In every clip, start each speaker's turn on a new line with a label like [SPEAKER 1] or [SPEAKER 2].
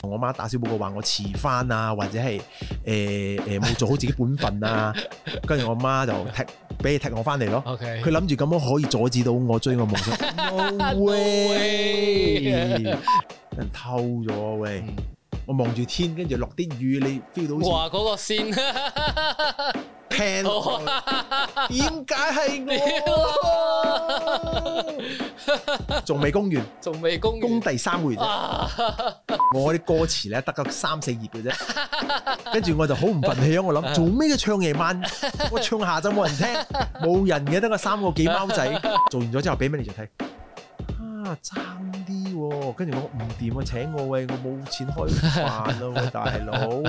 [SPEAKER 1] 同我媽打小報告話我遲翻啊，或者係誒誒冇做好自己本分 啊，跟住我媽就踢俾你踢我翻嚟咯。
[SPEAKER 2] OK，
[SPEAKER 1] 佢諗住咁樣可以阻止到我追我夢 想，no way！
[SPEAKER 2] way
[SPEAKER 1] 俾人偷咗啊喂！
[SPEAKER 2] 嗯
[SPEAKER 1] 我望住天，跟住落啲雨，你 feel 到好
[SPEAKER 2] 哇嗰 個線，
[SPEAKER 1] 似 pan 落去 點解係我？啊 仲未公完，
[SPEAKER 2] 仲未公
[SPEAKER 1] 公
[SPEAKER 2] 完
[SPEAKER 1] 第三個月啫。
[SPEAKER 2] 啊！
[SPEAKER 1] 我啲歌詞咧得個三四頁嘅啫，跟住我就好唔忿氣啊！我 諗做咩嘅唱夜晚，我唱下晝冇人聽，冇人嘅得個三個幾貓仔。做完咗之後俾 manager 睇，啊爭啲喎，跟住我唔掂啊，請我喂，我冇錢開飯啊， 喂大佬。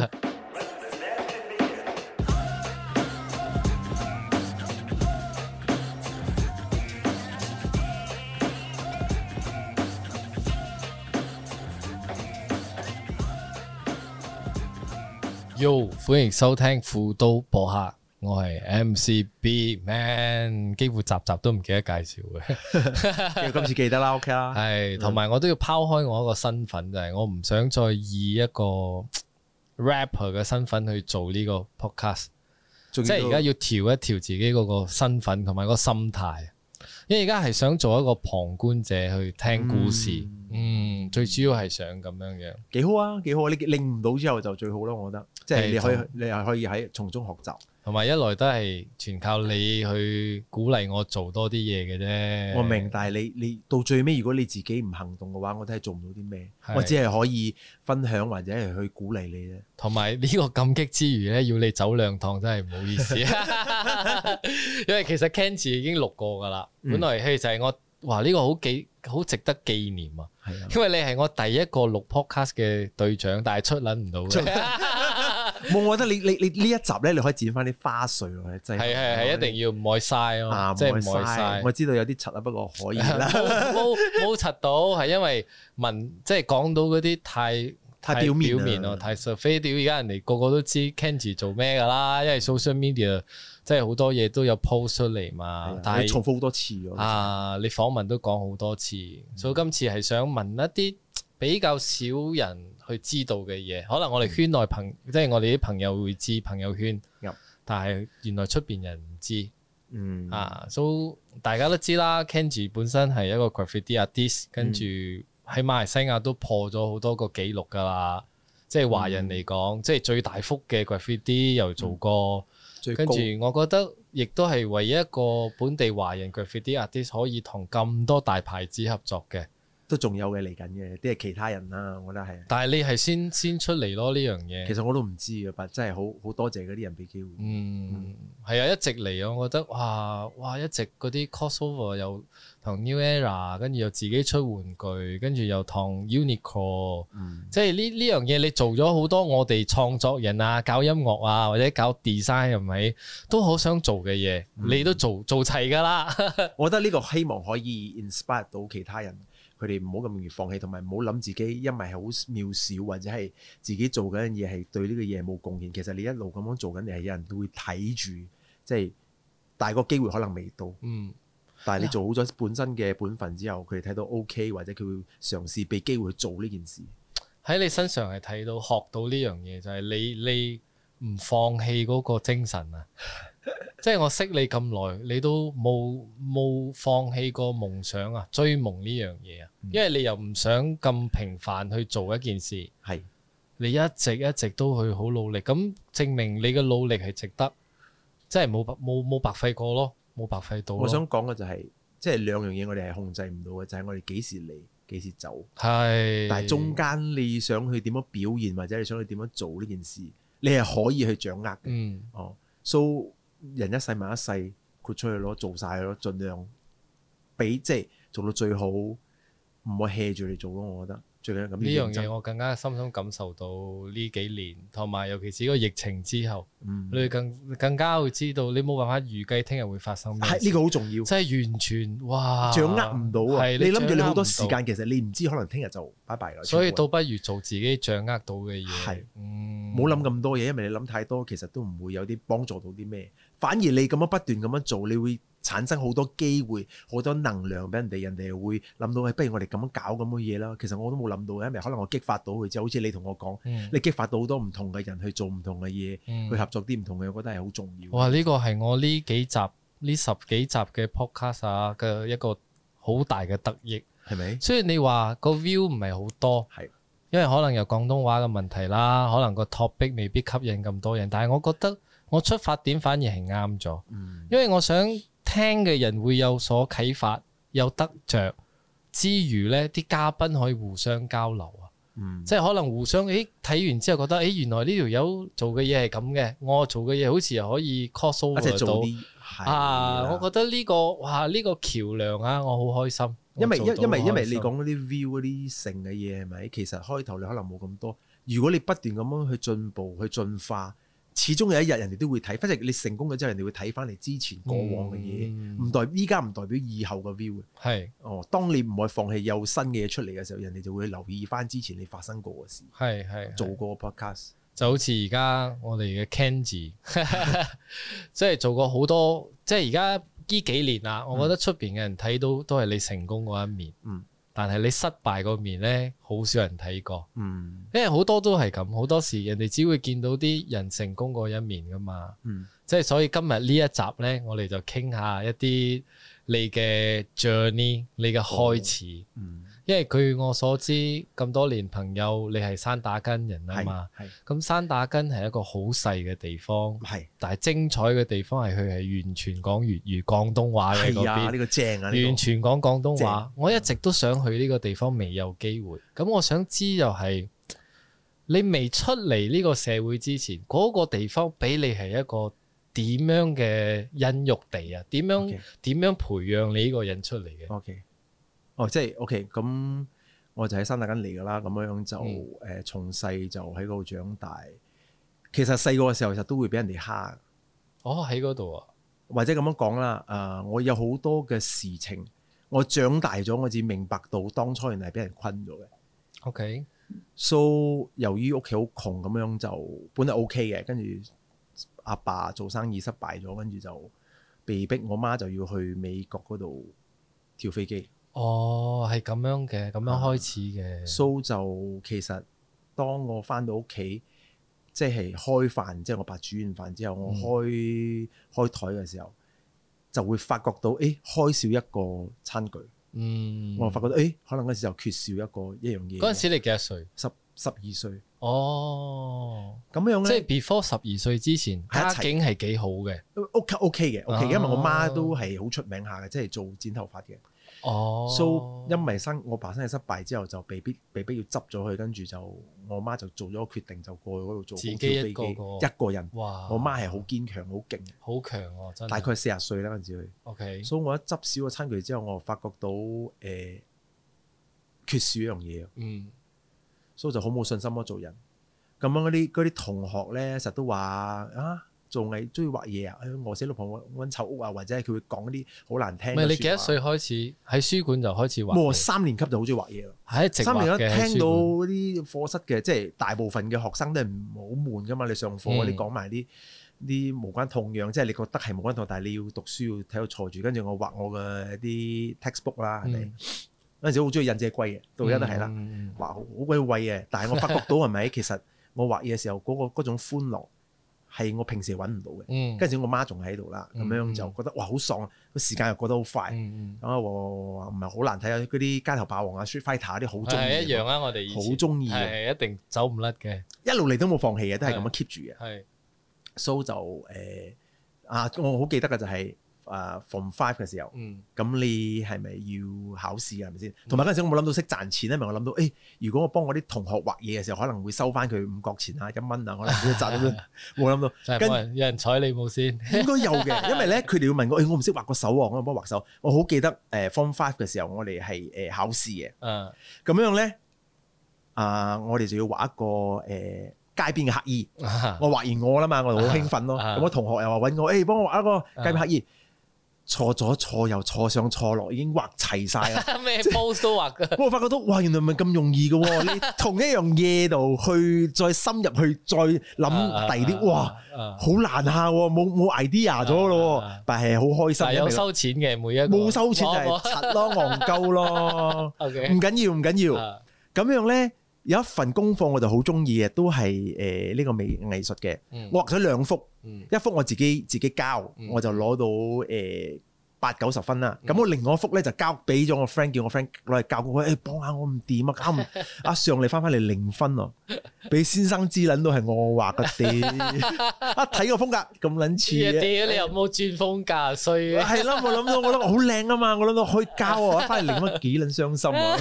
[SPEAKER 2] Yo，歡迎收聽富都播客，我係 MCB Man，幾乎集集都唔記得介紹 嘅，
[SPEAKER 1] 跟住今次記得啦，OK 啊啦，
[SPEAKER 2] 係同埋我都要拋開我一個身份，就係、我唔想再以一個 rapper 嘅身份去做呢個 podcast，
[SPEAKER 1] 即
[SPEAKER 2] 即係而家要調一調自己嗰個身份同埋個心態，因為而家係想做一個旁觀者去聽故事，嗯最主要係想咁樣樣，
[SPEAKER 1] 幾好啊，幾好啊！你領唔到之後就最好咯，我覺得，即係你可以，你係可以喺從中學習。
[SPEAKER 2] 同埋一來都係全靠你去鼓勵我做多啲嘢嘅啫，
[SPEAKER 1] 我明，但係你你到最尾，如果你自己唔行動嘅話，我都係做唔到啲咩。
[SPEAKER 2] 係
[SPEAKER 1] 我只係可以分享或者係去鼓勵你啫。
[SPEAKER 2] 同埋呢個感激之餘咧，要你走兩趟真係唔好意 思，因為其實 Kenji 已經錄過噶啦。
[SPEAKER 1] 嗯
[SPEAKER 2] 本來佢就係我哇呢、個好幾好值得紀念啊，
[SPEAKER 1] 係啊，
[SPEAKER 2] 因為你係我第一個錄 podcast 嘅隊長，但係出撚唔到嘅，
[SPEAKER 1] 冇我覺得你你你呢一集咧，你可以剪翻啲花絮落去，真
[SPEAKER 2] 係係係一定要唔愛嘥咯，
[SPEAKER 1] 啊，
[SPEAKER 2] 即係
[SPEAKER 1] 唔
[SPEAKER 2] 唔
[SPEAKER 1] 可以
[SPEAKER 2] 愛
[SPEAKER 1] 嘥
[SPEAKER 2] 嘥
[SPEAKER 1] 我。知道有啲柒啊，不過可以 啦，
[SPEAKER 2] 冇冇冇柒到，係因為文即係講到嗰啲太
[SPEAKER 1] 太表面啊啦
[SPEAKER 2] 咯，太 surface 屌。而家人哋個個都知 Kenji 做咩㗎啦，因為 social media 即係好多嘢都有 post 出嚟嘛
[SPEAKER 1] 係啊。
[SPEAKER 2] 但
[SPEAKER 1] 你重嗯
[SPEAKER 2] 係
[SPEAKER 1] 複好多次咗。
[SPEAKER 2] 啊，你訪問都講好多次，所以今次係想問一啲比較少人去知道嘅嘢，可能我哋圈內朋即係我哋啲朋友會知朋友圈
[SPEAKER 1] 嗯，
[SPEAKER 2] 但係原來出邊人唔知。
[SPEAKER 1] 嗯，
[SPEAKER 2] 啊，so 大家都知啦，Kenji 本身係一個 graffiti artist，跟住
[SPEAKER 1] 嗯
[SPEAKER 2] 喺馬來西亞都破咗好多個紀錄㗎啦。即係華
[SPEAKER 1] 嗯
[SPEAKER 2] 人嚟講，即係最大幅嘅 graffiti 又做過，
[SPEAKER 1] 嗯最
[SPEAKER 2] 跟
[SPEAKER 1] 高
[SPEAKER 2] 住我覺得亦都係唯一一個本地華人 graffiti artist 可以同咁多大牌子合作嘅。
[SPEAKER 1] 都仲有嘅嚟緊嘅，啲係其他人啦，我覺得係。
[SPEAKER 2] 但係你係先先出嚟咯呢樣嘢
[SPEAKER 1] 其。實我都唔知嘅，但真係好好多謝嗰啲人俾機會。
[SPEAKER 2] 嗯，係啊，一直嚟我覺得哇哇，一直嗰啲 crossover 又同 New Era，跟住又自己出玩具，跟住又同 Uniqlo，
[SPEAKER 1] 嗯，
[SPEAKER 2] 即係呢呢樣嘢你做咗好多我哋創作人啊，搞音樂啊，或者搞 design 係咪都好想做嘅嘢，你都做做齊㗎啦。
[SPEAKER 1] 我覺得呢個希望可以 inspire 到其他人，佢哋唔好咁容易放棄，同埋唔好諗自己因為係好渺小或者係自己做緊嘅嘢係對呢個嘢冇貢獻。其實你一路咁樣做緊，你係有人會睇住，即係但係個機會可能未到。
[SPEAKER 2] 嗯，
[SPEAKER 1] 但係啊你做好咗本身嘅本分之後，佢哋睇到 OK，或者佢會嘗試俾機會去做呢件事。
[SPEAKER 2] 喺你身上係睇到學到呢樣嘢，就係你你唔放棄嗰個精神 啊！即係我識你咁耐，你都冇冇放棄過夢想啊，追夢呢樣嘢啊！
[SPEAKER 1] 嗯
[SPEAKER 2] 因為你又唔想咁平凡去做一件事，
[SPEAKER 1] 係
[SPEAKER 2] 你一直一直都去好努力，咁證明你嘅努力係值得，即係冇白冇冇白費過咯，冇白費到咯。
[SPEAKER 1] 我想講嘅就係、即係兩樣嘢我哋係控制唔到嘅，就係、我哋幾時嚟，幾時走。
[SPEAKER 2] 係，
[SPEAKER 1] 但係中間你想去點樣表現，或者你想去點樣做呢件事，你係可以去掌握嘅。
[SPEAKER 2] 嗯
[SPEAKER 1] 哦，so 人一世物一世，豁出去咯，做晒佢咯，盡量俾即係做到最好，唔好 hea 住你做咯。我覺得最緊要咁
[SPEAKER 2] 呢樣
[SPEAKER 1] 認真
[SPEAKER 2] 嘢，我更加深深感受到呢幾年，同埋尤其是個疫情之後。
[SPEAKER 1] 嗯，
[SPEAKER 2] 你更更加會知道，你冇辦法預計聽日會發生咩事。
[SPEAKER 1] 係呢個好重要，
[SPEAKER 2] 真係完全哇，
[SPEAKER 1] 掌握唔到啊！
[SPEAKER 2] 係
[SPEAKER 1] 你諗住你好多時
[SPEAKER 2] 掌握唔
[SPEAKER 1] 間，其實你唔知可能聽日就拜拜啦。
[SPEAKER 2] 到，所以
[SPEAKER 1] 啊全部
[SPEAKER 2] 倒不如做自己掌握到嘅嘢。
[SPEAKER 1] 係
[SPEAKER 2] 嗯，
[SPEAKER 1] 冇諗咁多嘢，因為你諗太多，其實都唔會有啲幫助到啲咩。反而你咁樣不斷咁樣做，你會產生好多機會、好多能量俾人哋，人哋會諗到，誒，不如我哋咁樣搞咁嘅嘢啦。其實我都冇諗到嘅，因為可能我激發到佢，就好似你同我講，
[SPEAKER 2] 嗯
[SPEAKER 1] 你激發到好多唔同嘅人去做唔同嘅嘢，
[SPEAKER 2] 嗯
[SPEAKER 1] 去合作啲唔同嘅，我覺得係好重要。
[SPEAKER 2] 哇！呢個係我呢幾集呢十幾集嘅 podcast 啊嘅一個好大嘅得益。
[SPEAKER 1] 係咪？
[SPEAKER 2] 雖然你話個 view 唔係好多，
[SPEAKER 1] 係
[SPEAKER 2] 因為可能有廣東話嘅問題啦，可能個 topic 未必吸引咁多人，但係我覺得我出發點反而係啱咗，
[SPEAKER 1] 嗯，
[SPEAKER 2] 因為我想聽嘅人會有所啟發，有得着之餘呢啲嘉賓可以互相交流啊。
[SPEAKER 1] 嗯，
[SPEAKER 2] 即係可能互相，誒睇完之後覺得，誒原來呢條友做嘅嘢係咁嘅，我做嘅嘢好似又可以 cross
[SPEAKER 1] 一齊
[SPEAKER 2] over
[SPEAKER 1] 做
[SPEAKER 2] 到
[SPEAKER 1] 啲啊係
[SPEAKER 2] 啊！
[SPEAKER 1] 啦
[SPEAKER 2] 我覺得呢、個哇呢、個橋梁啊，我好開心。
[SPEAKER 1] 因為
[SPEAKER 2] 我
[SPEAKER 1] 因
[SPEAKER 2] 做到
[SPEAKER 1] 因為
[SPEAKER 2] 好開
[SPEAKER 1] 因為
[SPEAKER 2] 心
[SPEAKER 1] 你講嗰啲 view 嗰啲性嘅嘢係咪？其實開頭你可能冇咁多，如果你不斷咁樣去進步、去進化，始終有一日人哋都會睇。反正你成功咗之後，人哋會睇翻你之前過往嘅嘢，
[SPEAKER 2] 嗯
[SPEAKER 1] 唔代依家唔代表以後嘅 view 嘅。
[SPEAKER 2] 係
[SPEAKER 1] 哦，當你唔去放棄有新嘅嘢出嚟嘅時候，人哋就會留意翻之前你發生過嘅事，
[SPEAKER 2] 係係
[SPEAKER 1] 做
[SPEAKER 2] 做
[SPEAKER 1] 過嘅 podcast。
[SPEAKER 2] 就好似而家我哋嘅 Kenji，即係做過好多，即係而家呢幾年啊，我覺得出邊嘅人睇到都係你成功嗰一面，
[SPEAKER 1] 嗯
[SPEAKER 2] 但係你失敗嗰面呢，好少人睇過。
[SPEAKER 1] 嗯
[SPEAKER 2] 因為好多都係咁，好多時人哋只會見到啲人成功嗰一面噶嘛，
[SPEAKER 1] 嗯，
[SPEAKER 2] 即係所以今日呢一集呢，我哋就傾下一啲你嘅 journey，你嘅開始。
[SPEAKER 1] 嗯，
[SPEAKER 2] 因為據我所知，咁多年朋友，你係山打根人啊
[SPEAKER 1] 係
[SPEAKER 2] 嘛。
[SPEAKER 1] 係
[SPEAKER 2] 咁山打根係一個好細嘅地方，
[SPEAKER 1] 係
[SPEAKER 2] 但係精彩嘅地方係佢係完全講粵語、廣東話嘅嗰
[SPEAKER 1] 係啊！
[SPEAKER 2] 邊
[SPEAKER 1] 呢。個正啊，呢個
[SPEAKER 2] 完全講廣東話
[SPEAKER 1] 正，
[SPEAKER 2] 我一直都想去呢個地方，未有機會。咁我想知就係你未出嚟呢個社會之前，嗰、個地方俾你係一個點樣嘅孕育地啊？點樣
[SPEAKER 1] OK
[SPEAKER 2] 點樣培養你呢個人出嚟嘅？
[SPEAKER 1] O K，哦，即係 O K，咁我就喺山大根嚟噶啦，咁樣樣就誒、呃從細就喺嗰度長大。其實細個嘅時候，其實都會俾人哋蝦，
[SPEAKER 2] 哦，喺嗰度啊，
[SPEAKER 1] 或者咁樣講啦。誒、我有好多嘅事情，我長大咗，我至明白到當初原來係俾人困咗嘅。
[SPEAKER 2] OK，
[SPEAKER 1] So 由於屋企好窮咁樣就本嚟 O K 嘅，跟住阿爸做生意失敗咗，跟住就被逼我媽就要去美國嗰度跳飛機。
[SPEAKER 2] 哦，係咁樣嘅，咁樣開始嘅，
[SPEAKER 1] so 就其實當我翻到屋企，即係開飯，即係我爸煮完飯之後，我
[SPEAKER 2] 嗯
[SPEAKER 1] 開、開台嘅時候，就會發覺到，誒、開少一個餐具，
[SPEAKER 2] 嗯，
[SPEAKER 1] 我發覺到，誒、可能嗰時就缺少一個一樣嘢。
[SPEAKER 2] 嗰陣時你幾多歲？
[SPEAKER 1] 十十二歲，
[SPEAKER 2] 哦，
[SPEAKER 1] 咁樣
[SPEAKER 2] 即
[SPEAKER 1] 咧
[SPEAKER 2] 係 before 十二歲之前，
[SPEAKER 1] 係一
[SPEAKER 2] 家
[SPEAKER 1] 齊
[SPEAKER 2] 境係幾好嘅。
[SPEAKER 1] ，OK OK 嘅 OK，嘅因為我
[SPEAKER 2] 哦
[SPEAKER 1] 媽都係好出名下嘅，即係做剪頭髮嘅。
[SPEAKER 2] 哦
[SPEAKER 1] so 因為生我爸生意失敗之後，就被逼被逼要執咗佢，跟住就我媽就做咗個決定，就過去嗰度做
[SPEAKER 2] 自己
[SPEAKER 1] 高跳飛
[SPEAKER 2] 一個
[SPEAKER 1] 機
[SPEAKER 2] 個
[SPEAKER 1] 一個人。
[SPEAKER 2] 哇！
[SPEAKER 1] 我媽係好堅強、好勁，
[SPEAKER 2] 好強喎，真係。嗯
[SPEAKER 1] 大概四十歲啦嗰陣時
[SPEAKER 2] OK
[SPEAKER 1] 佢。所以我一執少個餐具之後，我就發覺到誒、呃缺少一樣嘢，啊
[SPEAKER 2] 嗯
[SPEAKER 1] 所以就好冇信心咯做人。咁樣嗰啲嗰啲同學咧，實都話啊，做藝中意畫嘢啊，哎餓死老婆揾臭屋啊，或者係佢會講啲好難聽。
[SPEAKER 2] 唔係你幾多歲？開始喺書館就開始
[SPEAKER 1] 冇，
[SPEAKER 2] 畫嘅？
[SPEAKER 1] 我三年級就好中意畫嘢啦。
[SPEAKER 2] 係一直
[SPEAKER 1] 三
[SPEAKER 2] 畫
[SPEAKER 1] 年級
[SPEAKER 2] 嘅喺
[SPEAKER 1] 聽到
[SPEAKER 2] 書館。
[SPEAKER 1] 嗰啲課室嘅，即係大部分嘅學生都係唔好悶噶嘛。你上課
[SPEAKER 2] 嗯
[SPEAKER 1] 你講埋啲啲無關痛癢，即係你覺得係無關痛，但係你要讀書要睇度坐住，跟住我畫我嘅啲 textbook 啦，係咪
[SPEAKER 2] 嗯？
[SPEAKER 1] 嗰陣時好中意印隻龜嘅，到而家都係啦，
[SPEAKER 2] 嗯
[SPEAKER 1] 畫好好鬼畏嘅。但係我發覺到係 咪？其實我畫嘢嘅時候嗰、個嗰種歡樂係我平時揾唔到嘅。
[SPEAKER 2] 嗯
[SPEAKER 1] 跟住我媽仲喺度啦，咁
[SPEAKER 2] 嗯
[SPEAKER 1] 樣就覺得哇好爽，啊個時間又過得好快。
[SPEAKER 2] 嗯嗯
[SPEAKER 1] 咁啊，哇唔係好難睇啊！嗰啲街頭霸王啊、Street Fighter 啲好中意
[SPEAKER 2] 係
[SPEAKER 1] 嘅
[SPEAKER 2] 一樣啊！我哋以前
[SPEAKER 1] 好中意嘅，
[SPEAKER 2] 係一定走唔甩嘅，
[SPEAKER 1] 一路嚟都冇放棄嘅，都係咁樣 keep 住嘅。
[SPEAKER 2] 係
[SPEAKER 1] So 就誒、啊，我好記得嘅就係、啊 from five 嘅時候，
[SPEAKER 2] 嗯
[SPEAKER 1] 咁你係咪要考試啊？係咪先？同埋嗰陣時我冇諗到識賺錢啊咧，咪我諗到誒、如果我幫我啲同學畫嘢嘅時候，可能會收翻佢五角錢啊、一蚊啊，可能會賺到 冇諗到。
[SPEAKER 2] 真係
[SPEAKER 1] 跟
[SPEAKER 2] 冇人有人睬你冇先。
[SPEAKER 1] 應該有嘅，因為咧佢哋會問我，誒、我唔識畫個手喎，我可唔可以畫手？我好記得誒、form five 嘅時候，我哋係誒考試嘅，
[SPEAKER 2] 嗯
[SPEAKER 1] 咁樣咧啊、我哋就要畫一個誒、街邊嘅乞衣。我畫完我啦嘛，我就好興奮咯。
[SPEAKER 2] 啊
[SPEAKER 1] 咁我同學又話揾我，誒幫我畫一個雞髀乞兒。錯左錯右錯上錯落已經畫齊晒 啦。
[SPEAKER 2] 咩 pose 都畫噶，
[SPEAKER 1] 我發覺到哇，原來唔係咁容易嘅喎、你同一樣嘢度去再深入去再諗第啲，哇，
[SPEAKER 2] 啊！
[SPEAKER 1] 好難下喎，冇冇 idea 咗咯
[SPEAKER 2] 啊啊
[SPEAKER 1] 喎，但係好開心
[SPEAKER 2] 但係
[SPEAKER 1] 嘅
[SPEAKER 2] 有，收錢嘅每一個，
[SPEAKER 1] 冇收錢就
[SPEAKER 2] 冇
[SPEAKER 1] 係柒 咯，戇鳩咯，
[SPEAKER 2] 冇 OK
[SPEAKER 1] 唔緊要唔緊要，
[SPEAKER 2] 啊
[SPEAKER 1] 咁樣咧有一份功課我就好中意嘅，都係誒呢個美藝術嘅，
[SPEAKER 2] 嗯
[SPEAKER 1] 我畫咗兩幅。
[SPEAKER 2] 嗯
[SPEAKER 1] 一幅我自己自己交，
[SPEAKER 2] 嗯
[SPEAKER 1] 我就攞到誒八九十分啦。
[SPEAKER 2] 嗯
[SPEAKER 1] 咁我另外一幅咧就交俾咗我 friend，叫我 friend 攞嚟教我，誒幫下我唔掂啊，搞 唔阿上嚟翻翻嚟零分啊，俾先生知撚到係我畫嘅 屌，一睇個風格咁撚似
[SPEAKER 2] 黐啊
[SPEAKER 1] 嘅。
[SPEAKER 2] 屌你有冇轉風格衰啊？
[SPEAKER 1] 係啦，我諗到我諗到好靚啊嘛，我諗到可以交啊，翻嚟零蚊幾撚傷心 啊！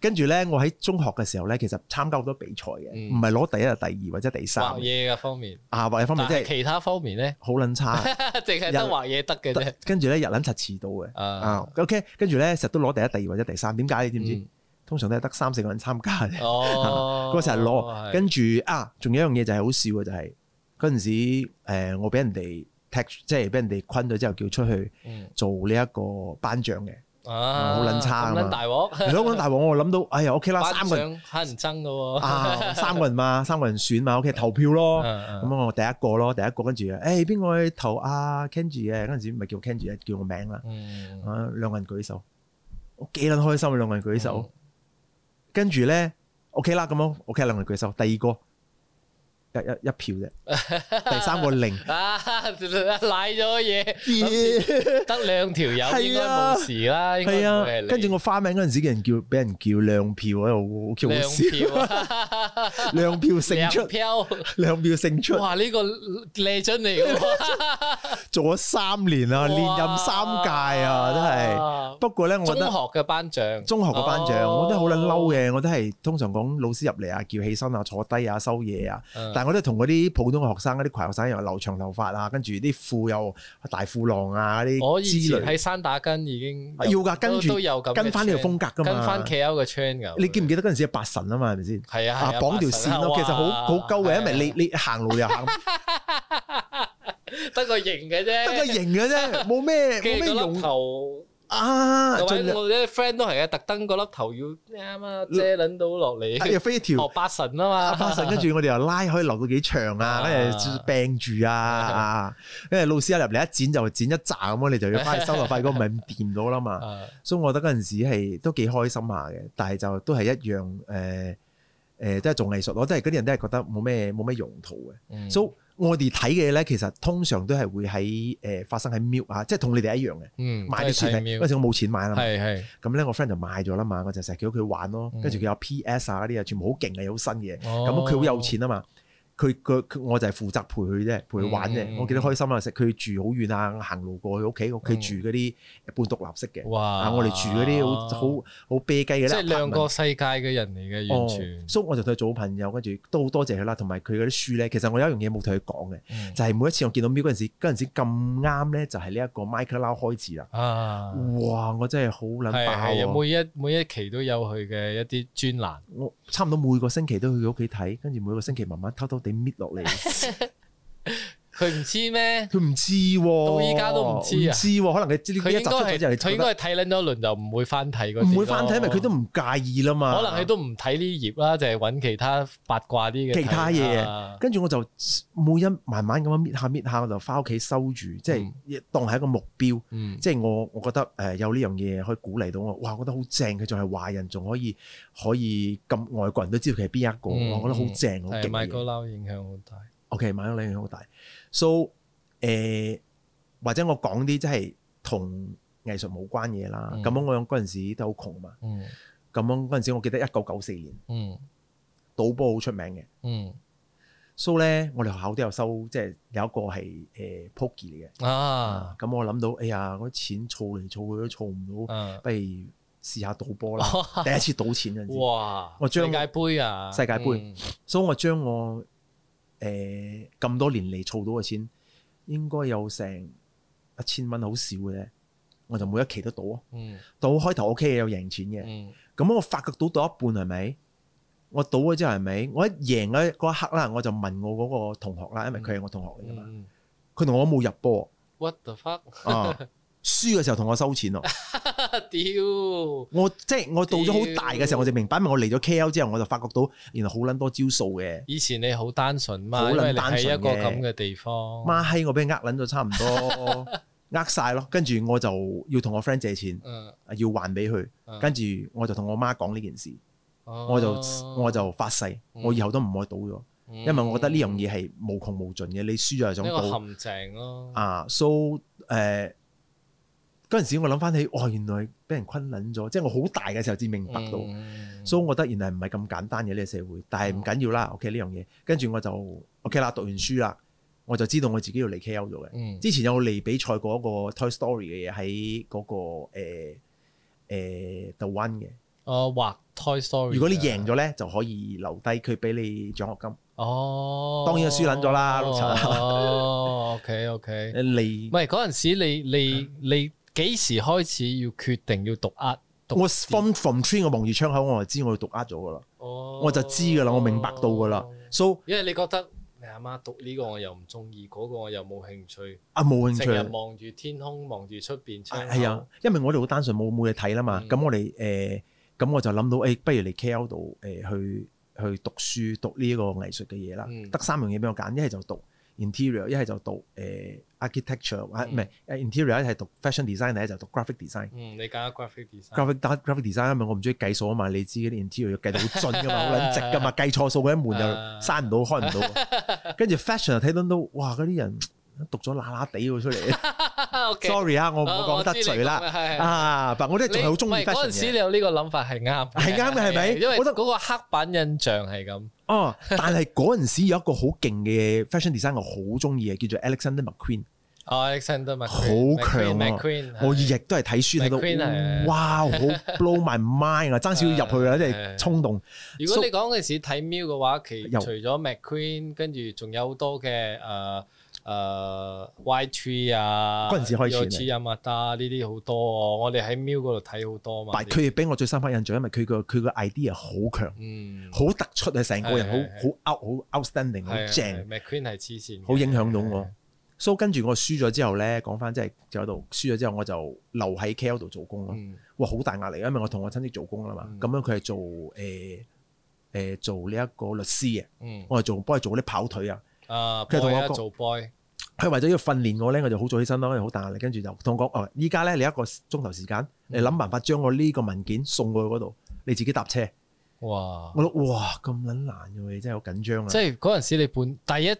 [SPEAKER 1] 跟住咧，我喺中學嘅時候咧，其實參加好多比賽嘅，
[SPEAKER 2] 嗯
[SPEAKER 1] 唔係攞第一、第二或者第三
[SPEAKER 2] 畫嘢嘅方面，
[SPEAKER 1] 啊，或者方
[SPEAKER 2] 但
[SPEAKER 1] 面即
[SPEAKER 2] 係
[SPEAKER 1] 係
[SPEAKER 2] 其他方面 咧，
[SPEAKER 1] 好撚差。
[SPEAKER 2] 淨係得畫嘢得嘅 啫。
[SPEAKER 1] 跟住咧日撚柒遲到嘅。
[SPEAKER 2] 啊
[SPEAKER 1] 啊，OK，跟住咧成日都攞第一、第二或者第三，點解你知唔知？
[SPEAKER 2] 嗯
[SPEAKER 1] 通常都係得三四個人參加嘅，
[SPEAKER 2] 哦，
[SPEAKER 1] 嗰時係攞。
[SPEAKER 2] 係
[SPEAKER 1] 跟住啊，仲有一樣嘢就係好笑嘅，就係嗰陣時誒我俾人哋踢，即係俾人哋坤咗之後叫出去
[SPEAKER 2] 嗯
[SPEAKER 1] 做呢一個頒獎嘅。
[SPEAKER 2] À. 啊，
[SPEAKER 1] 好撚差啊
[SPEAKER 2] 咁
[SPEAKER 1] 嘛
[SPEAKER 2] 撚大鑊，
[SPEAKER 1] 如果講大王，我諗到，哎呀 OK 啦，三個人
[SPEAKER 2] 班長乞人憎嘅喎。
[SPEAKER 1] 啊，三個人 嘛，三個人選嘛，OK 投票咯。
[SPEAKER 2] 咁
[SPEAKER 1] 咁我第一個咯，第一個跟住誒邊個去投啊 Kenji 嘅？嗰陣時唔係叫 Kenji 叫我名啦。
[SPEAKER 2] 嗯，
[SPEAKER 1] 啊，兩個人舉手，我幾撚開心啊！兩個人
[SPEAKER 2] Ừ.
[SPEAKER 1] 舉手，跟住咧 OK 啦，咁樣 OK 兩個人舉手，第二個一一一票 啫，第三個零，
[SPEAKER 2] 啊， 賴咗嘢，
[SPEAKER 1] 係
[SPEAKER 2] 得兩條友應該
[SPEAKER 1] 係啊
[SPEAKER 2] 冇事啦，應該唔
[SPEAKER 1] 啊
[SPEAKER 2] 會係你，
[SPEAKER 1] 跟住我花名嗰陣時嘅人叫俾人叫兩票喺度，好 Q 好笑，兩
[SPEAKER 2] 兩票啊，
[SPEAKER 1] 票勝
[SPEAKER 2] 兩
[SPEAKER 1] 出，
[SPEAKER 2] 票，
[SPEAKER 1] 兩票勝出，
[SPEAKER 2] 哇！呢個 legend 嚟嘅喎，
[SPEAKER 1] 做咗三年啊，連任三屆啊，真係。
[SPEAKER 2] 係
[SPEAKER 1] 不過咧，我覺
[SPEAKER 2] 中學
[SPEAKER 1] 得。
[SPEAKER 2] 嘅班長，
[SPEAKER 1] 中學個班長，
[SPEAKER 2] 哦
[SPEAKER 1] 我都係好撚嬲嘅，我都係通常講老師入嚟啊，叫起身啊，坐低啊，收嘢啊，
[SPEAKER 2] 嗯
[SPEAKER 1] 但係我都係同嗰啲普通嘅學生、嗰啲窮學生一樣，留長頭髮啊，跟住啲褲又大褲浪啊，嗰
[SPEAKER 2] 我
[SPEAKER 1] 啲
[SPEAKER 2] 以
[SPEAKER 1] 之
[SPEAKER 2] 前
[SPEAKER 1] 類，
[SPEAKER 2] 喺山打根已經
[SPEAKER 1] 要㗎跟住
[SPEAKER 2] 都有咁嘅
[SPEAKER 1] 跟翻呢個
[SPEAKER 2] trend
[SPEAKER 1] 風格㗎
[SPEAKER 2] 跟翻
[SPEAKER 1] 嘛。
[SPEAKER 2] KL 嘅 chain 㗎。
[SPEAKER 1] 你記唔記得嗰陣時係八神啊嘛？係咪先？
[SPEAKER 2] 係啊，啊
[SPEAKER 1] 啊
[SPEAKER 2] 係，
[SPEAKER 1] 綁條線咯，其實好好鳩嘅，因為你你行路又 行
[SPEAKER 2] 你得個型嘅啫，
[SPEAKER 1] 得個型嘅啫，冇咩冇
[SPEAKER 2] 跟
[SPEAKER 1] 咩
[SPEAKER 2] 住個粒
[SPEAKER 1] 用
[SPEAKER 2] 頭。
[SPEAKER 1] 啊！
[SPEAKER 2] 有位
[SPEAKER 1] 盡量
[SPEAKER 2] 我啲 friend 都係嘅，特登個粒頭要啱啊遮撚到落
[SPEAKER 1] 啊
[SPEAKER 2] 嚟，
[SPEAKER 1] 又飛一條
[SPEAKER 2] 學八神啊嘛，
[SPEAKER 1] 八神，跟住我哋又拉可以留到幾長啊，跟住
[SPEAKER 2] 啊
[SPEAKER 1] 病住 啊啊！因為老師一入嚟一剪就剪一紮咁啊樣，你就要翻去收落費，如果唔係咁掂到啦嘛。
[SPEAKER 2] 啊
[SPEAKER 1] 所以我覺得嗰陣時係都幾開心下嘅，但係就都係一樣誒誒、呃都係做藝術咯，都係嗰啲人都係覺得冇咩冇咩用途嘅。
[SPEAKER 2] 嗯
[SPEAKER 1] 所以我哋睇嘅咧，其實通常都係會喺誒、呃發生喺 Miu 啊，即係同你哋一樣嘅，
[SPEAKER 2] 嗯
[SPEAKER 1] 買啲書
[SPEAKER 2] 真係
[SPEAKER 1] 睇。
[SPEAKER 2] 睇妙
[SPEAKER 1] 嗰陣時我冇錢買啦嘛，
[SPEAKER 2] 係嗯係
[SPEAKER 1] 咁咧我 friend 就買咗啦嘛，我就成日叫佢玩咯，跟住佢有 PS 啊嗰啲啊，全部好勁嘅，好新嘅，咁
[SPEAKER 2] 咁
[SPEAKER 1] 佢好有錢啊嘛。佢佢佢我就係負責陪佢啫，陪佢玩啫。
[SPEAKER 2] 嗯
[SPEAKER 1] 我記得開心啊，食佢住好遠啊，行路過去屋企，屋企住嗰啲呃半獨立式嘅。
[SPEAKER 2] 哇！
[SPEAKER 1] 啊！我哋住嗰啲好好好啤雞嘅咧，
[SPEAKER 2] 即係兩個
[SPEAKER 1] apartment
[SPEAKER 2] 世界嘅人嚟嘅，完
[SPEAKER 1] 哦
[SPEAKER 2] 全。
[SPEAKER 1] 所以我就同佢做好朋友，跟住都好多謝佢啦。同埋佢嗰啲書咧，其實我有一樣嘢冇同佢講嘅，
[SPEAKER 2] 嗯
[SPEAKER 1] 就係每一次我見到 Miu 嗰陣時，嗰陣時咁啱咧，就係呢一個 Michael Lau 開始啦。
[SPEAKER 2] 啊，
[SPEAKER 1] 哇！我真係好撚
[SPEAKER 2] 係係
[SPEAKER 1] 爆啊！
[SPEAKER 2] 每一每一期都有佢嘅一啲專欄。
[SPEAKER 1] 我差唔多每個星期都去佢屋企睇，跟住每個星期慢慢偷偷地搣落嚟。
[SPEAKER 2] 佢唔知咩？
[SPEAKER 1] 佢唔知喎，
[SPEAKER 2] 到依家都唔知啊
[SPEAKER 1] 唔知喎，可能佢知呢
[SPEAKER 2] 佢
[SPEAKER 1] 一
[SPEAKER 2] 應
[SPEAKER 1] 集出咗
[SPEAKER 2] 該
[SPEAKER 1] 之後，
[SPEAKER 2] 係
[SPEAKER 1] 你
[SPEAKER 2] 佢
[SPEAKER 1] 覺
[SPEAKER 2] 應該
[SPEAKER 1] 得
[SPEAKER 2] 係睇撚咗一輪就唔會翻睇嗰啲咯
[SPEAKER 1] 唔會翻睇，因為佢都唔介意啦嘛。
[SPEAKER 2] 可能佢都唔睇呢頁啦，就係揾其他八卦啲嘅
[SPEAKER 1] 其
[SPEAKER 2] 睇
[SPEAKER 1] 他嘢
[SPEAKER 2] 啊。
[SPEAKER 1] 跟住我就每一慢慢咁樣搣下搣下，我就翻屋企收住，即係當係一個目標。
[SPEAKER 2] 嗯
[SPEAKER 1] 即係我我覺得誒、呃有呢樣嘢可以鼓勵到我，哇！我覺得好正，佢仲係華人，仲可以可以咁外國人都知道佢係邊一個，
[SPEAKER 2] 嗯
[SPEAKER 1] 哇我覺得好正，好
[SPEAKER 2] 係
[SPEAKER 1] 勁嘅
[SPEAKER 2] Michael
[SPEAKER 1] 嘢。
[SPEAKER 2] Lau 影響好大。
[SPEAKER 1] OK，買咗兩樣好大。So 誒、或者我講啲即係同藝術冇關嘢啦。
[SPEAKER 2] 嗯
[SPEAKER 1] 咁、樣我嗰陣時都好窮嘛。
[SPEAKER 2] 嗯
[SPEAKER 1] 咁樣嗰陣時，我記得一九九四年
[SPEAKER 2] 嗯
[SPEAKER 1] 賭波好出名嘅。
[SPEAKER 2] 嗯
[SPEAKER 1] So 咧，我哋學校都有收，即係有一個係誒 Poker 嚟嘅。
[SPEAKER 2] 啊
[SPEAKER 1] 咁我諗到，哎呀，嗰啲錢儲嚟儲去都儲唔到，
[SPEAKER 2] 啊
[SPEAKER 1] 不如試下賭波 啦。第一次賭錢嗰陣時，
[SPEAKER 2] 哇！
[SPEAKER 1] 我將
[SPEAKER 2] 世界盃啊，
[SPEAKER 1] 世界盃
[SPEAKER 2] 嗯
[SPEAKER 1] 所以我將我誒咁多年嚟儲到嘅錢，應該有成一千蚊，好少嘅啫。我就每一期都賭啊，
[SPEAKER 2] 嗯
[SPEAKER 1] 賭開頭 OK 嘅，有贏錢嘅。
[SPEAKER 2] 嗯
[SPEAKER 1] 咁我發覺賭到一半係咪？我賭咗之後係咪？我一贏嗰嗰一刻啦，我就問我嗰個同學啦，因為佢係我同學嚟噶嘛。
[SPEAKER 2] 嗯，
[SPEAKER 1] 佢同我冇入波，
[SPEAKER 2] what the fuck？
[SPEAKER 1] 啊，輸嘅時候同我收錢咯。
[SPEAKER 2] 屌，
[SPEAKER 1] 我即係我到咗好大嘅時候，我就明白，因為我嚟咗 KL 之後，我就發覺到原來好撚多招數嘅。
[SPEAKER 2] 以前你好單純嘛，
[SPEAKER 1] 好撚
[SPEAKER 2] 因為你
[SPEAKER 1] 單
[SPEAKER 2] 喺
[SPEAKER 1] 純
[SPEAKER 2] 一個
[SPEAKER 1] 嘅
[SPEAKER 2] 咁嘅地方，
[SPEAKER 1] 媽閪，我俾人呃撚咗差唔多， 呃晒咯。跟住我就要同我 friend 借錢，
[SPEAKER 2] 嗯，
[SPEAKER 1] 要還俾佢。
[SPEAKER 2] 嗯哦
[SPEAKER 1] 跟住我就同我媽講呢件事，我就我就發誓，
[SPEAKER 2] 嗯
[SPEAKER 1] 我以後都唔可以賭咗，
[SPEAKER 2] 因
[SPEAKER 1] 因為我覺得呢樣嘢係無窮無盡嘅。你輸咗就想
[SPEAKER 2] 嗯呢
[SPEAKER 1] 賭。
[SPEAKER 2] 個陷阱咯，
[SPEAKER 1] 啊，so 誒嗰陣時，我諗翻起，哦，原來俾人困撚咗，即係我好大嘅時候至明白到，
[SPEAKER 2] 嗯哦
[SPEAKER 1] 所以我覺得原來唔係咁簡單嘅呢個社會，但係唔緊要啦，OK 呢樣嘢，跟住我就 OK 啦，讀完書啦，我就知道我自己要嚟 KL 咗嘅。
[SPEAKER 2] 嗯
[SPEAKER 1] 之前有嚟比賽過一個 Toy Story 嘅嘢喺嗰個誒、誒 The One 嘅，
[SPEAKER 2] 我哦畫 Toy Story，啊
[SPEAKER 1] 如果你贏，咗咧就可以留低佢俾你獎學金。
[SPEAKER 2] 哦，
[SPEAKER 1] 當然係輸撚咗啦碌柒
[SPEAKER 2] 哦，OK OK，
[SPEAKER 1] 誒
[SPEAKER 2] 唔
[SPEAKER 1] 嚟
[SPEAKER 2] 係嗰陣時你你你幾時開始要決定要讀呃？讀
[SPEAKER 1] 我 from from three 我望住窗口我就知我要讀呃咗噶啦。我就知㗎啦，我明白到㗎啦。So
[SPEAKER 2] 哦因為你覺得你阿媽讀呢個我又唔中意，嗰個我又冇興趣，
[SPEAKER 1] 啊冇興
[SPEAKER 2] 成日
[SPEAKER 1] 趣，
[SPEAKER 2] 望住天空，望住出邊窗口
[SPEAKER 1] 係啊，，因為我哋好單純，冇冇嘢睇啦嘛。
[SPEAKER 2] 嗯
[SPEAKER 1] 咁、我哋誒，咁、我就諗到，誒、不如嚟 KL 度誒、去去讀書，讀呢一個藝術嘅嘢啦
[SPEAKER 2] 嗯。
[SPEAKER 1] 得、三樣嘢俾我揀，一係就讀 interior，一係就讀誒、architecture，啊唔
[SPEAKER 2] 嗯
[SPEAKER 1] 係誒 interior，一係讀 fashion design，一係就讀 graphic design。
[SPEAKER 2] 嗯，你揀咗 graphic design，
[SPEAKER 1] graphic graphic design 因為我唔中意計數啊嘛，你知嗰啲 interior 計到好盡噶 嘛，好撚直噶嘛，計錯數嗰啲門又
[SPEAKER 2] 啊
[SPEAKER 1] 閂唔到，開唔 到。跟住 fashion 又睇到都，哇！嗰啲人讀咗乸乸地喎出 嚟。
[SPEAKER 2] OK，
[SPEAKER 1] sorry 啊，我唔
[SPEAKER 2] 啊
[SPEAKER 1] 好講得罪啦。，
[SPEAKER 2] 啊，
[SPEAKER 1] 啊，但我都仲係好中意
[SPEAKER 2] 你唔係嗰
[SPEAKER 1] fashion
[SPEAKER 2] 陣時，
[SPEAKER 1] 嘅
[SPEAKER 2] 你。有呢個諗法係啱嘅，
[SPEAKER 1] 係啱嘅係咪
[SPEAKER 2] 因
[SPEAKER 1] 我
[SPEAKER 2] 為
[SPEAKER 1] 覺
[SPEAKER 2] 嗰
[SPEAKER 1] 得
[SPEAKER 2] 個黑板印象係咁，
[SPEAKER 1] 哦，但係嗰陣時有一個好勁嘅 fashion design 我好中意嘅，叫做 Alexander McQueen。
[SPEAKER 2] 哦，Alexander McQueen，
[SPEAKER 1] 好強啊
[SPEAKER 2] McQueen，係
[SPEAKER 1] 我亦都係睇書睇
[SPEAKER 2] McQueen
[SPEAKER 1] 到
[SPEAKER 2] 係，
[SPEAKER 1] 哇，好 blow my mind 啊！爭少入去啦，即
[SPEAKER 2] 係
[SPEAKER 1] 係衝動。
[SPEAKER 2] 如果你講嘅時睇 Miu 嘅話，其
[SPEAKER 1] 有
[SPEAKER 2] 除咗 McQueen，跟住仲有好多嘅誒誒 Y Tree 啊，
[SPEAKER 1] 嗰陣時開始
[SPEAKER 2] Yohji Yamada 呢啲好多喎，我哋喺 Miu 嗰度睇好多嘛。
[SPEAKER 1] 但係佢俾我最深刻印象，因為佢個佢個 idea 好強。
[SPEAKER 2] 嗯，
[SPEAKER 1] 好突出啊！成個人
[SPEAKER 2] 係
[SPEAKER 1] 好好 out 好 outstanding，好
[SPEAKER 2] 係啊係
[SPEAKER 1] 正，
[SPEAKER 2] McQueen 係黐線嘅，
[SPEAKER 1] 好影響到我。所以跟住我輸咗之後咧，講翻即係就喺度輸咗之後，我就留喺 KL 度做工咯。
[SPEAKER 2] 嗯。
[SPEAKER 1] 哇，好大壓力，啊因為我同我親戚做工啊啦嘛
[SPEAKER 2] 嗯。
[SPEAKER 1] 咁樣佢係做誒誒做呢一個律師嘅，
[SPEAKER 2] 嗯，
[SPEAKER 1] 我係做幫佢做啲跑腿啊。
[SPEAKER 2] 啊，
[SPEAKER 1] 佢同
[SPEAKER 2] boy
[SPEAKER 1] 我
[SPEAKER 2] 啊
[SPEAKER 1] 講
[SPEAKER 2] 做 boy，
[SPEAKER 1] 佢為咗要訓練我咧，我就好早起身咯，因為好大壓力。跟住就同我講：哦，依家咧你一個鐘頭時間，你諗辦法將我呢個文件送過去嗰度，你自己搭車。
[SPEAKER 2] 哇！
[SPEAKER 1] 我諗哇咁撚難嘅喎，真係好緊張啊！
[SPEAKER 2] 即係嗰陣時你半第一啱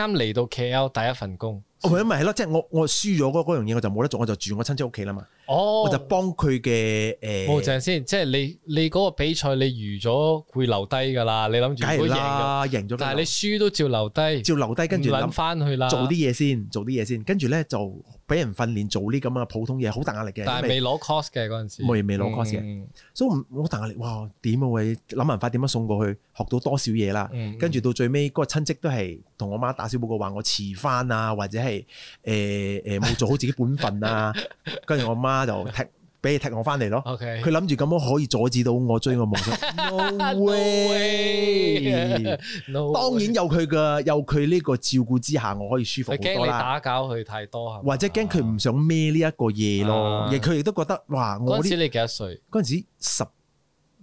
[SPEAKER 2] 啱嚟到 KL 第一份工，
[SPEAKER 1] 哦，咪咪係咯，即係我我輸咗嗰嗰樣嘢，我就冇得做，我就住我親戚屋企啦嘛，
[SPEAKER 2] 哦，
[SPEAKER 1] 我就幫佢嘅
[SPEAKER 2] 冇
[SPEAKER 1] 誒，
[SPEAKER 2] 陣先，即係你你嗰個比賽你預咗會留低㗎啦，你諗
[SPEAKER 1] 梗
[SPEAKER 2] 住如
[SPEAKER 1] 係
[SPEAKER 2] 果贏咗，
[SPEAKER 1] 啦，贏咗，
[SPEAKER 2] 但係你輸都照留低，
[SPEAKER 1] 照留低，跟住
[SPEAKER 2] 唔撚啊
[SPEAKER 1] 諗
[SPEAKER 2] 翻去啦，
[SPEAKER 1] 做啲，嘢先，做啲嘢先，跟住咧就俾人訓練做呢咁嘅普通嘢，好大壓力嘅，
[SPEAKER 2] 但係
[SPEAKER 1] 因為
[SPEAKER 2] 未攞 cos 嘅嗰陣時，嗯
[SPEAKER 1] 未未攞 course 嘅
[SPEAKER 2] 嘅，
[SPEAKER 1] 所以唔好大壓力，哇點啊喂，諗辦法點樣送過去，學到多少嘢啦，
[SPEAKER 2] 嗯
[SPEAKER 1] 跟住到最尾嗰個親戚都係同我媽打小報告話我遲翻啊，或者係誒誒冇做好自己本分 啊，跟住我媽就踢俾佢踢我翻嚟咯。
[SPEAKER 2] OK，
[SPEAKER 1] 佢諗住咁樣可以阻止到我追我夢想。No way！
[SPEAKER 2] no，
[SPEAKER 1] 當然有佢嘅有佢呢個照顧之下，我可以舒服
[SPEAKER 2] 佢
[SPEAKER 1] 好
[SPEAKER 2] 驚
[SPEAKER 1] 多
[SPEAKER 2] 你
[SPEAKER 1] 啦。
[SPEAKER 2] 打攪佢太多，係嘛
[SPEAKER 1] 或者驚佢唔想孭呢一個嘢咯
[SPEAKER 2] 啊，
[SPEAKER 1] 而佢亦都覺得哇，我
[SPEAKER 2] 嗰陣時
[SPEAKER 1] 啲
[SPEAKER 2] 你幾多歲？
[SPEAKER 1] 嗰陣時十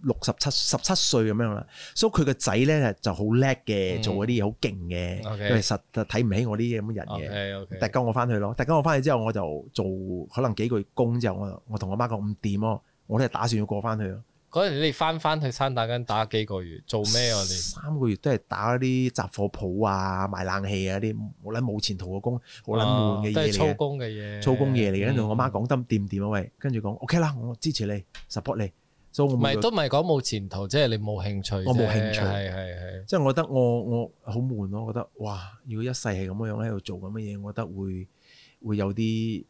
[SPEAKER 1] 六十七十七歲咁樣啦，所以佢個仔咧就好叻嘅，
[SPEAKER 2] 嗯
[SPEAKER 1] 做嗰啲嘢好勁嘅，
[SPEAKER 2] OK
[SPEAKER 1] 佢係實睇唔起我啲咁嘅人嘅。
[SPEAKER 2] OK OK，
[SPEAKER 1] 突鳩我翻去咯，突鳩我翻去之後，我就做可能幾個月工之後，我就我同我媽講唔掂咯，我都係打算要過翻去咯。
[SPEAKER 2] 嗰陣時你翻翻去山打根打幾個月，做咩啊你？
[SPEAKER 1] 三個月都係打嗰啲雜貨鋪啊、賣冷氣啊嗰啲，冇撚冇前途嘅工，好撚悶嘅
[SPEAKER 2] 啊都
[SPEAKER 1] 嘢
[SPEAKER 2] 係
[SPEAKER 1] 嚟
[SPEAKER 2] 粗
[SPEAKER 1] 嘅，
[SPEAKER 2] 工嘅嘢，
[SPEAKER 1] 粗工嘢嚟嘅。跟住我媽
[SPEAKER 2] 嗯
[SPEAKER 1] 講得掂唔掂啊？喂，跟住講 OK 啦，我支持你，support 你，所以我
[SPEAKER 2] 唔
[SPEAKER 1] 冇
[SPEAKER 2] 係
[SPEAKER 1] 做
[SPEAKER 2] 都唔係講冇前途，即係你冇興趣啫。
[SPEAKER 1] 我冇興趣
[SPEAKER 2] 係係係。
[SPEAKER 1] 即係我覺得我我好悶咯，我覺得哇，如果一世係咁樣樣喺度做咁嘅嘢，我覺得會會有啲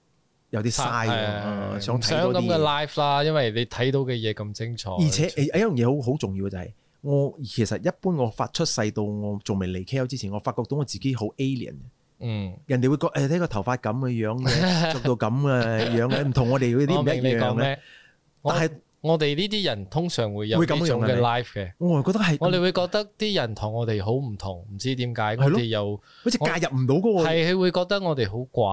[SPEAKER 1] 有啲嘥嘅，
[SPEAKER 2] 係
[SPEAKER 1] 啊想
[SPEAKER 2] 唔
[SPEAKER 1] 睇多
[SPEAKER 2] 咁
[SPEAKER 1] 啲
[SPEAKER 2] 嘅
[SPEAKER 1] 嘢。
[SPEAKER 2] life 啦，因為你睇到嘅嘢咁精彩，
[SPEAKER 1] 而且誒一樣嘢好好重要嘅就係、我其實一般我發出世到我仲未離 KL 之前，我發覺到我自己好 alien 嘅
[SPEAKER 2] 嗯，
[SPEAKER 1] 人哋會覺誒呢個頭髮 咁嘅樣嘅，着到咁嘅樣嘅，唔同我哋嗰啲
[SPEAKER 2] 我
[SPEAKER 1] 唔
[SPEAKER 2] 明你
[SPEAKER 1] 一樣
[SPEAKER 2] 講
[SPEAKER 1] 嘅。
[SPEAKER 2] 咩？
[SPEAKER 1] 但係
[SPEAKER 2] 我哋呢啲人通常會有
[SPEAKER 1] 會
[SPEAKER 2] 呢
[SPEAKER 1] 咁樣
[SPEAKER 2] 種
[SPEAKER 1] 係
[SPEAKER 2] 嘅
[SPEAKER 1] 咪
[SPEAKER 2] life 嘅，
[SPEAKER 1] 我係覺得係，
[SPEAKER 2] 我哋會覺得啲人同我哋好唔同，唔知點解
[SPEAKER 1] 咯
[SPEAKER 2] 我哋又
[SPEAKER 1] 好似介入唔到嗰個
[SPEAKER 2] 係佢會覺得我哋好怪，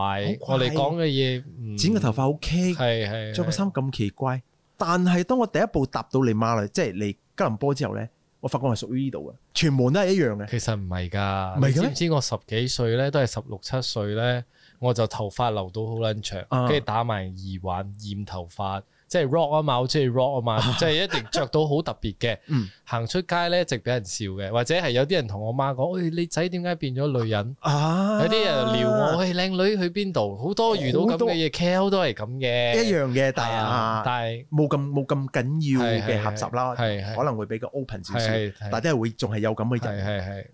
[SPEAKER 1] 好怪
[SPEAKER 2] 我哋講嘅嘢唔
[SPEAKER 1] 剪個頭髮 OK，
[SPEAKER 2] 係係
[SPEAKER 1] 着個衫咁奇怪。但係當我第一步踏到嚟馬來，即係嚟吉隆坡之後咧，我發覺我係屬於呢度嘅，全門都係一樣嘅。
[SPEAKER 2] 其實唔係㗎，
[SPEAKER 1] 唔係嘅
[SPEAKER 2] 你知
[SPEAKER 1] 咩
[SPEAKER 2] 唔知我十幾歲咧，都係十六七歲咧，我就頭髮留到好撚長，
[SPEAKER 1] 啊
[SPEAKER 2] 跟住打埋耳環染頭髮，即係 rock 啊嘛，好中意 rock 啊 嘛，即係一定着到好特別嘅
[SPEAKER 1] 嗯，
[SPEAKER 2] 行出街咧一直俾人笑嘅，或者係有啲人同我媽講：，喂，你仔點解變咗女人？
[SPEAKER 1] 啊，
[SPEAKER 2] 有啲人撩我，喂，靚女去邊度？好多遇到咁
[SPEAKER 1] 好多
[SPEAKER 2] 嘅嘢，KL 都係咁嘅，
[SPEAKER 1] 一樣嘅，但係
[SPEAKER 2] 啊，
[SPEAKER 1] 啊
[SPEAKER 2] 但係
[SPEAKER 1] 冇咁冇咁緊要嘅合集啦，
[SPEAKER 2] 係係
[SPEAKER 1] 可能會比較 open 少少，
[SPEAKER 2] 係係
[SPEAKER 1] 但係都係會仲係有咁嘅
[SPEAKER 2] 係
[SPEAKER 1] 人。
[SPEAKER 2] 係係，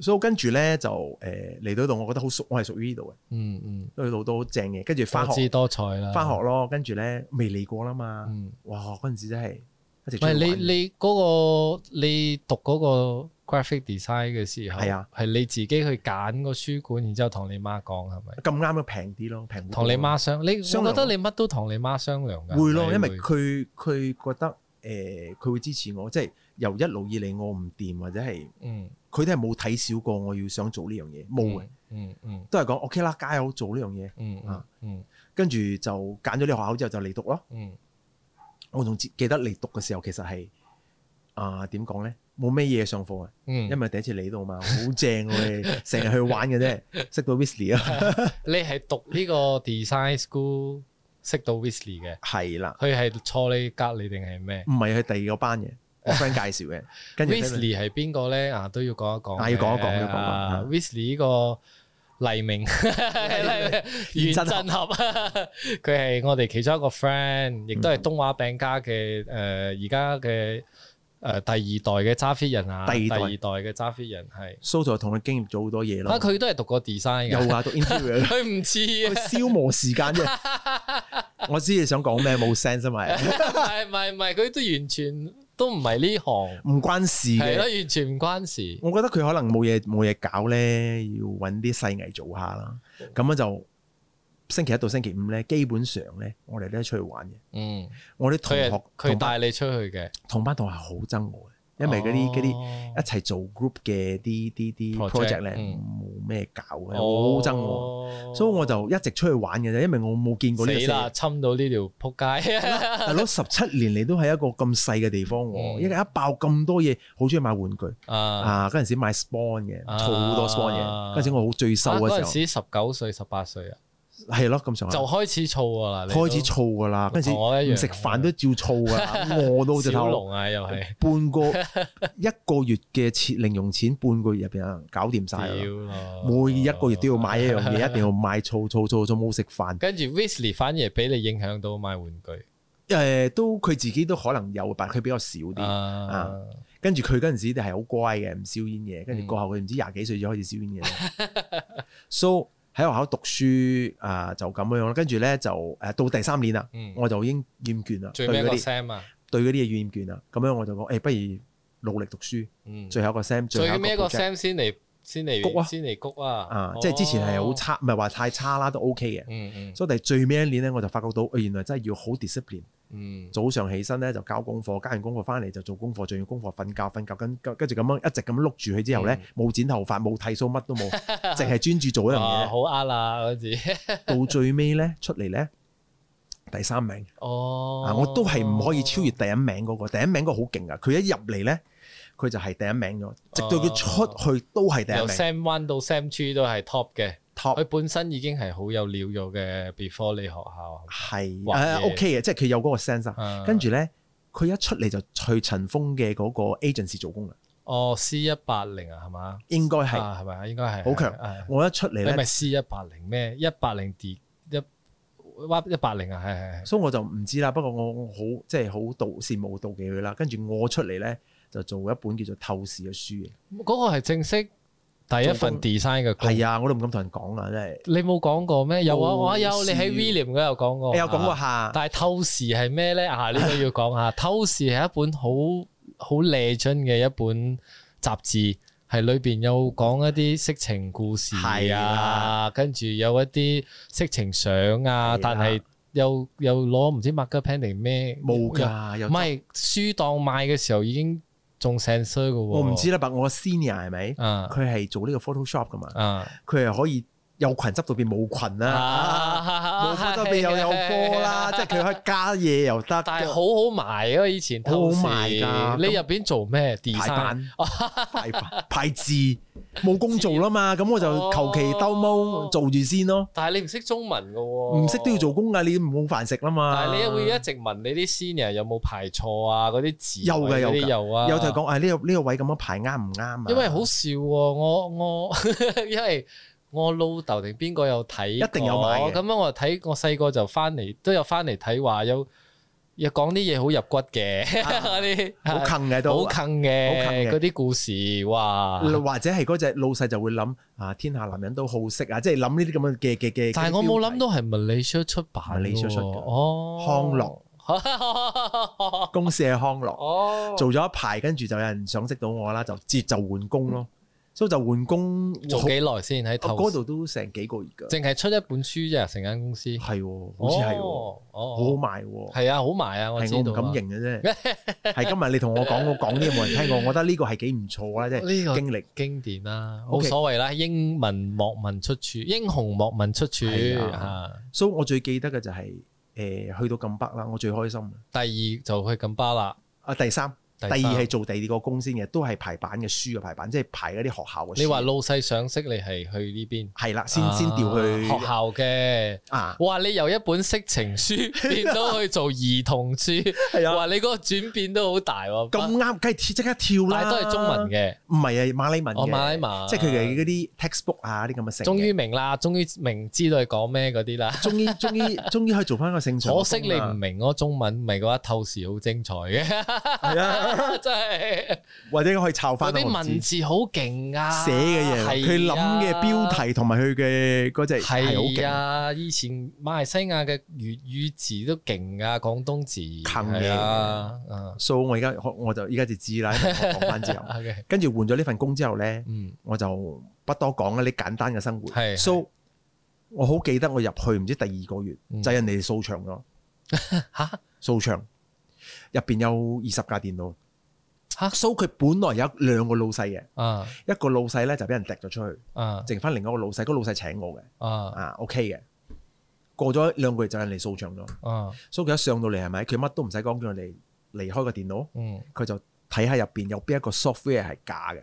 [SPEAKER 1] 所以我跟住咧就誒嚟到度，我覺得好屬，我係屬於呢度
[SPEAKER 2] 嗯嗯，
[SPEAKER 1] 嘅，呢度都好正嘅。跟住翻
[SPEAKER 2] 多姿
[SPEAKER 1] 學
[SPEAKER 2] 多彩啦，
[SPEAKER 1] 翻學，咯，跟住咧未嚟過啦嘛，
[SPEAKER 2] 嗯。
[SPEAKER 1] 哇！嗰陣時真係一直
[SPEAKER 2] 唔係
[SPEAKER 1] 出去
[SPEAKER 2] 你
[SPEAKER 1] 玩
[SPEAKER 2] 你嗰、個你讀嗰個 graphic design 嘅時候，
[SPEAKER 1] 係啊
[SPEAKER 2] 係你自己去揀個書館，然之後同你媽講係咪？
[SPEAKER 1] 咁啱嘅平啲咯，平好多
[SPEAKER 2] 同你媽商，你
[SPEAKER 1] 商
[SPEAKER 2] 我
[SPEAKER 1] 量
[SPEAKER 2] 覺得你乜都同你媽商量㗎。
[SPEAKER 1] 會咯，
[SPEAKER 2] 係
[SPEAKER 1] 因
[SPEAKER 2] 咪
[SPEAKER 1] 為佢佢覺得誒佢會支持我，即係由一路以嚟我唔掂或者係
[SPEAKER 2] 嗯
[SPEAKER 1] 佢哋係冇睇小過我要想做呢樣嘢，冇嘅，
[SPEAKER 2] 嗯嗯
[SPEAKER 1] 都係講 OK 啦，加油做呢樣嘢。
[SPEAKER 2] 嗯嗯
[SPEAKER 1] 啊
[SPEAKER 2] 嗯
[SPEAKER 1] 跟住就揀咗呢個學校之後就嚟讀咯。
[SPEAKER 2] 嗯
[SPEAKER 1] 我仲記記得嚟讀嘅時候其實係啊點講咧，冇咩嘢上課嘅，
[SPEAKER 2] 嗯，
[SPEAKER 1] 因為第一次嚟到 嘛，好正喎，成日去玩嘅啫，識到 Wesley 啊，
[SPEAKER 2] 你係讀呢個 design school 識到 Wesley 嘅，
[SPEAKER 1] 係啦，
[SPEAKER 2] 佢係坐你隔離定係咩
[SPEAKER 1] 唔係去第二個班嘅，我 friend 介紹嘅，跟住佢
[SPEAKER 2] ？Wesley 係邊個咧？啊，都要講一講嘅。
[SPEAKER 1] 啊要講一講要講一講
[SPEAKER 2] 啊
[SPEAKER 1] 啊
[SPEAKER 2] Wesley 呢個。黎明，袁振合， 佢係我哋其中一個 friend，亦都係東華餅家嘅誒
[SPEAKER 1] 嗯
[SPEAKER 2] 而家嘅誒第二代嘅揸 fit 人啊，
[SPEAKER 1] 第二代
[SPEAKER 2] 代嘅揸 fit 人係，
[SPEAKER 1] 蘇就同佢經歷咗好多嘢
[SPEAKER 2] 啊
[SPEAKER 1] 咯，
[SPEAKER 2] 佢都係讀啊過 design
[SPEAKER 1] 又
[SPEAKER 2] 嘅，
[SPEAKER 1] 話讀 interior
[SPEAKER 2] 佢唔似
[SPEAKER 1] 佢
[SPEAKER 2] 啊，
[SPEAKER 1] 消磨時間 啫。我知你想講咩，冇 sense 啊嘛，
[SPEAKER 2] 唔係唔係唔係，佢都完全都唔係呢行，
[SPEAKER 1] 唔關事
[SPEAKER 2] 係咯，
[SPEAKER 1] 嘅。
[SPEAKER 2] 完全唔關事，
[SPEAKER 1] 我覺得佢可能冇嘢冇嘢搞咧，要揾啲細藝做下啦。咁樣就星期一到星期五咧，基本上咧，我哋都係出去玩嘅。
[SPEAKER 2] 嗯，
[SPEAKER 1] 我啲同
[SPEAKER 2] 佢係
[SPEAKER 1] 學
[SPEAKER 2] 佢
[SPEAKER 1] 同班
[SPEAKER 2] 帶你出去嘅，
[SPEAKER 1] 同班同學好憎我嘅，因為嗰
[SPEAKER 2] 哦
[SPEAKER 1] 啲嗰啲一
[SPEAKER 2] 啲
[SPEAKER 1] 齊做 group 嘅啲啲啲
[SPEAKER 2] Project，
[SPEAKER 1] project 咧，
[SPEAKER 2] 嗯哦
[SPEAKER 1] 冇咩搞嘅，好憎我。
[SPEAKER 2] 我
[SPEAKER 1] 所以我就一直出去玩嘅啫，因為我冇見過呢個
[SPEAKER 2] 死
[SPEAKER 1] 世
[SPEAKER 2] 啦，
[SPEAKER 1] 界。
[SPEAKER 2] 侵到呢條 撲街。啊
[SPEAKER 1] 大佬十七年嚟都係一個咁細嘅地方
[SPEAKER 2] 嗯
[SPEAKER 1] 喎，一一爆咁多嘢，好中意買玩具
[SPEAKER 2] 啊！
[SPEAKER 1] 啊！嗰陣時買 spawn 嘅，
[SPEAKER 2] 啊
[SPEAKER 1] 儲好多 spawn 嘅。嗰陣時我好最瘦
[SPEAKER 2] 啊嗰
[SPEAKER 1] 嘅
[SPEAKER 2] 陣
[SPEAKER 1] 時
[SPEAKER 2] 時十九歲、十八歲啊，
[SPEAKER 1] 候，係咯咁上下
[SPEAKER 2] 就，開始燥啊啦，
[SPEAKER 1] 開始燥㗎啦。嗰
[SPEAKER 2] 同我
[SPEAKER 1] 陣
[SPEAKER 2] 一
[SPEAKER 1] 時
[SPEAKER 2] 樣
[SPEAKER 1] 唔食飯都照燥㗎 啦，餓到
[SPEAKER 2] 燥
[SPEAKER 1] 隻
[SPEAKER 2] 小
[SPEAKER 1] 頭。
[SPEAKER 2] 龍啊，又 係
[SPEAKER 1] 半 個一個月嘅錢零用錢，半個月入邊啊搞掂晒
[SPEAKER 2] 屌
[SPEAKER 1] 啦。
[SPEAKER 2] 咯，
[SPEAKER 1] 每一個月都要買一樣 嘢，一定要買燥燥燥燥冇食飯。
[SPEAKER 2] 跟住 Wesley 反而俾你影響到買玩具
[SPEAKER 1] 誒，都佢自己都可能有，但係佢比較少啲。
[SPEAKER 2] 啊，
[SPEAKER 1] 跟住佢嗰陣時就係好乖嘅，唔燒煙嘅。跟
[SPEAKER 2] 嗯
[SPEAKER 1] 住過後佢唔知廿幾歲就開始燒煙嘅。so 喺學校讀書啊、就咁樣啦。跟住咧就誒、到第三年啦，
[SPEAKER 2] 嗯，
[SPEAKER 1] 我就已經厭倦啦，對
[SPEAKER 2] 最尾一
[SPEAKER 1] 嗰
[SPEAKER 2] 個
[SPEAKER 1] 啲
[SPEAKER 2] Sam 啊，
[SPEAKER 1] 對嗰啲嘢厭倦啦。咁樣我就講誒、不如努力讀書，
[SPEAKER 2] 嗯，
[SPEAKER 1] 最後一個 Sam，最
[SPEAKER 2] 最
[SPEAKER 1] 後
[SPEAKER 2] 尾
[SPEAKER 1] 一
[SPEAKER 2] 一
[SPEAKER 1] 個
[SPEAKER 2] 個
[SPEAKER 1] project
[SPEAKER 2] Sam 先嚟先
[SPEAKER 1] 谷啊
[SPEAKER 2] 嚟先嚟谷啊，
[SPEAKER 1] 啊，
[SPEAKER 2] 哦
[SPEAKER 1] 即係之前係好，差，唔係話太差啦，都 OK 嘅。
[SPEAKER 2] 嗯嗯
[SPEAKER 1] 所以但係最尾一年咧，我就發覺到，誒原來真係要好 discipline。
[SPEAKER 2] 嗯，
[SPEAKER 1] 早上起身咧就交功課，交完功課翻嚟就做功課，做完功課瞓覺，瞓覺跟跟跟住咁樣一直咁樣碌住佢之後
[SPEAKER 2] 嗯
[SPEAKER 1] 咧，冇、剪頭髮，冇剃鬚，乜 都冇，淨係專注做一樣
[SPEAKER 2] 啊
[SPEAKER 1] 嘢。
[SPEAKER 2] 好呃啦嗰時，
[SPEAKER 1] 到最尾咧出嚟咧第三名，
[SPEAKER 2] 哦，
[SPEAKER 1] 啊我都係唔可以超越第一名嗰、個，第一名嗰個好勁噶，佢一入嚟咧佢就係第一名咗，直到佢出去都係第
[SPEAKER 2] 由
[SPEAKER 1] 一名
[SPEAKER 2] Sam One 到 Sam Two 都係 top 嘅，
[SPEAKER 1] ，top
[SPEAKER 2] 佢本身已經係好有料咗嘅 before 你學校。
[SPEAKER 1] 係
[SPEAKER 2] 哇
[SPEAKER 1] 誒
[SPEAKER 2] 嘢
[SPEAKER 1] OK 嘅，即係佢有嗰個 sense 啊。
[SPEAKER 2] 啊
[SPEAKER 1] 跟住咧，佢一出嚟就去陳峰嘅嗰個 agency 做工啦，啊
[SPEAKER 2] 哦，C 一八零啊，係嘛？
[SPEAKER 1] 應該係。
[SPEAKER 2] 係係咪啊？應該係
[SPEAKER 1] 好強
[SPEAKER 2] 啊
[SPEAKER 1] 我一出嚟
[SPEAKER 2] 你
[SPEAKER 1] 咧
[SPEAKER 2] 咪，C 一八零咩？一八零 D 一一八零啊，係係係。
[SPEAKER 1] 所以我就唔知啦。不過我我好即係好妒羨慕妒忌佢啦。跟住我出嚟咧就做一本叫做透視嘅書嘅。
[SPEAKER 2] 嗰個係正式第一份
[SPEAKER 1] 做工
[SPEAKER 2] design 嘅工。
[SPEAKER 1] 係啊，我都唔敢同人講啊，真係。
[SPEAKER 2] 你冇講過咩？有啊，
[SPEAKER 1] 冇
[SPEAKER 2] 我有你喺
[SPEAKER 1] 試
[SPEAKER 2] William 嗰度講過。
[SPEAKER 1] 哎你有講過
[SPEAKER 2] 啊。
[SPEAKER 1] 下，
[SPEAKER 2] 但係透視係咩咧？啊，呢個要 講下。透視係一本好好 legend 嘅一本雜誌，係裏邊有講一啲色情故事
[SPEAKER 1] 係
[SPEAKER 2] 啊
[SPEAKER 1] 啦，
[SPEAKER 2] 跟住有一啲色情相
[SPEAKER 1] 係
[SPEAKER 2] 啊
[SPEAKER 1] 啦，
[SPEAKER 2] 但係又又攞唔知 marker pen 定咩
[SPEAKER 1] 冇，㗎，有
[SPEAKER 2] 唔係書檔賣嘅時候已經仲 sensor 嘅喎。
[SPEAKER 1] 我唔知啦，但我 senior 係咪？
[SPEAKER 2] 啊
[SPEAKER 1] 佢係做呢個 Photoshop 噶嘛，
[SPEAKER 2] 啊
[SPEAKER 1] 佢係可以有裙執到變冇裙啦，冇
[SPEAKER 2] 啊
[SPEAKER 1] 波執變又有波 啦，即係佢可以加嘢又得，
[SPEAKER 2] 但係好好賣啊！以前偷
[SPEAKER 1] 好好賣㗎
[SPEAKER 2] 你入邊做咩
[SPEAKER 1] 排
[SPEAKER 2] design？
[SPEAKER 1] 版、排版排字冇工做啦嘛，咁我
[SPEAKER 2] 哦
[SPEAKER 1] 就求其兜踎做住先咯，
[SPEAKER 2] 但係你唔識中文嘅喎，
[SPEAKER 1] 唔識都要做。工㗎，你冇飯食啦嘛。
[SPEAKER 2] 哦但係你會一直問你啲 senior 有冇排錯啊？嗰啲字
[SPEAKER 1] 有㗎
[SPEAKER 2] 位嗰啲
[SPEAKER 1] 有㗎
[SPEAKER 2] 有啊，
[SPEAKER 1] 有就係講啊呢個呢個位咁樣排啱唔啱啊？
[SPEAKER 2] 因為好笑喎、我我 因為我老豆定邊個有睇過，
[SPEAKER 1] 一定有買嘅
[SPEAKER 2] 咁樣我睇我細個就翻嚟都有翻嚟睇話有有講啲嘢好入骨嘅 嗰啲，
[SPEAKER 1] 啊好
[SPEAKER 2] 係
[SPEAKER 1] 坑嘅
[SPEAKER 2] 啊好啊
[SPEAKER 1] 都。
[SPEAKER 2] 坑嘅
[SPEAKER 1] 好坑嘅
[SPEAKER 2] 嗰啲故事，哇！
[SPEAKER 1] 或者係嗰只老細就會諗啊，天下男人都好色啊，即係諗呢啲咁樣嘅嘅嘅。
[SPEAKER 2] 但係我冇諗到係 Malaysia 出版喎，
[SPEAKER 1] Malaysia 出嘅
[SPEAKER 2] 哦，樂
[SPEAKER 1] 公司係康樂，
[SPEAKER 2] 哦，
[SPEAKER 1] 做咗一排，跟住就有人想識到我啦，就接就換工咯，所以就換工
[SPEAKER 2] 做
[SPEAKER 1] 好哦
[SPEAKER 2] 幾耐先喺頭？
[SPEAKER 1] 嗰度都成幾個月㗎，
[SPEAKER 2] 淨係出一本書啫，成間公司
[SPEAKER 1] 係喎，好似係喎，
[SPEAKER 2] 哦，
[SPEAKER 1] 好
[SPEAKER 2] 好
[SPEAKER 1] 好賣喎，
[SPEAKER 2] 係啊，好埋啊，我知
[SPEAKER 1] 係我
[SPEAKER 2] 道
[SPEAKER 1] 唔
[SPEAKER 2] 啊。
[SPEAKER 1] 敢認嘅 啫，係今日你同我講，我講啲嘢冇人聽過，我覺得呢個係幾唔錯啊啦，即係
[SPEAKER 2] 呢個
[SPEAKER 1] 經歷。
[SPEAKER 2] 經典啦，冇
[SPEAKER 1] OK
[SPEAKER 2] 所謂啦，英文莫問出處，英雄莫問出處
[SPEAKER 1] 係
[SPEAKER 2] 啊
[SPEAKER 1] 啊。所以我最記得嘅就係誒去到咁北啦，我最開心。
[SPEAKER 2] 第二就去咁巴啦，
[SPEAKER 1] 啊，第三。
[SPEAKER 2] 第
[SPEAKER 1] 第
[SPEAKER 2] 三
[SPEAKER 1] 二係做第二個公司嘅，都係排版嘅書嘅排版，即係排嗰啲學校嘅書。
[SPEAKER 2] 你話老細想識你係去呢邊，
[SPEAKER 1] 係啦，先
[SPEAKER 2] 啊
[SPEAKER 1] 先調去
[SPEAKER 2] 學校嘅。
[SPEAKER 1] 啊，
[SPEAKER 2] 哇！你由一本色情書 變到去做兒童書，
[SPEAKER 1] 係啊，
[SPEAKER 2] 哇！你嗰個轉變都好大喎。
[SPEAKER 1] 咁啱，梗係即刻跳啦。
[SPEAKER 2] 但係都係中文，嘅，
[SPEAKER 1] 唔係啊，馬來文嘅
[SPEAKER 2] 我馬拉文，
[SPEAKER 1] 即係佢哋嗰啲 textbook 啊，啲咁嘅性嘅。
[SPEAKER 2] 終於明啦，終於明知道你講咩嗰啲啦。
[SPEAKER 1] 終於 終於終於可以做翻個性場。
[SPEAKER 2] 可惜你唔明嗰個中文，咪嘅話透視好精 彩嘅，
[SPEAKER 1] 係啊，
[SPEAKER 2] 真係。
[SPEAKER 1] 或者可以抄
[SPEAKER 2] 嗰
[SPEAKER 1] 翻
[SPEAKER 2] 啲文字好勁啊，
[SPEAKER 1] 寫嘅嘢，佢諗嘅標題同埋佢嘅嗰隻係好
[SPEAKER 2] 係
[SPEAKER 1] 勁。
[SPEAKER 2] 啊，以前馬來西亞嘅粵語字都勁啊，廣東字
[SPEAKER 1] 坑
[SPEAKER 2] 係啊，嗯
[SPEAKER 1] 所以我而家我我就而家就知啦，因為 我講翻之後，
[SPEAKER 2] ，OK，
[SPEAKER 1] 跟住換咗呢份工之後咧。
[SPEAKER 2] 嗯，
[SPEAKER 1] 我就不多講啦，你簡單嘅生活。
[SPEAKER 2] 係
[SPEAKER 1] so 我好記得我入去唔知第二個月，
[SPEAKER 2] 嗯
[SPEAKER 1] 就係人哋掃場咯，
[SPEAKER 2] 嚇
[SPEAKER 1] 掃場入邊有二十架電腦。
[SPEAKER 2] 嚇
[SPEAKER 1] so 佢本來有兩個老細嘅，
[SPEAKER 2] 啊
[SPEAKER 1] 一個老細咧就俾人踢咗出去，
[SPEAKER 2] 啊
[SPEAKER 1] 剩翻另一個老細，嗰個老細請我嘅，
[SPEAKER 2] 啊
[SPEAKER 1] 啊 OK 嘅。過咗兩個月就有人嚟掃場咗
[SPEAKER 2] 啊，
[SPEAKER 1] ，so 佢一上到嚟係咪？佢乜都唔使講，叫我哋離開個電腦，
[SPEAKER 2] 嗯，
[SPEAKER 1] 佢就睇下入邊有邊一個 software 係假嘅，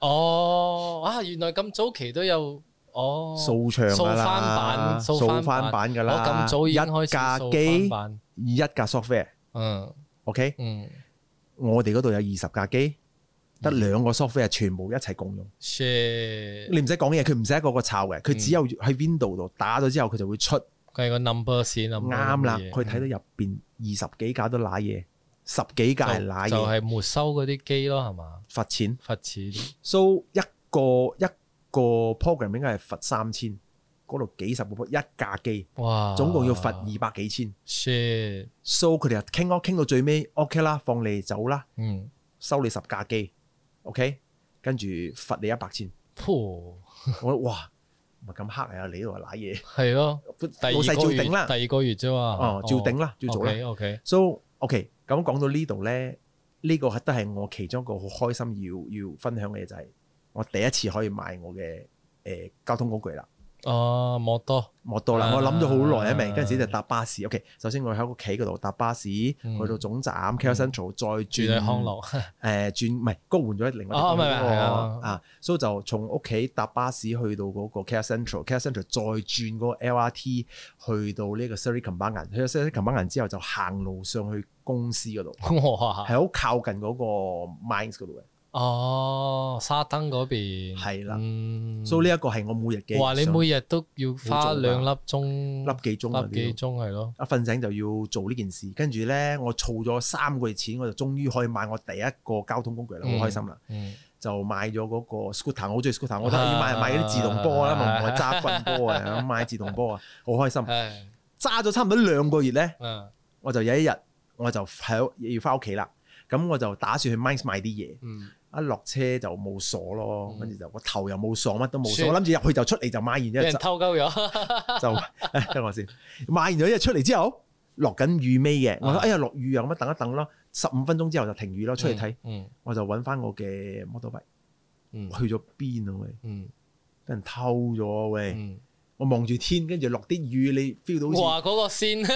[SPEAKER 2] 哦，啊，原來咁早期都有，哦，
[SPEAKER 1] 掃場㗎啦，
[SPEAKER 2] 掃翻版掃翻版
[SPEAKER 1] 翻版㗎
[SPEAKER 2] 我
[SPEAKER 1] 啦，
[SPEAKER 2] 咁早已經開
[SPEAKER 1] 一
[SPEAKER 2] 始
[SPEAKER 1] 架
[SPEAKER 2] 掃翻
[SPEAKER 1] 機。
[SPEAKER 2] 版，
[SPEAKER 1] 一架 software。
[SPEAKER 2] 嗯
[SPEAKER 1] OK，
[SPEAKER 2] 嗯
[SPEAKER 1] 我哋嗰度有二十架機，得兩個 software 全部一齊共用。
[SPEAKER 2] ，share，
[SPEAKER 1] 你唔使講嘢，佢唔使一個個抄嘅，佢
[SPEAKER 2] 嗯
[SPEAKER 1] 只有喺 window 度打咗之後，佢就會出
[SPEAKER 2] 佢係個 number 線啊，
[SPEAKER 1] 啱啦。佢睇
[SPEAKER 2] 嗯
[SPEAKER 1] 到入邊二十幾架都揦嘢，十幾架係揦
[SPEAKER 2] 就就
[SPEAKER 1] 嘢，
[SPEAKER 2] 係沒收嗰啲機咯，係嘛？
[SPEAKER 1] 罰錢。
[SPEAKER 2] 罰錢
[SPEAKER 1] So 一個一個 program 應該係罰三千，嗰度幾十個 pro- 一架機，
[SPEAKER 2] 哇！
[SPEAKER 1] 總共要罰二百幾千。
[SPEAKER 2] shit，
[SPEAKER 1] So 佢哋就傾咯，傾到最尾 OK 啦，放你走啦，
[SPEAKER 2] 嗯，
[SPEAKER 1] 收你十架機，OK，跟住罰你一百千。
[SPEAKER 2] 噗，
[SPEAKER 1] 我覺得哇，唔係咁黑啊！你呢度係賴嘢，
[SPEAKER 2] 係咯，第
[SPEAKER 1] 老
[SPEAKER 2] 二
[SPEAKER 1] 細
[SPEAKER 2] 個
[SPEAKER 1] 照
[SPEAKER 2] 月，
[SPEAKER 1] 頂啦，
[SPEAKER 2] 第二個月啫嘛，
[SPEAKER 1] 哦，照頂啦，照做啦。
[SPEAKER 2] O K，
[SPEAKER 1] So OK，咁講到呢度咧，呢個都係我其中一個好開心要要分享嘅嘢，就係我第一次可以買我嘅誒交通工具啦，
[SPEAKER 2] 哦，莫多，
[SPEAKER 1] 摩多啦。
[SPEAKER 2] 啊
[SPEAKER 1] 我諗咗好耐啊，明嗰陣時就搭巴士。OK，首先我喺屋企嗰度搭巴士去
[SPEAKER 2] 嗯
[SPEAKER 1] 到總站 k e l Central，再
[SPEAKER 2] 住
[SPEAKER 1] 轉
[SPEAKER 2] 喺康樂，
[SPEAKER 1] 誒轉唔係，嗰個換咗另外一
[SPEAKER 2] 哦唔係唔係
[SPEAKER 1] 嗰個
[SPEAKER 2] 係啊
[SPEAKER 1] 啊，所以就從屋企搭巴士去到嗰個 Care Central，Care Central 再轉嗰個 LRT 去到呢個 Seri Kembangan，去到 Seri Kembangan 之後就行路上去公司嗰度，
[SPEAKER 2] 哇，
[SPEAKER 1] 嗯係好靠近嗰個 Mines 嗰度嘅，
[SPEAKER 2] 哦，沙登嗰邊，
[SPEAKER 1] 係啦
[SPEAKER 2] 嗯
[SPEAKER 1] 所以呢一個係我每日嘅
[SPEAKER 2] 哇，你
[SPEAKER 1] 上
[SPEAKER 2] 每日都要花
[SPEAKER 1] 好早㗎
[SPEAKER 2] 兩粒鐘，
[SPEAKER 1] 粒幾鐘啊
[SPEAKER 2] 粒幾鐘係咯，
[SPEAKER 1] 一瞓醒就要做呢件事，跟住咧我儲咗三個月錢，我就終於可以買我第一個交通工具啦，好開心啦！
[SPEAKER 2] 嗯，
[SPEAKER 1] 就買咗嗰個 scooter，我好中意 scooter，我覺得
[SPEAKER 2] 啊
[SPEAKER 1] 要買買嗰啲自動波 啦，因為我揸棍波啊，咁買自動波啊，好開心。
[SPEAKER 2] 唉，
[SPEAKER 1] 揸咗差唔多兩個月咧，
[SPEAKER 2] 嗯
[SPEAKER 1] 我就有一日我就喺要翻屋企啦，咁我就打算去 Mines 買啲嘢，
[SPEAKER 2] 嗯，
[SPEAKER 1] 一落車就冇鎖咯
[SPEAKER 2] 嗯，
[SPEAKER 1] 跟住就個頭又冇鎖，乜都冇
[SPEAKER 2] 算
[SPEAKER 1] 鎖。我諗住入去就出嚟就買完
[SPEAKER 2] 俾
[SPEAKER 1] 啫
[SPEAKER 2] 人，偷鳩 咗，
[SPEAKER 1] 就哎等我先。買完咗一出嚟之後，落緊雨尾嘅，我覺得
[SPEAKER 2] 啊
[SPEAKER 1] 哎呀落雨啊，咁啊等一等咯。十五分鐘之後就停雨咯，出嚟睇，
[SPEAKER 2] 嗯，
[SPEAKER 1] 我就揾翻我嘅 model bike，
[SPEAKER 2] 嗯
[SPEAKER 1] 去咗邊啊喂，
[SPEAKER 2] 嗯
[SPEAKER 1] 俾人偷咗啊喂！
[SPEAKER 2] 嗯
[SPEAKER 1] 我望住天，跟住落啲雨，你 feel
[SPEAKER 2] 嗯，
[SPEAKER 1] 到好
[SPEAKER 2] 哇！嗰個 線，
[SPEAKER 1] 似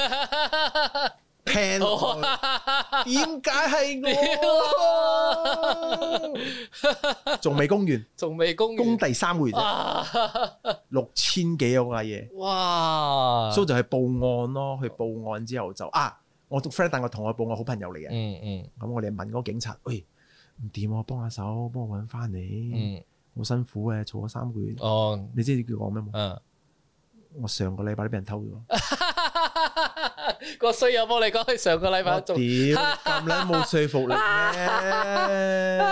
[SPEAKER 1] pan 落去點解係我？仲未供 完，
[SPEAKER 2] 仲未公
[SPEAKER 1] 供
[SPEAKER 2] 完
[SPEAKER 1] 第三個月啫，
[SPEAKER 2] 啊！
[SPEAKER 1] 六千幾嗰架嘢。
[SPEAKER 2] 哇！
[SPEAKER 1] 所以就去報案咯，去報案之後就啊，我 friend 帶我同我報案，好朋友嚟嘅。
[SPEAKER 2] 嗯嗯
[SPEAKER 1] 咁我哋問嗰個警察，喂，唔掂啊，幫下手，幫我揾翻你，
[SPEAKER 2] 嗯，
[SPEAKER 1] 好辛苦嘅，坐咗三個月。
[SPEAKER 2] 哦，
[SPEAKER 1] 你知佢講咩冇？
[SPEAKER 2] 嗯，
[SPEAKER 1] 我上個禮拜都俾人偷咗。
[SPEAKER 2] 個衰友幫你講，上個禮
[SPEAKER 1] 我
[SPEAKER 2] 拜
[SPEAKER 1] 屌
[SPEAKER 2] 仲
[SPEAKER 1] 咁撚冇說服力咩？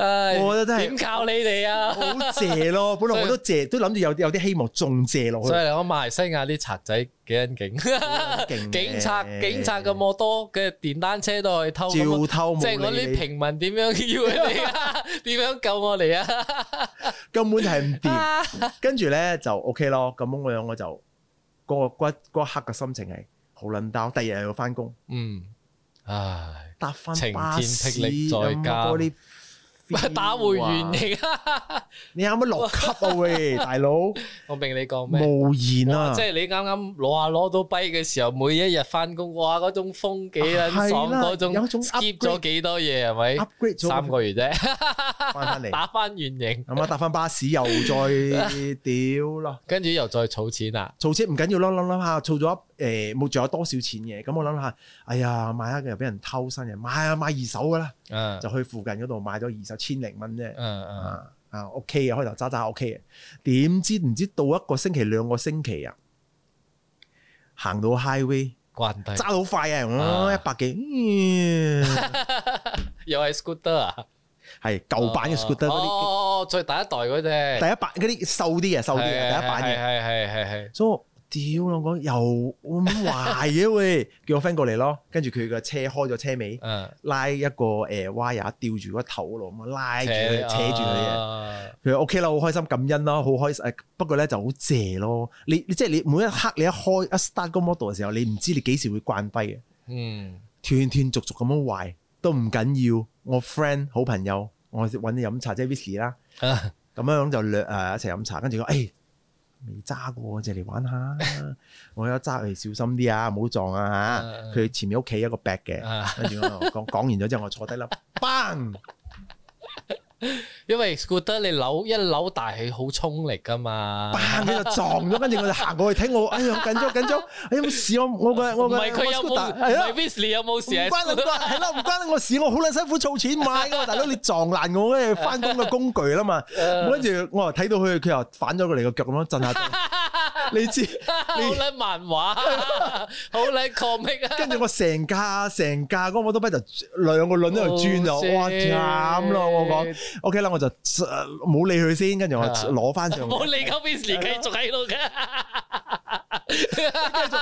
[SPEAKER 2] 唉，
[SPEAKER 1] 我覺得真係
[SPEAKER 2] 點靠你哋啊！
[SPEAKER 1] 好謝咯，本來我都謝，都諗住有有啲希望，仲謝落
[SPEAKER 2] 所以
[SPEAKER 1] 去。
[SPEAKER 2] 你講馬來西亞啲賊仔幾恩勁，
[SPEAKER 1] 勁嘅
[SPEAKER 2] 警察警察咁我多嘅電單車都可以偷，啊
[SPEAKER 1] 照偷
[SPEAKER 2] 即係
[SPEAKER 1] 冇
[SPEAKER 2] 我
[SPEAKER 1] 理
[SPEAKER 2] 啲
[SPEAKER 1] 你，
[SPEAKER 2] 平民點樣要佢 哋啊？點樣救我哋啊？
[SPEAKER 1] 根本係唔掂。跟住咧就 OK 咯，咁樣我就嗰個嗰一嗰一刻嘅心情係好撚 down，第二日又要翻工，
[SPEAKER 2] 嗯，唉，
[SPEAKER 1] 搭翻
[SPEAKER 2] 晴天
[SPEAKER 1] 巴士
[SPEAKER 2] 霹靂再加
[SPEAKER 1] 咁嗰啲 feel
[SPEAKER 2] 打回原
[SPEAKER 1] 啊，
[SPEAKER 2] 形啊！
[SPEAKER 1] 你啱啱落級啊喂，大佬
[SPEAKER 2] 我明你講咩？
[SPEAKER 1] 無言
[SPEAKER 2] 哇
[SPEAKER 1] 啊
[SPEAKER 2] 即，係你啱啱攞下攞到跛嘅時候，每一日翻工，哇！嗰種風幾撚爽，
[SPEAKER 1] 啊係啦
[SPEAKER 2] 嗰種
[SPEAKER 1] 有種 upgrade
[SPEAKER 2] skip 咗幾多嘢係咪？
[SPEAKER 1] upgrade 咗
[SPEAKER 2] 三個月啫，
[SPEAKER 1] 翻返嚟，
[SPEAKER 2] 打翻原形，
[SPEAKER 1] 咁啊搭翻巴士又再屌咯。
[SPEAKER 2] 跟住又再儲錢啊啦。
[SPEAKER 1] 儲錢唔緊要咯，諗諗下，儲咗誒冇仲有多少錢嘅，咁我諗下，哎呀買下嘅又俾人偷新嘅，買啊買二手噶啦，
[SPEAKER 2] 嗯
[SPEAKER 1] 就去附近嗰度買咗二手千零蚊啫。
[SPEAKER 2] 嗯嗯
[SPEAKER 1] 啊啊 OK 嘅，開頭揸揸 OK 嘅，點知唔知到一個星期兩個星期啊，行到 highway
[SPEAKER 2] 關低
[SPEAKER 1] 揸，到好快啊，
[SPEAKER 2] 啊
[SPEAKER 1] 一百幾，
[SPEAKER 2] 又係 scooter 啊，
[SPEAKER 1] 係舊版嘅 scooter 嗰
[SPEAKER 2] 哦，最第一代嗰
[SPEAKER 1] 啲，
[SPEAKER 2] 只
[SPEAKER 1] 第，一版嗰啲瘦啲啊嘅，瘦啲嘅第一版
[SPEAKER 2] 係
[SPEAKER 1] 嘅，
[SPEAKER 2] 係係係係，
[SPEAKER 1] 所以我屌我講又咁壞嘅喂，叫我 friend 過嚟咯，跟住佢嘅車開咗車尾，
[SPEAKER 2] 嗯，
[SPEAKER 1] 拉一個誒 wire 吊住個頭嗰度咁啊，拉住佢扯住佢嘅。
[SPEAKER 2] 嘅，
[SPEAKER 1] 佢話 OK 啦，好開心感恩啦，好開心。誒不過咧就好謝咯，你你即係你每一刻你一開一 start 個 model 嘅時候，你唔知你幾時會慣跛嘅，
[SPEAKER 2] 嗯
[SPEAKER 1] 斷斷續續咁樣壞都唔緊要。我 friend 好朋友，我揾你飲茶即係 Whisky 啦，
[SPEAKER 2] 啊
[SPEAKER 1] 咁樣就兩誒、一齊飲茶，跟住佢話誒未揸過，借嚟玩下。我有揸，誒小心啲啊，唔好撞啊
[SPEAKER 2] 嗯嗯
[SPEAKER 1] 嚇。佢前面屋企有一個 bag 嘅，
[SPEAKER 2] 啊，
[SPEAKER 1] 跟住我講講完咗之後，我坐低啦，bang
[SPEAKER 2] 因為 scooter 你扭一扭大氣好衝力噶嘛，
[SPEAKER 1] 嘭佢就撞咗，跟住我就行過去睇我，哎呀好緊張 緊張，哎有冇事我我個我
[SPEAKER 2] 唔
[SPEAKER 1] 個
[SPEAKER 2] 係佢有
[SPEAKER 1] 我
[SPEAKER 2] 冇，
[SPEAKER 1] 個 scooter，
[SPEAKER 2] 唔
[SPEAKER 1] 係啊
[SPEAKER 2] 係 Wesley 有冇事
[SPEAKER 1] 唔
[SPEAKER 2] 啊？
[SPEAKER 1] 關我關係啦，唔關我事，我好撚辛苦儲錢買噶嘛，大佬你撞爛我嘅翻工嘅工具啦 嘛，
[SPEAKER 2] 嗯
[SPEAKER 1] 跟住我又睇到佢，佢又反咗過嚟個腳咁樣震下 震，你知，
[SPEAKER 2] 好撚漫畫，好撚 comic 啊！
[SPEAKER 1] 跟住我成架成架嗰個摩托車就兩個輪喺
[SPEAKER 2] 哦
[SPEAKER 1] 度轉就，哇慘咯我講，OK 啦，我就呃冇理佢先，跟住我
[SPEAKER 2] 啊
[SPEAKER 1] 攞翻上嚟，
[SPEAKER 2] 冇理鳩 Wesley 繼續喺度嘅，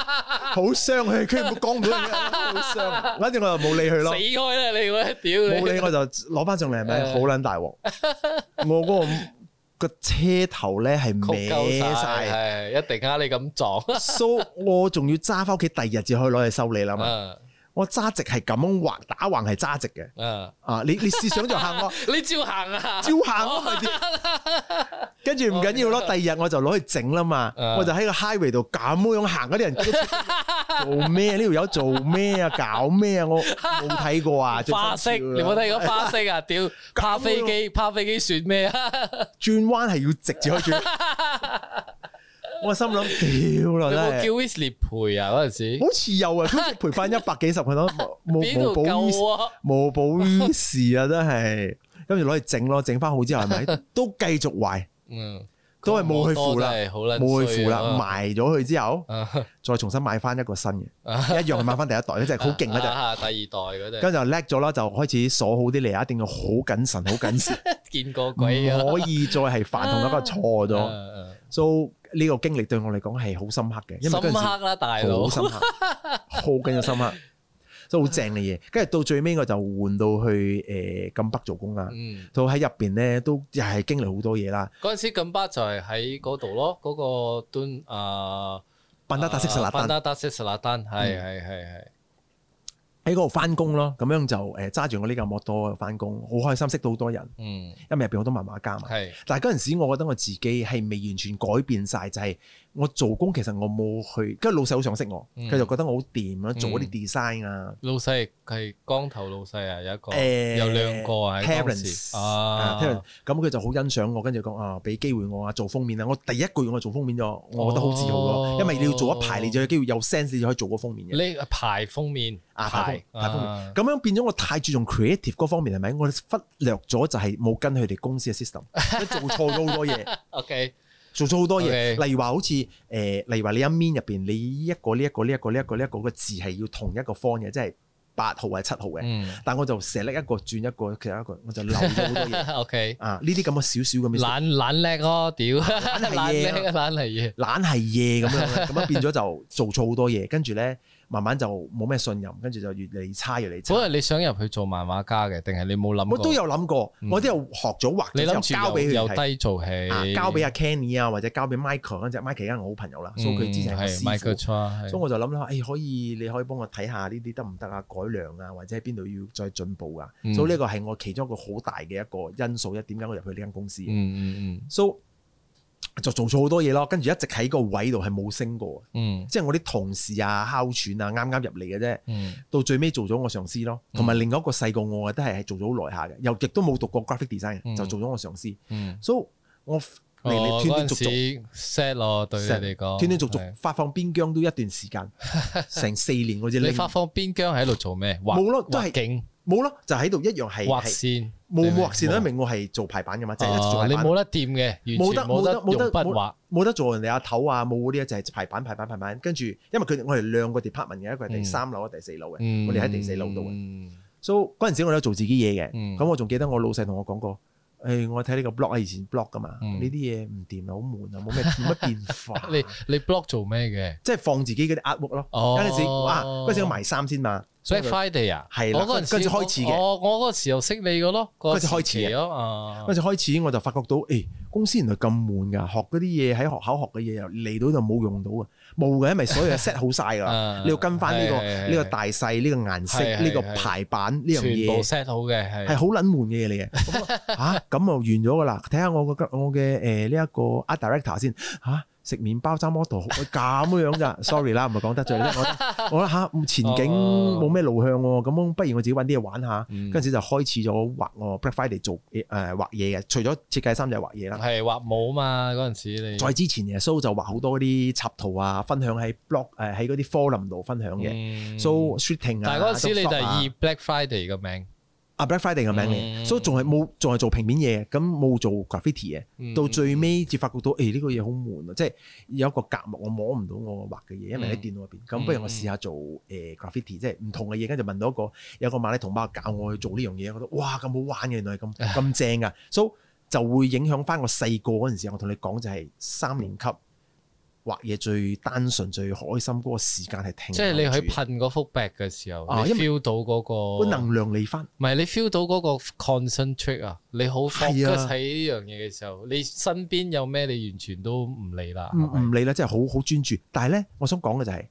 [SPEAKER 1] 好傷佢，佢冇講唔到嘢，好傷，反正我就冇理佢咯
[SPEAKER 2] 死。開啦你會，屌你！
[SPEAKER 1] 冇理我就攞翻上嚟，係咪
[SPEAKER 2] 誒
[SPEAKER 1] 好撚大 鑊？我嗰個個車頭咧
[SPEAKER 2] 曲
[SPEAKER 1] 係
[SPEAKER 2] 鳩
[SPEAKER 1] 歪晒，
[SPEAKER 2] 晒，係一定呃你咁撞。
[SPEAKER 1] so 我仲要揸翻屋企，第二日至可以攞去修理啦嘛。
[SPEAKER 2] 嗯
[SPEAKER 1] 我揸直係咁樣橫打橫係揸直嘅，
[SPEAKER 2] 嗯，
[SPEAKER 1] 啊！你你試想就行 我
[SPEAKER 2] 你照行啊！
[SPEAKER 1] 照行咯，咪點？跟住唔緊要咯，第二日我就攞去整啦嘛，
[SPEAKER 2] 哦啊
[SPEAKER 1] 我就喺個 highway 度咁樣行，嗰啲人見到 做咩？呢條友做咩啊？搞咩啊？我冇睇過啊！最
[SPEAKER 2] 花式，
[SPEAKER 1] 新潮啦
[SPEAKER 2] 你冇睇過花式啊？屌，趴飛機，趴飛機算咩啊？
[SPEAKER 1] 轉彎係要直接開 轉。我心諗屌啦，
[SPEAKER 2] 你有冇叫
[SPEAKER 1] 真係
[SPEAKER 2] Wesley 陪啊？嗰陣時
[SPEAKER 1] 好似有啊，佢賠翻一百幾十佢都 冇冇
[SPEAKER 2] 邊
[SPEAKER 1] 冇
[SPEAKER 2] 度
[SPEAKER 1] 保於
[SPEAKER 2] 夠啊？
[SPEAKER 1] 冇保於事啊，真係。跟住攞去整咯，整翻好之後係咪都繼續 壞，
[SPEAKER 2] 嗯，
[SPEAKER 1] 都係冇去扶啦
[SPEAKER 2] 真係好撚
[SPEAKER 1] 冇去扶
[SPEAKER 2] 衰
[SPEAKER 1] 啦，
[SPEAKER 2] 啊
[SPEAKER 1] 埋咗佢之後，
[SPEAKER 2] 啊
[SPEAKER 1] 再重新買翻一個新嘅，
[SPEAKER 2] 啊
[SPEAKER 1] 一樣係買翻第一代，嗰只好勁嗰只。
[SPEAKER 2] 啊第二代嗰隻
[SPEAKER 1] 跟住就叻咗啦，就開始鎖好啲嚟，一定要好謹慎，好謹慎，
[SPEAKER 2] 見過
[SPEAKER 1] 唔
[SPEAKER 2] 鬼啊！
[SPEAKER 1] 可以再係犯同一個錯咗。
[SPEAKER 2] 嗯嗯
[SPEAKER 1] so 呢個經歷對我嚟講係好深刻嘅，因為
[SPEAKER 2] 深
[SPEAKER 1] 嗰陣時
[SPEAKER 2] 刻啦，大佬
[SPEAKER 1] 好。深刻，好緊要深刻。所以好正嘅嘢。跟住到最尾我就換到去誒金北做工啦，
[SPEAKER 2] 嗯，啊
[SPEAKER 1] 到喺入邊咧都又係經歷好多嘢啦，
[SPEAKER 2] 嗰陣時咁巴就係喺嗰度咯，嗰、個端啊，
[SPEAKER 1] 笨得特色食辣
[SPEAKER 2] 啊笨
[SPEAKER 1] 蛋
[SPEAKER 2] 得特色食辣丹，係係係係。
[SPEAKER 1] 喺嗰度翻工咯，咁樣就誒揸住我呢架摩托翻工，好開心識到好多人，
[SPEAKER 2] 嗯，
[SPEAKER 1] 因為入邊好多漫畫家嘛。
[SPEAKER 2] 係
[SPEAKER 1] 但係嗰陣時，我覺得我自己係未完全改變晒，就係、我做工其實我冇去，跟住老細好想識我，
[SPEAKER 2] 嗯
[SPEAKER 1] 佢、就覺得我好掂啊，做嗰啲 design 啊，
[SPEAKER 2] 老細係光頭老細啊，有一個
[SPEAKER 1] 誒
[SPEAKER 2] 有兩個啊喺當時
[SPEAKER 1] parents
[SPEAKER 2] 啊
[SPEAKER 1] 啊 parents，咁佢就好欣賞我，跟住講啊，俾機會我啊，做封面啊，我第一個月我做封面咗，我覺得好自豪咯，
[SPEAKER 2] 哦
[SPEAKER 1] 因為你要做一排，你就有機會有 sense，你就可以做嗰封面嘅。
[SPEAKER 2] 呢個排封面
[SPEAKER 1] 啊排封排封面
[SPEAKER 2] 啊
[SPEAKER 1] 咁樣變咗我太注重 creative 嗰方面係咪？我忽略咗就係冇跟佢哋公司嘅 system，做錯咗好多嘢。
[SPEAKER 2] OK
[SPEAKER 1] 做咗好多嘢
[SPEAKER 2] OK
[SPEAKER 1] 例如話好似誒、呃例如話你一面入邊，你呢一個呢一個呢一個呢一個呢一個個字係要同一個方嘅，即係八號或者七號嘅。
[SPEAKER 2] 嗯
[SPEAKER 1] 但我就成日拎一個轉一個，其實一個我就漏咗好多嘢
[SPEAKER 2] OK
[SPEAKER 1] 啊！呢啲咁嘅少少咁嘅
[SPEAKER 2] 懶懶叻咯，屌 懶啊
[SPEAKER 1] 係
[SPEAKER 2] 叻
[SPEAKER 1] 嘢啊
[SPEAKER 2] 懶係嘢，
[SPEAKER 1] 懶係嘢咁樣，咁樣變咗就做錯好多嘢，跟住咧慢慢就冇咩信任，跟住就越嚟越差越嚟越差。
[SPEAKER 2] 本來你想入去做漫畫家嘅，定係你冇諗
[SPEAKER 1] 我
[SPEAKER 2] 過？
[SPEAKER 1] 都有諗過，
[SPEAKER 2] 嗯
[SPEAKER 1] 我都有學咗畫
[SPEAKER 2] 你
[SPEAKER 1] 咗之後交
[SPEAKER 2] 諗住
[SPEAKER 1] 俾
[SPEAKER 2] 由由
[SPEAKER 1] 佢睇。
[SPEAKER 2] 低做
[SPEAKER 1] 啊
[SPEAKER 2] 起，
[SPEAKER 1] 交俾阿 Kenny 啊，或者交俾 Michael 嗰只 Michael 而家我好朋友啦，
[SPEAKER 2] 嗯
[SPEAKER 1] 所以佢之前係
[SPEAKER 2] 係
[SPEAKER 1] 我師傅
[SPEAKER 2] Michael。
[SPEAKER 1] 所
[SPEAKER 2] Chua，
[SPEAKER 1] 以
[SPEAKER 2] 係
[SPEAKER 1] 我就諗啦，誒、哎可以你可以幫我睇下呢啲得唔得啊，改良啊，或者喺邊度要再進步啊。
[SPEAKER 2] 嗯
[SPEAKER 1] 所以呢個係我其中一個好大嘅一個因素，一點解我入去呢間公司。
[SPEAKER 2] 嗯嗯
[SPEAKER 1] so 就做咗好多嘢咯，跟住一直喺個位度係冇升過，
[SPEAKER 2] 嗯
[SPEAKER 1] 即係我啲同事啊、哮喘啊，啱啱入嚟嘅啫。
[SPEAKER 2] 嗯
[SPEAKER 1] 到最尾做咗我上司咯，同埋另外一個細過我嘅啊都係係做咗好耐下嘅，又亦都冇讀過 graphic design
[SPEAKER 2] 嗯
[SPEAKER 1] 嘅，就做咗我上司。
[SPEAKER 2] 嗯嗯。
[SPEAKER 1] so 我嚟
[SPEAKER 2] 哦
[SPEAKER 1] 嚟斷斷續
[SPEAKER 2] 嗰陣
[SPEAKER 1] 續。
[SPEAKER 2] 時 sad 咯，對你嚟講，
[SPEAKER 1] 斷斷續
[SPEAKER 2] 係
[SPEAKER 1] 續。發放邊疆都一段時 間，成四年我只
[SPEAKER 2] 你發放邊疆喺度做咩？畫
[SPEAKER 1] 冇咯都係
[SPEAKER 2] 畫景、
[SPEAKER 1] 冇咯，就喺度一樣係
[SPEAKER 2] 畫
[SPEAKER 1] 係
[SPEAKER 2] 線，
[SPEAKER 1] 冇冇畫線啦，
[SPEAKER 2] 明
[SPEAKER 1] 明我係做排版噶嘛，即係一直做
[SPEAKER 2] 哦
[SPEAKER 1] 排
[SPEAKER 2] 你
[SPEAKER 1] 版
[SPEAKER 2] 冇，得掂嘅，完全
[SPEAKER 1] 冇得
[SPEAKER 2] 冇得
[SPEAKER 1] 冇得
[SPEAKER 2] 用筆畫。
[SPEAKER 1] 冇得做人哋阿頭啊，冇嗰啲啊，就係排版排版排版，跟住因為佢哋我哋兩個 department 嘅，一個係
[SPEAKER 2] 嗯
[SPEAKER 1] 第三樓，一個第四樓嘅，
[SPEAKER 2] 嗯
[SPEAKER 1] 我哋喺地四樓度嘅
[SPEAKER 2] 嗯
[SPEAKER 1] 所以嗰陣時我有做自己嘢嘅，
[SPEAKER 2] 嗯
[SPEAKER 1] 咁我仲記得我老細同我講過。誒，我睇呢個 blog 啊，以前 blog 噶嘛，
[SPEAKER 2] 嗯
[SPEAKER 1] 呢啲嘢唔掂啊，好悶啊，冇咩冇乜變
[SPEAKER 2] 你
[SPEAKER 1] 化，
[SPEAKER 2] 你 blog 做咩嘅？
[SPEAKER 1] 即係放自己嗰啲 artwork 咯。
[SPEAKER 2] 哦
[SPEAKER 1] 嗰陣時啊，嗰陣時我賣衫先嘛，所以
[SPEAKER 2] Black Friday 啊，
[SPEAKER 1] 係啦
[SPEAKER 2] 我嗰陣時
[SPEAKER 1] 嗰陣時開始嘅
[SPEAKER 2] 我我嗰陣時又識你嘅咯，
[SPEAKER 1] 嗰陣時開始嘅
[SPEAKER 2] 時期咯，啊
[SPEAKER 1] 嗰陣時開始我就發覺到，誒、公司原來咁悶㗎，學嗰啲嘢喺學校學嘅嘢又嚟到就冇用到啊，冇嘅，因為所有嘢 set 好晒 㗎啦，
[SPEAKER 2] 啊
[SPEAKER 1] 你要跟翻呢、個
[SPEAKER 2] 係係係
[SPEAKER 1] 呢個大細、呢、個顏
[SPEAKER 2] 係係
[SPEAKER 1] 色、呢個
[SPEAKER 2] 係
[SPEAKER 1] 排版呢樣
[SPEAKER 2] 全部
[SPEAKER 1] 嘢
[SPEAKER 2] set 好嘅，
[SPEAKER 1] 係
[SPEAKER 2] 係
[SPEAKER 1] 好撚悶嘅嘢嚟嘅。咁 啊嚇咁就完咗㗎啦，睇下我個我嘅誒呢一個 art director 先嚇。食麵包揸 model 喂咁樣咋 ？sorry 啦，唔係講得罪你，我覺得我覺得嚇前景
[SPEAKER 2] 哦
[SPEAKER 1] 冇咩路向喎，咁不如我自己揾啲嘢玩下。
[SPEAKER 2] 嗯
[SPEAKER 1] 跟住就開始咗畫我 Black Friday 做誒、呃、畫嘢嘅，除咗設計衫就係畫嘢啦。
[SPEAKER 2] 係畫帽嘛嗰陣時你
[SPEAKER 1] 再之前耶穌就畫好多啲插圖啊，分享喺 blog 誒喺嗰啲 forum 度分享嘅。
[SPEAKER 2] 嗯
[SPEAKER 1] so shooting 啊，
[SPEAKER 2] 但係嗰陣時你
[SPEAKER 1] Adobe
[SPEAKER 2] 就
[SPEAKER 1] Photoshop
[SPEAKER 2] 係以
[SPEAKER 1] 啊
[SPEAKER 2] Black Friday 嘅名。
[SPEAKER 1] 啊 Black Friday 嘅名嚟
[SPEAKER 2] 嗯
[SPEAKER 1] 嘅，so 仲係冇仲係做平面嘢嘅，咁冇做 graffiti
[SPEAKER 2] 嗯
[SPEAKER 1] 嘅，到最尾至發覺到誒呢、個嘢好悶啊，即係有一個隔膜我摸唔到我畫嘅嘢，因為
[SPEAKER 2] 嗯
[SPEAKER 1] 喺電腦入邊。咁、不如我試下做誒、graffiti，即係唔同嘅嘢，跟住問到一個有一個馬拉同胞教我去做呢樣嘢，我覺得哇咁好玩嘅，原來係咁咁正噶，so 就會影響翻我細個嗰陣時，我同你講就係三年級畫嘢最單純、最開心嗰個時間係停留住
[SPEAKER 2] 即
[SPEAKER 1] 嘅，
[SPEAKER 2] 係你去噴嗰幅 back 嘅時候，
[SPEAKER 1] 啊
[SPEAKER 2] 你
[SPEAKER 1] 因為
[SPEAKER 2] feel 到嗰
[SPEAKER 1] 個
[SPEAKER 2] 個，
[SPEAKER 1] 能量嚟翻。
[SPEAKER 2] 唔係你 feel 到嗰個 concentrate 啊，你好 focus
[SPEAKER 1] 係啊
[SPEAKER 2] 喺呢樣嘢嘅時候，你身邊有咩你完全都唔理啦，
[SPEAKER 1] 唔
[SPEAKER 2] 啊係咪
[SPEAKER 1] 唔理啦，真係好好專注。但係咧，我想講嘅就係、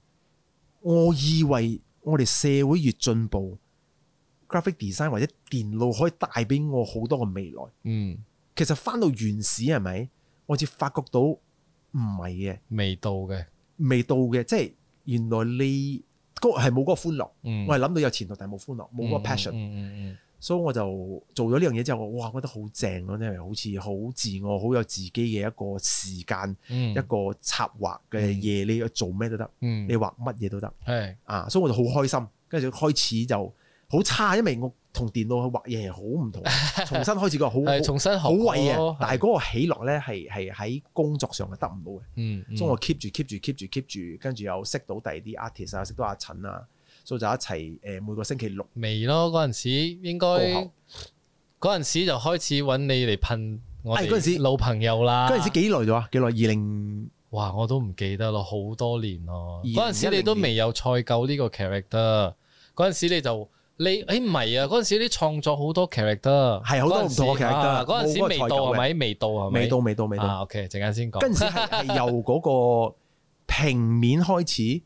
[SPEAKER 1] 我以為我哋社會越進步，graphic design 或者電腦可以帶俾我好多嘅未來。
[SPEAKER 2] 嗯，
[SPEAKER 1] 其實翻到原始係咪？我至發覺到唔係嘅，
[SPEAKER 2] 味道嘅，
[SPEAKER 1] 未到嘅，即係原來你嗰係冇嗰個歡樂。
[SPEAKER 2] 嗯，
[SPEAKER 1] 我係諗到有前途，但係冇歡樂，冇嗰個 passion。
[SPEAKER 2] 嗯嗯
[SPEAKER 1] 所以我就做咗呢樣嘢之後，我哇覺得好正咯，真係好似好自我，好有自己嘅一個時間，
[SPEAKER 2] 嗯嗯，
[SPEAKER 1] 一個策劃嘅嘢，你要做咩都得。
[SPEAKER 2] 嗯
[SPEAKER 1] 你畫乜嘢都得
[SPEAKER 2] 係
[SPEAKER 1] 啊，所以我就好開心，跟住開始就好差，因為我同電腦去畫嘢係好唔 同，重新開始個好
[SPEAKER 2] 係重新學哦
[SPEAKER 1] 好畏啊！但係
[SPEAKER 2] 係
[SPEAKER 1] 嗰個喜樂咧係係喺工作上係得唔到嘅，
[SPEAKER 2] 嗯，嗯
[SPEAKER 1] 所以我 keep 住 keep 住 keep 住 keep 住，跟住又識到第二啲 artist 啊，識到阿陳啊，所以就一齊誒每個星期六
[SPEAKER 2] 味咯嗰陣時應該
[SPEAKER 1] 高效
[SPEAKER 2] 嗰陣時就開始揾你嚟噴我
[SPEAKER 1] 哎係嗰陣
[SPEAKER 2] 哋
[SPEAKER 1] 時
[SPEAKER 2] 老朋友啦，
[SPEAKER 1] 嗰陣時幾耐咗啊？幾耐？二零
[SPEAKER 2] 哇！我都唔記得咯，好多年咯。
[SPEAKER 1] 2010
[SPEAKER 2] 嗰陣時你都未有賽狗呢個 character，嗰陣時你就你誒唔係啊，嗰陣時啲創作好多 character，
[SPEAKER 1] 係好多唔同嘅
[SPEAKER 2] 嗰陣時
[SPEAKER 1] character，
[SPEAKER 2] 啊嗰陣
[SPEAKER 1] 冇
[SPEAKER 2] 時
[SPEAKER 1] 嗰個
[SPEAKER 2] 未
[SPEAKER 1] 賽
[SPEAKER 2] 到
[SPEAKER 1] 狗嘅
[SPEAKER 2] 係咪？未到係咪？
[SPEAKER 1] 未到未到未到，
[SPEAKER 2] 啊，OK，陣間先講。
[SPEAKER 1] 跟住係係由嗰個平面開始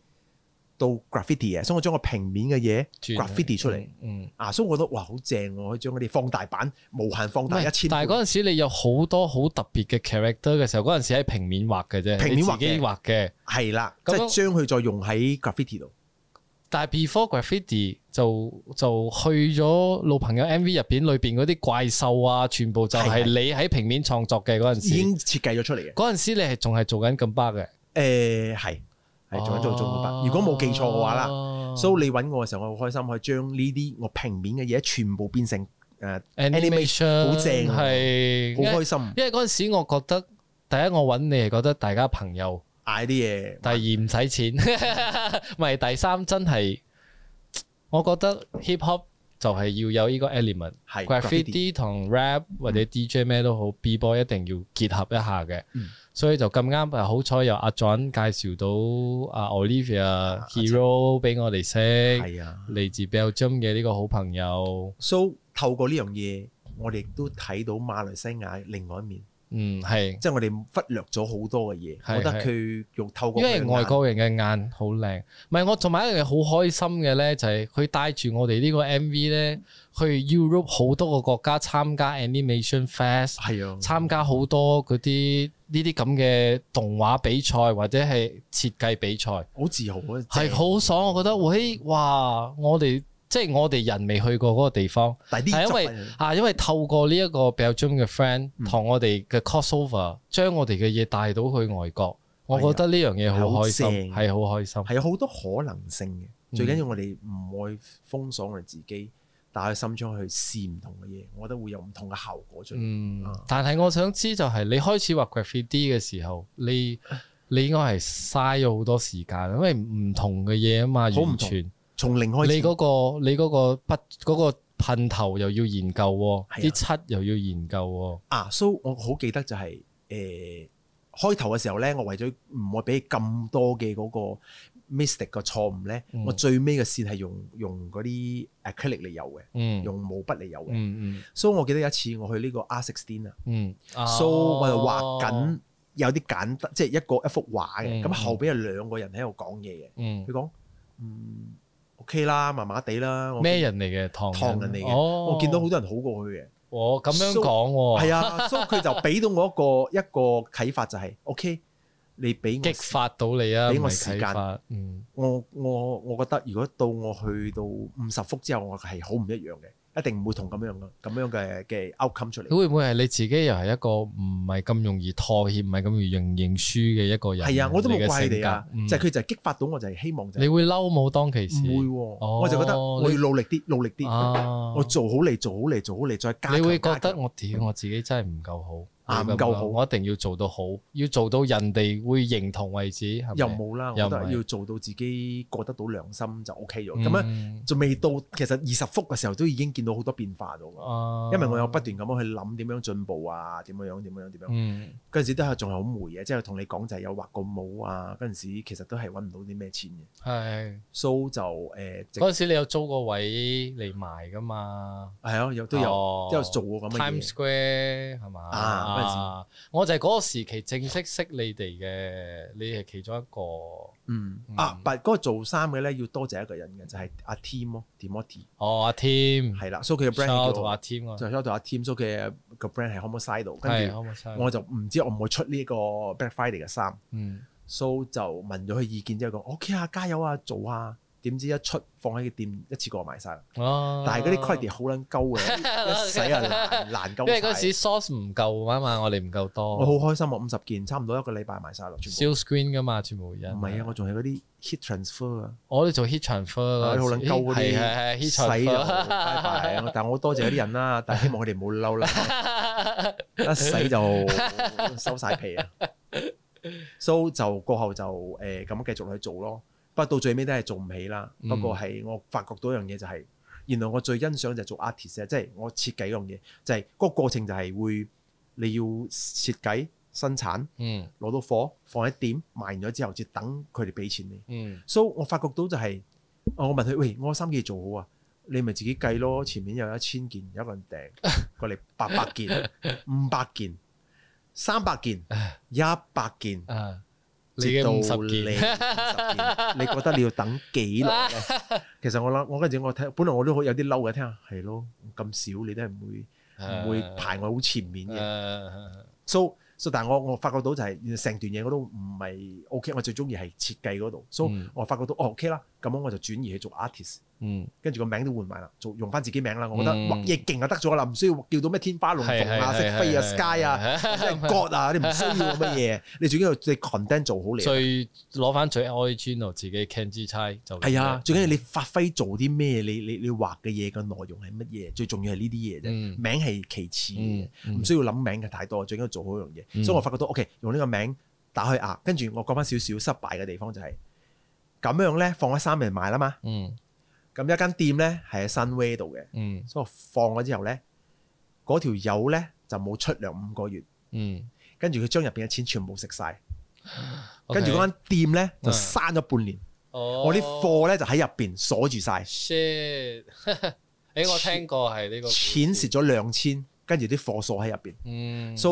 [SPEAKER 1] 到 graffiti 啊嘅，所以我將個平面嘅嘢
[SPEAKER 2] 轉啊
[SPEAKER 1] graffiti 出嚟。
[SPEAKER 2] 嗯，
[SPEAKER 1] 啊，所以我覺得哇好正喎，可以將嗰啲放大版無限放
[SPEAKER 2] 唔
[SPEAKER 1] 大
[SPEAKER 2] 係
[SPEAKER 1] 一千倍。
[SPEAKER 2] 但係嗰陣時你有好多好特別嘅 character 嘅時候，嗰陣時喺平面畫嘅啫，
[SPEAKER 1] 平面畫嘅
[SPEAKER 2] 你自己畫嘅。
[SPEAKER 1] 係啦，即
[SPEAKER 2] 咁樣
[SPEAKER 1] 係將佢再用喺 graffiti 度。
[SPEAKER 2] 但係 Before Graffiti 就就去咗老朋友 MV 入邊裏邊嗰啲怪獸啊，全部就係
[SPEAKER 1] 係係
[SPEAKER 2] 你喺平面創作嘅嗰陣
[SPEAKER 1] 已
[SPEAKER 2] 時。
[SPEAKER 1] 經設計咗出嚟嘅。
[SPEAKER 2] 嗰陣時你係仲係做緊咁巴嘅，
[SPEAKER 1] 誒係係做緊做緊做緊吧。如果冇記錯嘅話啦，
[SPEAKER 2] 哦
[SPEAKER 1] 所以你揾我嘅時候，我好開心可以將呢啲我平面嘅嘢全部變成誒
[SPEAKER 2] animation
[SPEAKER 1] 好正啊
[SPEAKER 2] 係，因
[SPEAKER 1] 好開
[SPEAKER 2] 為
[SPEAKER 1] 心
[SPEAKER 2] 因為嗰陣時我覺得第一我揾你係覺得大家朋友，
[SPEAKER 1] 嗌啲
[SPEAKER 2] 第二唔使錢， 唔係第三真係，我覺得 hip hop 就係要有呢個 element。
[SPEAKER 1] 嘢係 graffiti。
[SPEAKER 2] graffiti 同 rap 或者 DJ 咩都好，B boy 一定要結合一下嘅
[SPEAKER 1] 嗯，
[SPEAKER 2] 所以就咁啱啊！好彩有阿 John 介紹到阿 Olivia
[SPEAKER 1] 阿
[SPEAKER 2] Hero 俾我哋識，
[SPEAKER 1] 啊係啊
[SPEAKER 2] 嚟自 Belgium 嘅呢個好朋友，
[SPEAKER 1] ，so 透過呢樣嘢，我哋都睇到馬來西亞另外一面，
[SPEAKER 2] 嗯係，
[SPEAKER 1] 即係我哋忽略咗好多嘅嘢。
[SPEAKER 2] 係
[SPEAKER 1] 我覺得佢用透過
[SPEAKER 2] 因
[SPEAKER 1] 佢嘅
[SPEAKER 2] 為外
[SPEAKER 1] 眼
[SPEAKER 2] 國人嘅眼好靚，唔係我同埋一樣嘢好開心嘅咧，就係佢帶住我哋呢個 MV 咧去 Europe 好多個國家參加 Animation Fest。
[SPEAKER 1] 係啊，
[SPEAKER 2] 參加好多嗰啲呢啲咁嘅動畫比賽或者係設計比賽，
[SPEAKER 1] 好自豪啊，
[SPEAKER 2] 係
[SPEAKER 1] 正
[SPEAKER 2] 好爽。我覺得，喂，哇！我哋即係我哋人未去過嗰個地方，
[SPEAKER 1] 但係
[SPEAKER 2] 係
[SPEAKER 1] 啲
[SPEAKER 2] 因
[SPEAKER 1] 作
[SPEAKER 2] 為
[SPEAKER 1] 品
[SPEAKER 2] 啊，因為透過呢一個 Belgium 嘅 friend
[SPEAKER 1] 嗯
[SPEAKER 2] 同我哋嘅 crossover，將我哋嘅嘢帶到去外國，我覺得呢樣嘢好開心，
[SPEAKER 1] 啊係好
[SPEAKER 2] 係好開心。
[SPEAKER 1] 係有好多可能性
[SPEAKER 2] 嗯
[SPEAKER 1] 嘅。最緊要我哋唔愛封鎖我哋自己，打開心窗去試唔同嘅嘢，我覺得會有唔同嘅效果出嚟。
[SPEAKER 2] 嗯
[SPEAKER 1] 啊，
[SPEAKER 2] 但係我想知就係你開始畫 graffiti 嘅時候，你你應該係嘥咗好多時間，因為唔同嘅嘢啊嘛，
[SPEAKER 1] 好唔
[SPEAKER 2] 完
[SPEAKER 1] 同
[SPEAKER 2] 全。
[SPEAKER 1] 從零開始，
[SPEAKER 2] 你嗰、個你嗰個筆嗰、個噴頭又要研究
[SPEAKER 1] 係
[SPEAKER 2] 喎，
[SPEAKER 1] 啊
[SPEAKER 2] 啲漆又要研究喎，
[SPEAKER 1] 啊，so 我好記得就係、誒、開頭嘅時候咧，我為咗唔會俾咁多嘅嗰個 mistake 個錯誤咧，
[SPEAKER 2] 嗯
[SPEAKER 1] 我最尾嘅線係用用嗰啲 acrylic 嚟油嘅，
[SPEAKER 2] 嗯，
[SPEAKER 1] 用毛筆嚟油嘅。
[SPEAKER 2] 嗯嗯
[SPEAKER 1] so 我記得有一次我去呢個 R sixteen 啊
[SPEAKER 2] 嗯
[SPEAKER 1] ，so 我就畫，
[SPEAKER 2] 哦
[SPEAKER 1] 緊有啲簡單，即係一個一幅畫
[SPEAKER 2] 嗯
[SPEAKER 1] 嘅。咁、
[SPEAKER 2] 嗯
[SPEAKER 1] 後邊有兩個人喺度講嘢嘅，
[SPEAKER 2] 嗯
[SPEAKER 1] 佢講嗯 OK 啦，麻麻地啦。我
[SPEAKER 2] 咩人嚟嘅唐
[SPEAKER 1] 唐人嚟嘅
[SPEAKER 2] 哦，
[SPEAKER 1] 我見到好多人好過佢嘅。
[SPEAKER 2] 我咁樣
[SPEAKER 1] So-
[SPEAKER 2] 講喎，
[SPEAKER 1] 係啊，所以佢就俾到我一個 一個啟發，就係 OK，你俾
[SPEAKER 2] 激
[SPEAKER 1] 我
[SPEAKER 2] 發到你啊，
[SPEAKER 1] 俾我
[SPEAKER 2] 唔係
[SPEAKER 1] 時間
[SPEAKER 2] 啟發，嗯
[SPEAKER 1] 我我我覺得，如果到我去到五十幅之後，我係好唔一樣嘅，一定唔會同咁樣嘅咁樣嘅嘅 outcome 出嚟。
[SPEAKER 2] 會唔會係你自己又係一個唔係咁容易妥協，唔係咁容易認認輸嘅一個人？
[SPEAKER 1] 係啊，我都冇怪佢哋啊
[SPEAKER 2] 你嘅性格嗯，
[SPEAKER 1] 就係佢就係激發到我，就係希望就係
[SPEAKER 2] 你會嬲冇當其時？
[SPEAKER 1] 唔會
[SPEAKER 2] 哦
[SPEAKER 1] 喎，我就覺得我要努力啲，努力啲，
[SPEAKER 2] 啊
[SPEAKER 1] 我做好你，做好你，做好你，再加強。
[SPEAKER 2] 你會覺
[SPEAKER 1] 加強
[SPEAKER 2] 得我屌我自己真係唔夠好，
[SPEAKER 1] 啊
[SPEAKER 2] 會咁
[SPEAKER 1] 唔夠好
[SPEAKER 2] 諗我一定要做到好，要做到人哋會認同為止，係咪
[SPEAKER 1] 又冇啦，我
[SPEAKER 2] 又
[SPEAKER 1] 覺
[SPEAKER 2] 唔係
[SPEAKER 1] 得要做到自己過得到良心就 OK 咗。
[SPEAKER 2] 嗯
[SPEAKER 1] 咁啊樣就未到，其實二十幅嘅時候都已經見到好多變化到㗎。
[SPEAKER 2] 啊
[SPEAKER 1] 因為我有不斷咁樣去諗點樣進步啊，點樣樣點樣樣點樣。
[SPEAKER 2] 嗯
[SPEAKER 1] 嗰陣時都係仲係好霉嘅，即係同你講就係有畫過帽啊。嗰陣時其實都係揾唔到啲咩錢嘅
[SPEAKER 2] 係
[SPEAKER 1] ，so 就誒直
[SPEAKER 2] 嗰陣時你有租個位嚟賣噶嘛？
[SPEAKER 1] 係啊，有都有
[SPEAKER 2] 哦
[SPEAKER 1] 都有做過咁嘅
[SPEAKER 2] Times
[SPEAKER 1] 嘢。
[SPEAKER 2] Square 係嘛？
[SPEAKER 1] 啊嗰陣時
[SPEAKER 2] 啊我就係嗰個時期正式識你哋嘅，你係其中一個。
[SPEAKER 1] 嗯
[SPEAKER 2] 嗯
[SPEAKER 1] 啊，但係嗰個做衫嘅咧要多謝一個人嘅，就係阿 Tim 咯，Timothy
[SPEAKER 2] 哦，阿 Tim，
[SPEAKER 1] 係啦，so 佢嘅 brand
[SPEAKER 2] ，shout
[SPEAKER 1] 叫
[SPEAKER 2] 同阿
[SPEAKER 1] 我
[SPEAKER 2] Tim 啊，
[SPEAKER 1] 就 shout 到阿 Tim，so 佢嘅個 brand 係 Homicidal，
[SPEAKER 2] 係
[SPEAKER 1] 跟住
[SPEAKER 2] 可唔可以？
[SPEAKER 1] 我就唔知我唔會出呢個 Black Friday 嘅衫。
[SPEAKER 2] 嗯
[SPEAKER 1] so 就問咗佢意見之後講 OK 啊，加油啊，做啊！點知一出放喺個店一次過賣晒啦。
[SPEAKER 2] 哦，
[SPEAKER 1] 但係嗰啲 quality 好撚鳩嘅，一洗啊難難鳩
[SPEAKER 2] 因為嗰陣
[SPEAKER 1] 晒
[SPEAKER 2] 時 source 唔夠啊嘛，我哋唔夠多。
[SPEAKER 1] 我好開心啊，五十件差唔多一個禮拜賣晒啦，全
[SPEAKER 2] sell screen 噶嘛，全部人。
[SPEAKER 1] 部。唔係啊，我仲係嗰啲 heat transfer 啊，
[SPEAKER 2] 我哋做 heat transfer
[SPEAKER 1] 啊
[SPEAKER 2] 嗰陣時
[SPEAKER 1] 你好撚鳩嗰啲
[SPEAKER 2] 係係係 heat
[SPEAKER 1] 洗就拜
[SPEAKER 2] transfer。
[SPEAKER 1] 拜。 但我多謝嗰啲人 啦，但希望佢哋唔好嬲啦，一洗 就收晒皮啊。so 就過後就誒咁繼續去做咯，不過到最尾都係做唔起啦。
[SPEAKER 2] 嗯
[SPEAKER 1] 不過係我發覺到一樣嘢就係，原來我最欣賞就係做 artist 啊，即係我設計嗰樣嘢，就係嗰個過程就係會你要設計生產。
[SPEAKER 2] 嗯
[SPEAKER 1] 攞到貨放喺店賣完咗之後，至等佢哋俾錢你。
[SPEAKER 2] 嗯，
[SPEAKER 1] 所以我發覺到就係我問佢：喂，我三件做好啊？你咪自己計咯，前面有一千件，有一個人訂過嚟八百件、五百件、三百件、一百件，
[SPEAKER 2] 啊，你
[SPEAKER 1] 直
[SPEAKER 2] 嘅
[SPEAKER 1] 到
[SPEAKER 2] 五
[SPEAKER 1] 你
[SPEAKER 2] 十
[SPEAKER 1] 50
[SPEAKER 2] 件，
[SPEAKER 1] 件，你覺得你要等幾耐咧？其實我諗，我跟住我睇，本來我都好有啲嬲嘅，聽下係咯，咁少你都係唔會 唔會排我好前面嘅。
[SPEAKER 2] 嘅。
[SPEAKER 1] so so 但係我我發覺到就係原來成段嘢我都唔係 OK，我最中意係設計嗰度，so
[SPEAKER 2] 嗯
[SPEAKER 1] 我發覺到哦 OK 啦，咁樣我就轉移去做 artist，
[SPEAKER 2] 嗯，
[SPEAKER 1] 跟住個名都換埋啦，做用翻自己名啦，我覺得
[SPEAKER 2] 嗯
[SPEAKER 1] 畫嘢勁就得咗啦，唔需要叫到咩天花龍
[SPEAKER 2] 係
[SPEAKER 1] 鳳啊、
[SPEAKER 2] 係
[SPEAKER 1] 識
[SPEAKER 2] 係
[SPEAKER 1] 飛啊、
[SPEAKER 2] 係
[SPEAKER 1] sky 啊、
[SPEAKER 2] 係
[SPEAKER 1] 即係 god 啊，你唔需要乜嘢，你最緊要你 content 做好你。啊
[SPEAKER 2] 最攞翻最 original 自己 can 之差就
[SPEAKER 1] 係啊，最緊要你發揮做啲咩，你你你畫嘅嘢嘅內容係乜嘢，最重要係呢啲嘢啫，
[SPEAKER 2] 嗯
[SPEAKER 1] 名係其次嘅。
[SPEAKER 2] 嗯
[SPEAKER 1] 唔需要諗名嘅太多，最緊要做好一樣嘢。
[SPEAKER 2] 嗯
[SPEAKER 1] 所以我發覺到，OK，用呢個名打開壓，跟住我講翻少少失敗嘅地方就係、咁樣咧，放咗三人賣啦嘛。
[SPEAKER 2] 嗯
[SPEAKER 1] 咁一間店咧係喺新 way 度嘅，
[SPEAKER 2] 嗯
[SPEAKER 1] 所以我放咗之後咧，嗰條友咧就冇出糧五個月，
[SPEAKER 2] 嗯，
[SPEAKER 1] 跟住佢將入邊嘅錢全部食晒。
[SPEAKER 2] OK
[SPEAKER 1] 跟住嗰間店咧就
[SPEAKER 2] 嗯
[SPEAKER 1] 閂咗半年，
[SPEAKER 2] 哦
[SPEAKER 1] 我啲貨咧就喺入邊鎖住晒，
[SPEAKER 2] shit，誒我聽過係呢個故事
[SPEAKER 1] 錢蝕，咗兩千，跟住啲貨鎖喺入邊。
[SPEAKER 2] 嗯
[SPEAKER 1] so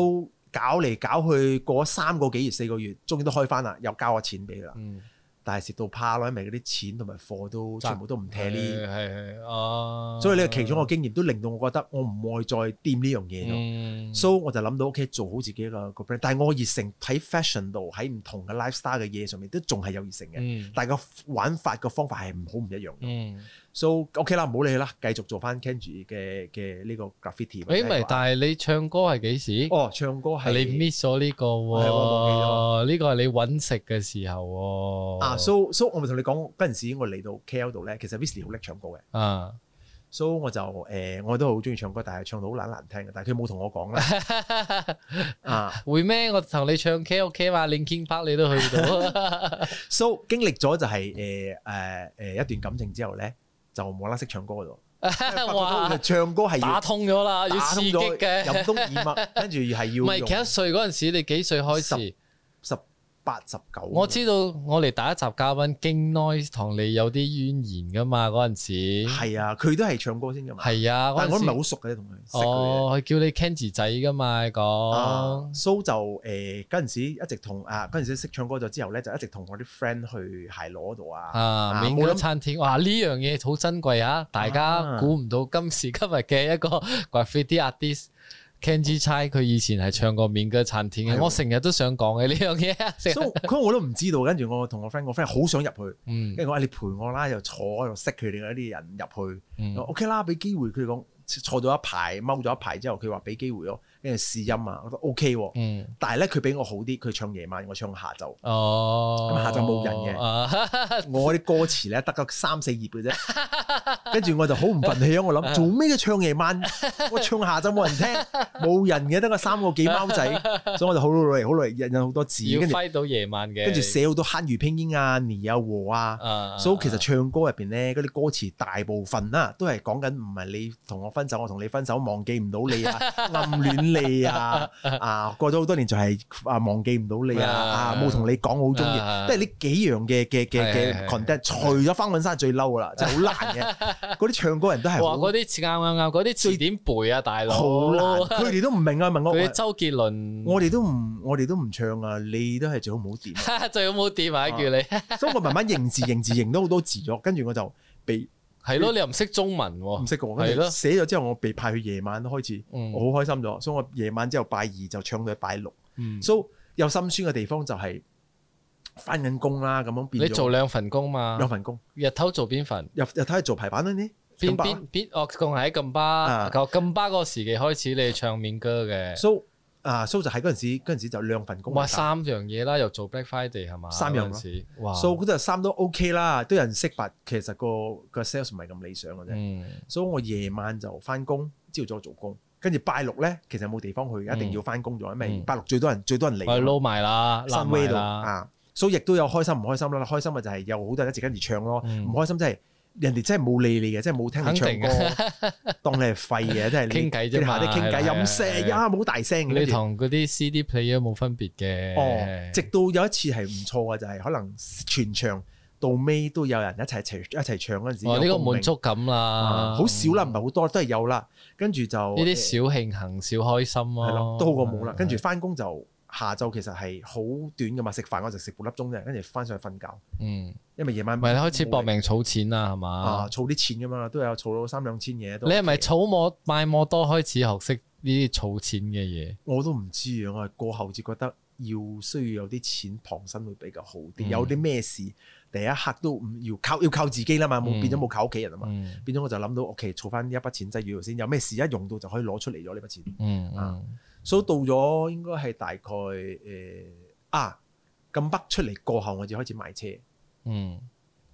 [SPEAKER 1] 搞嚟搞去，過咗三個幾月、四個月，終於都開翻啦，又交我錢俾佢啦。
[SPEAKER 2] 嗯
[SPEAKER 1] 但係蝕到怕咯，因為嗰啲錢同埋貨都
[SPEAKER 2] 賺
[SPEAKER 1] 全部都唔踢呢。
[SPEAKER 2] 係係係啊，
[SPEAKER 1] 所以呢個其中個經驗都令到我覺得我唔愛再掂呢樣嘢咯。
[SPEAKER 2] 嗯
[SPEAKER 1] so 我就諗到，OK，做好自己個個 brand。但係我熱誠喺 fashion 度，喺唔同嘅 lifestyle 嘅嘢上面都仲係有熱誠嘅，
[SPEAKER 2] 嗯
[SPEAKER 1] 但係個玩法個方法係唔好唔一樣嘅。
[SPEAKER 2] 嗯，
[SPEAKER 1] so OK 啦，唔好理佢啦，繼續做翻 Kenji 嘅嘅呢個 graffiti 或者
[SPEAKER 2] 誒咪
[SPEAKER 1] 話。
[SPEAKER 2] 但係你唱歌係幾時？
[SPEAKER 1] 哦，唱歌係
[SPEAKER 2] 係你 miss 咗呢個
[SPEAKER 1] 係我
[SPEAKER 2] 喎，呢個係你揾食嘅時候喎。
[SPEAKER 1] 啊，so so 我咪同你講嗰陣時，我嚟到 KL 度咧，其實 Visley 好叻唱歌嘅。
[SPEAKER 2] 啊，
[SPEAKER 1] 所以我就誒、呃我都好中意唱歌，但係唱到好懶難聽嘅。但係佢冇同我 講啦，啊
[SPEAKER 2] 會咩？我同你唱 K O K 嘛，Linkin Park 你都去到。
[SPEAKER 1] ，so 經歷咗就係誒誒誒一段感情之後咧，就冇啦識唱歌嗰度， 發覺到
[SPEAKER 2] 哇
[SPEAKER 1] 佢！唱歌係要
[SPEAKER 2] 打通咗啦，要
[SPEAKER 1] 打
[SPEAKER 2] 刺
[SPEAKER 1] 通
[SPEAKER 2] 激
[SPEAKER 1] 咗
[SPEAKER 2] 嘅。
[SPEAKER 1] 任督二脈，跟住係要
[SPEAKER 2] 唔係幾多
[SPEAKER 1] 用
[SPEAKER 2] 歲嗰陣時？你幾歲開始？
[SPEAKER 1] 十八十九。
[SPEAKER 2] 我知道我哋第一集嘉賓經 Noise 同你有啲淵源噶嘛，嗰陣時
[SPEAKER 1] 係啊，佢都係唱歌先㗎嘛，
[SPEAKER 2] 係啊，嗰
[SPEAKER 1] 但係我都唔係
[SPEAKER 2] 陣
[SPEAKER 1] 好
[SPEAKER 2] 時
[SPEAKER 1] 熟嘅同佢識佢嘅。
[SPEAKER 2] 哦，佢叫你 Kenji 仔噶嘛，
[SPEAKER 1] 啊
[SPEAKER 2] 講
[SPEAKER 1] ，so 就誒嗰陣時一直同啊嗰陣時識唱歌咗之後咧，就一直同我啲 friend 去鞋螺度啊，
[SPEAKER 2] 啊，免
[SPEAKER 1] 冇
[SPEAKER 2] 咗
[SPEAKER 1] 諗
[SPEAKER 2] 餐廳，哇！呢樣嘢好珍貴啊！大家
[SPEAKER 1] 啊
[SPEAKER 2] 估唔到今時今日嘅一個 graffiti artist Kenji Chai，佢以前係唱過免歌餐廳
[SPEAKER 1] 係
[SPEAKER 2] 嘅，
[SPEAKER 1] 喎
[SPEAKER 2] 我成日都想講嘅呢樣 嘢啊，成日
[SPEAKER 1] so 佢我都唔知道。跟住我同我 friend，我 friend 好想入去。
[SPEAKER 2] 嗯
[SPEAKER 1] 跟住我話你陪我啦，又坐又識佢哋嗰啲人入去，
[SPEAKER 2] 嗯
[SPEAKER 1] 我話 OK 啦，俾機會佢講坐咗一排，踎咗一排之後，佢話俾機會咯，跟住試音啊，我覺得 OK 喎。
[SPEAKER 2] 嗯
[SPEAKER 1] 但係咧，佢比我好啲，佢唱夜晚，我唱下晝。
[SPEAKER 2] 哦，啊
[SPEAKER 1] 咁下晝冇人嘅
[SPEAKER 2] 嘅，
[SPEAKER 1] 我啲歌詞咧得個三四頁嘅啫，跟住我就好唔憤氣啊！我諗做咩嘅唱夜晚，我唱下晝冇人聽，冇人嘅，得個三個幾貓仔，所以我就好努力，好努力印印好多字，
[SPEAKER 2] 要
[SPEAKER 1] 跟住
[SPEAKER 2] 揮到夜晚嘅，
[SPEAKER 1] 跟住寫好多漢語拼音啊、尼啊、和啊。
[SPEAKER 2] 啊，
[SPEAKER 1] 所以其實唱歌入邊咧，嗰啲歌詞大部分啦，都係講緊唔係你同我分手，我同你分手，忘記唔到你 啊，暗戀你啊，啊過咗好多年就係啊忘記唔到你啊，
[SPEAKER 2] 啊
[SPEAKER 1] 啊冇同你講我好中意
[SPEAKER 2] 啊，
[SPEAKER 1] 都係呢幾樣嘅嘅嘅
[SPEAKER 2] 係
[SPEAKER 1] 嘅
[SPEAKER 2] 係係
[SPEAKER 1] content，除咗方韻山最嬲 噶啦，就好難嘅，嗰啲唱歌人都係
[SPEAKER 2] 啊哇，
[SPEAKER 1] 好
[SPEAKER 2] 嗰啲詞啱啱啱，嗰啲詞點背啊，大佬，
[SPEAKER 1] 好難， 佢哋都唔明啊，問我
[SPEAKER 2] 佢
[SPEAKER 1] 我
[SPEAKER 2] 啲周杰倫，
[SPEAKER 1] 我哋都唔我哋都唔唱啊，你都係最好唔好點啊。
[SPEAKER 2] 最好冇掂啊，叫你。
[SPEAKER 1] 所以我慢慢認字認字認到好多字咗，跟住我就被。
[SPEAKER 2] 係咯，你又唔識中文喎、
[SPEAKER 1] 唔識嘅，
[SPEAKER 2] 哦係
[SPEAKER 1] 跟
[SPEAKER 2] 咯
[SPEAKER 1] 住寫咗之後，我被派去夜晚開始，
[SPEAKER 2] 嗯
[SPEAKER 1] 我好開心咗，所以我夜晚之後拜二就唱到去拜六，
[SPEAKER 2] 嗯
[SPEAKER 1] 所以有心酸嘅地方就係翻緊工啦，咁樣
[SPEAKER 2] 你
[SPEAKER 1] 變
[SPEAKER 2] 做
[SPEAKER 1] 咗
[SPEAKER 2] 兩份工嘛？
[SPEAKER 1] 兩份工，
[SPEAKER 2] 日頭做邊份？
[SPEAKER 1] 又又睇下做排版啦呢，
[SPEAKER 2] 邊
[SPEAKER 1] 咁吧
[SPEAKER 2] 邊邊哦，仲係喺禁巴，
[SPEAKER 1] 啊
[SPEAKER 2] 舊禁巴嗰個時期開始，你唱面歌嘅。
[SPEAKER 1] so 啊 so 就喺嗰陣時嗰陣時就兩份工，
[SPEAKER 2] 哇，三啊樣嘢啦，又做 Black Friday 係嘛？
[SPEAKER 1] 三樣咯
[SPEAKER 2] 嗰陣時，哇
[SPEAKER 1] so 嗰陣三都 OK 啦，都有人識白，其實個個 sales 唔係咁理想嘅啫，
[SPEAKER 2] 嗯
[SPEAKER 1] 所以我夜晚就翻工，朝早做工。跟住拜六咧，其實冇地方去，一定要翻工咗，因為
[SPEAKER 2] 嗯
[SPEAKER 1] 拜六最多人最多人嚟㗎
[SPEAKER 2] 我哋
[SPEAKER 1] 嘛。
[SPEAKER 2] 撈埋啦，攬
[SPEAKER 1] 新 way
[SPEAKER 2] 埋
[SPEAKER 1] 度
[SPEAKER 2] 啦，
[SPEAKER 1] 啊，所以亦都有開心唔開心啦。開心嘅就係有好多人一直跟住唱咯，
[SPEAKER 2] 嗯
[SPEAKER 1] 唔開心即係人哋真係冇理你嘅，即係冇聽你唱歌， 當你係廢嘅， 即係你
[SPEAKER 2] 傾偈啫
[SPEAKER 1] 你
[SPEAKER 2] 嘛
[SPEAKER 1] 下啲傾偈
[SPEAKER 2] 係啦
[SPEAKER 1] 飲
[SPEAKER 2] 係啦
[SPEAKER 1] 聲
[SPEAKER 2] 係啦
[SPEAKER 1] 呀，冇大聲
[SPEAKER 2] 你
[SPEAKER 1] 嘅。
[SPEAKER 2] 同嗰啲 CD player 冇分別嘅。
[SPEAKER 1] 哦，直到有一次係唔錯嘅，就係可能全場到尾都有人一齊齊一齊唱嗰陣時，
[SPEAKER 2] 哦，呢
[SPEAKER 1] 有
[SPEAKER 2] 個
[SPEAKER 1] 共鳴
[SPEAKER 2] 滿足感啦
[SPEAKER 1] 啊，好少啦，唔係好多，都係有啦。跟住就
[SPEAKER 2] 呢啲哦小慶幸、小開心
[SPEAKER 1] 係
[SPEAKER 2] 咯
[SPEAKER 1] 咯，，都好過冇啦。跟住翻工就下晝其實係好短噶嘛，食飯我就食半粒鐘啫，跟住翻上去瞓覺，
[SPEAKER 2] 嗯，
[SPEAKER 1] 因為夜晚
[SPEAKER 2] 唔係你開始搏
[SPEAKER 1] 冇
[SPEAKER 2] 命儲錢啦，係
[SPEAKER 1] 啊，
[SPEAKER 2] 嘛？
[SPEAKER 1] 儲啲錢噶嘛，都有儲到三兩千嘢都。
[SPEAKER 2] 你係咪儲摩買摩多開始學識呢啲儲錢嘅嘢？
[SPEAKER 1] 我都唔知啊，我係過後至覺得要需要有啲錢傍身會比較好啲。
[SPEAKER 2] 嗯
[SPEAKER 1] 有啲咩事第一刻都唔要靠要靠自己啦嘛，冇
[SPEAKER 2] 嗯
[SPEAKER 1] 變咗冇靠屋企人啊嘛，
[SPEAKER 2] 嗯
[SPEAKER 1] 變咗我就諗到，OK，儲翻呢一筆錢擠住度先，有咩事一用到就可以攞出嚟咗呢筆錢。
[SPEAKER 2] 嗯
[SPEAKER 1] 啊
[SPEAKER 2] 嗯
[SPEAKER 1] 所以到咗應該係大概誒、呃啊咁北出嚟過後，我就開始買車，
[SPEAKER 2] 嗯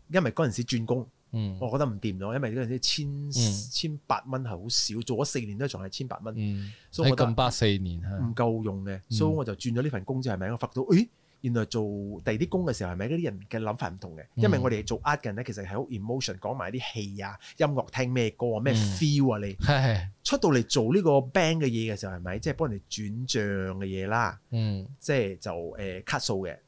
[SPEAKER 1] 因為嗰陣時轉工，
[SPEAKER 2] 嗯
[SPEAKER 1] 我覺得唔掂咗，因為嗰陣時千
[SPEAKER 2] 嗯
[SPEAKER 1] 千八蚊係好少，做咗四年都仲係千八蚊，
[SPEAKER 2] 嗯，
[SPEAKER 1] 所以
[SPEAKER 2] 喺
[SPEAKER 1] 我覺得
[SPEAKER 2] 咁八四年嚇，
[SPEAKER 1] 唔夠用嘅，
[SPEAKER 2] 嗯
[SPEAKER 1] 所以我就轉咗呢份工之後，係咪我發覺到，誒原來做第二啲工嘅時候，係咪嗰啲人嘅諗法唔同嘅？因為
[SPEAKER 2] 嗯
[SPEAKER 1] 我哋做 art 嘅人咧，其實係好 emotion，講埋啲戲啊、音樂、聽咩歌啊、咩
[SPEAKER 2] 嗯
[SPEAKER 1] feel 啊，你
[SPEAKER 2] 係
[SPEAKER 1] 出到嚟做呢個 band 嘅嘢嘅時候，係咪即係幫人哋轉帳嘅嘢啦？
[SPEAKER 2] 嗯，
[SPEAKER 1] 即係就誒 cut 數嘅，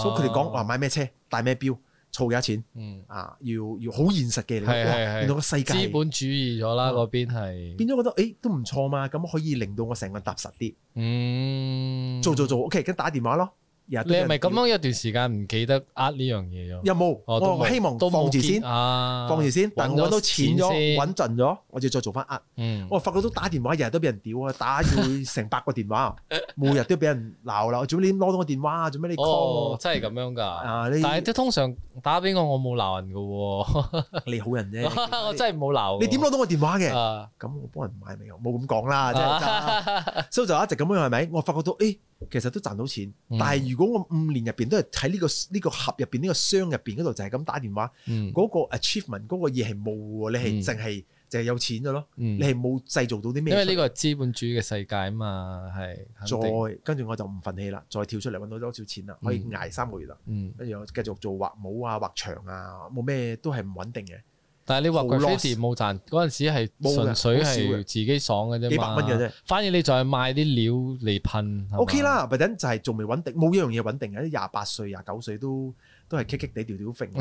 [SPEAKER 1] 所以佢哋講話
[SPEAKER 2] 哦，
[SPEAKER 1] 買咩車、戴咩錶、儲幾多錢
[SPEAKER 2] 嗯，
[SPEAKER 1] 啊，要要好現實嘅。你
[SPEAKER 2] 係
[SPEAKER 1] 覺得哇
[SPEAKER 2] 係係
[SPEAKER 1] 原來個世界
[SPEAKER 2] 資本主義咗啦，
[SPEAKER 1] 嗯
[SPEAKER 2] 嗰邊係，
[SPEAKER 1] 變咗覺得誒都唔錯嘛，咁可以令到我成個踏實啲。
[SPEAKER 2] 嗯，
[SPEAKER 1] 做做做，OK，跟打電話咯。日日都
[SPEAKER 2] 你
[SPEAKER 1] 有
[SPEAKER 2] 係
[SPEAKER 1] 人
[SPEAKER 2] 咪咁
[SPEAKER 1] 叫
[SPEAKER 2] 樣有段時間唔記得呃呢樣嘢咗？
[SPEAKER 1] 有冇？
[SPEAKER 2] 哦都
[SPEAKER 1] 我
[SPEAKER 2] 冇
[SPEAKER 1] 希望
[SPEAKER 2] 都冇
[SPEAKER 1] 放住
[SPEAKER 2] 見
[SPEAKER 1] 先，
[SPEAKER 2] 啊，
[SPEAKER 1] 放住先。但
[SPEAKER 2] 揾
[SPEAKER 1] 我揾到
[SPEAKER 2] 咗
[SPEAKER 1] 錢
[SPEAKER 2] 先
[SPEAKER 1] 咗，揾盡咗，我就再做翻呃。
[SPEAKER 2] 嗯，
[SPEAKER 1] 我發覺都打電話，日日都俾人屌啊，打要成百個電 話，每日都俾人鬧啦。我做咩你攞到我電話啊？做咩你 call
[SPEAKER 2] 哦
[SPEAKER 1] 我，
[SPEAKER 2] 真係咁樣㗎。
[SPEAKER 1] 啊？
[SPEAKER 2] 但係
[SPEAKER 1] 你
[SPEAKER 2] 即係通常打俾我，我冇鬧人嘅喎，
[SPEAKER 1] 你好人啫，
[SPEAKER 2] 我真係冇鬧喎。
[SPEAKER 1] 你點攞到我電話嘅？
[SPEAKER 2] 啊？
[SPEAKER 1] 咁我幫人買咪有冇咁講啦，真係。所以就一直咁樣係咪？我發覺到，誒，其實都賺到錢。
[SPEAKER 2] 嗯
[SPEAKER 1] 但係如果我五年入邊都係喺呢個呢個盒入邊呢個箱入邊嗰度就係咁打電話，
[SPEAKER 2] 嗯
[SPEAKER 1] 嗰個 achievement 嗰個嘢係冇喎，你
[SPEAKER 2] 嗯
[SPEAKER 1] 係淨係淨係有錢嘅咯。
[SPEAKER 2] 嗯
[SPEAKER 1] 你係冇製造到啲咩
[SPEAKER 2] 因
[SPEAKER 1] 出嚟？
[SPEAKER 2] 為呢個係資本主義嘅世界啊嘛，係肯定。
[SPEAKER 1] 再跟住我就唔忿氣啦，再跳出嚟揾到多少錢啦，
[SPEAKER 2] 嗯
[SPEAKER 1] 可以捱三個月啦。
[SPEAKER 2] 嗯，
[SPEAKER 1] 跟住我繼續做畫帽啊、畫牆啊，冇咩都係唔穩定嘅，
[SPEAKER 2] 但係你話
[SPEAKER 1] 好
[SPEAKER 2] 貴 f i
[SPEAKER 1] loss
[SPEAKER 2] t 冇賺嗰陣時係
[SPEAKER 1] 冇㗎
[SPEAKER 2] 純粹
[SPEAKER 1] 好少
[SPEAKER 2] 係
[SPEAKER 1] 嘅
[SPEAKER 2] 自己爽嘅啫嘛，
[SPEAKER 1] 幾百蚊嘅。啫。
[SPEAKER 2] 反而你再賣啲料嚟噴係嘛
[SPEAKER 1] OK，啦，咪等就係仲未穩定，冇一樣嘢穩定嘅。廿八歲、廿九歲都都係棘棘地、吊吊揈。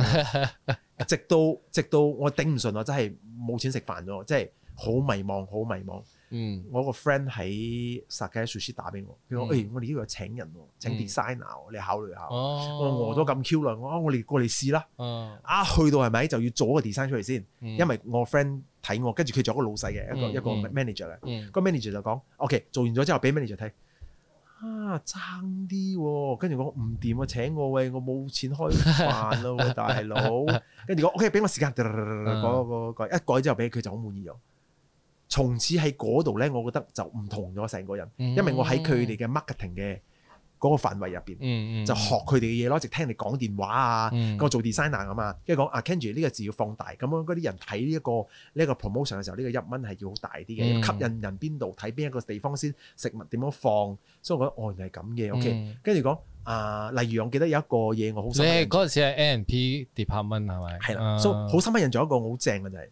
[SPEAKER 1] 直到直到我頂唔順，我真係冇錢食飯咗，即係好迷茫，好迷茫。
[SPEAKER 2] 嗯
[SPEAKER 1] 我個 friend 喺 Sakae Sushi 打俾我，佢
[SPEAKER 2] 嗯
[SPEAKER 1] 講：，誒，我哋呢度有請人喎，請
[SPEAKER 2] 嗯
[SPEAKER 1] designer，喎你考慮下。
[SPEAKER 2] 哦
[SPEAKER 1] 我餓咗咁 Q 啦，我啊我哋過嚟試啦。
[SPEAKER 2] 嗯
[SPEAKER 1] 啊，去到係咪就要做個 design 出嚟先？
[SPEAKER 2] 嗯
[SPEAKER 1] 因為我 friend 睇我，跟住佢做一個老細嘅一個
[SPEAKER 2] 嗯
[SPEAKER 1] 一個
[SPEAKER 2] 嗯
[SPEAKER 1] manager 嘅。
[SPEAKER 2] 嗯
[SPEAKER 1] 個 manager 就講：OK，做完咗之後俾 manager 睇，啊爭啲喎，跟住講唔掂啊，請我喂，我冇錢開飯啦喎，大佬。跟住講 OK，俾我時間，改改改，一改之後俾佢就好滿意咗。從此喺嗰度咧，我覺得就唔同咗成個人，因為我喺佢哋嘅 marketing 嘅嗰個範圍入邊，
[SPEAKER 2] 嗯嗯
[SPEAKER 1] 就學佢哋嘅嘢咯，一直聽你講電話啊。
[SPEAKER 2] 嗯
[SPEAKER 1] 個做 designer 啊嘛，跟住講啊 Kenji 呢個字要放大，咁樣嗰啲人睇呢一個呢一個 promotion 嘅時候，呢、個一蚊係要好大啲嘅，
[SPEAKER 2] 嗯
[SPEAKER 1] 要吸引人邊度睇邊一個地方先，食物點樣放，所以我覺得哦原來係咁嘅，OK。
[SPEAKER 2] 嗯
[SPEAKER 1] 跟住講啊，例如我記得有一個嘢我好
[SPEAKER 2] 你
[SPEAKER 1] 深刻
[SPEAKER 2] 係
[SPEAKER 1] 印象，
[SPEAKER 2] 嗰陣時係 N&P department 係咪？
[SPEAKER 1] 係
[SPEAKER 2] 啊
[SPEAKER 1] 啦，所以好深刻印象一個好正嘅就係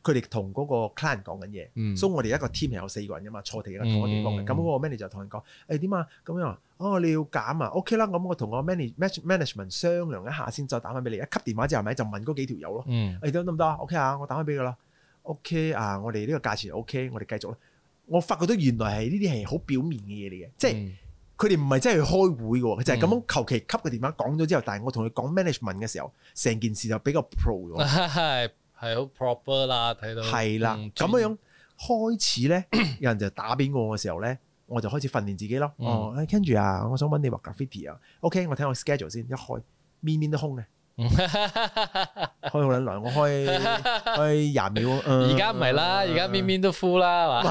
[SPEAKER 1] 佢哋同嗰個 client 講緊嘢。
[SPEAKER 2] 嗯
[SPEAKER 1] 所以我哋一個 team 係有四個人噶嘛，坐地嘅同一個地方
[SPEAKER 2] 嗯
[SPEAKER 1] 嘅。咁嗰個 manager 同人講：誒點啊？咁樣啊？哦，你要減啊？OK 啦，咁我同我 manage management 商量一下先，再打翻俾你。一吸電話之後，咪就問嗰幾條友咯。
[SPEAKER 2] 嗯
[SPEAKER 1] 誒得得唔得啊？OK 啊，我打翻俾佢啦。OK 啊，我哋呢個價錢 OK，我哋繼續啦。我發覺到原來係呢啲係好表面嘅嘢嚟嘅，即係
[SPEAKER 2] 嗯
[SPEAKER 1] 佢哋唔係真係去開會嘅喎，佢就係咁樣求其吸個電話講咗之後，但係我同佢講 management 嘅時候，成件事就比較 pro 咗。
[SPEAKER 2] 係係好 proper 啦，睇到
[SPEAKER 1] 係啦，咁樣樣開始 咧，有人就打俾我嘅時候咧，我就開始訓練自己咯。
[SPEAKER 2] 嗯
[SPEAKER 1] 哦，跟住啊，我想揾你畫 graffiti 啊。OK，我睇我 schedule 先，一開面面都空嘅，
[SPEAKER 2] 樣。
[SPEAKER 1] 開好撚耐，我 開開廿秒。嗯
[SPEAKER 2] 而
[SPEAKER 1] 而
[SPEAKER 2] 家唔 係啦，而家邊邊都 full 啦，係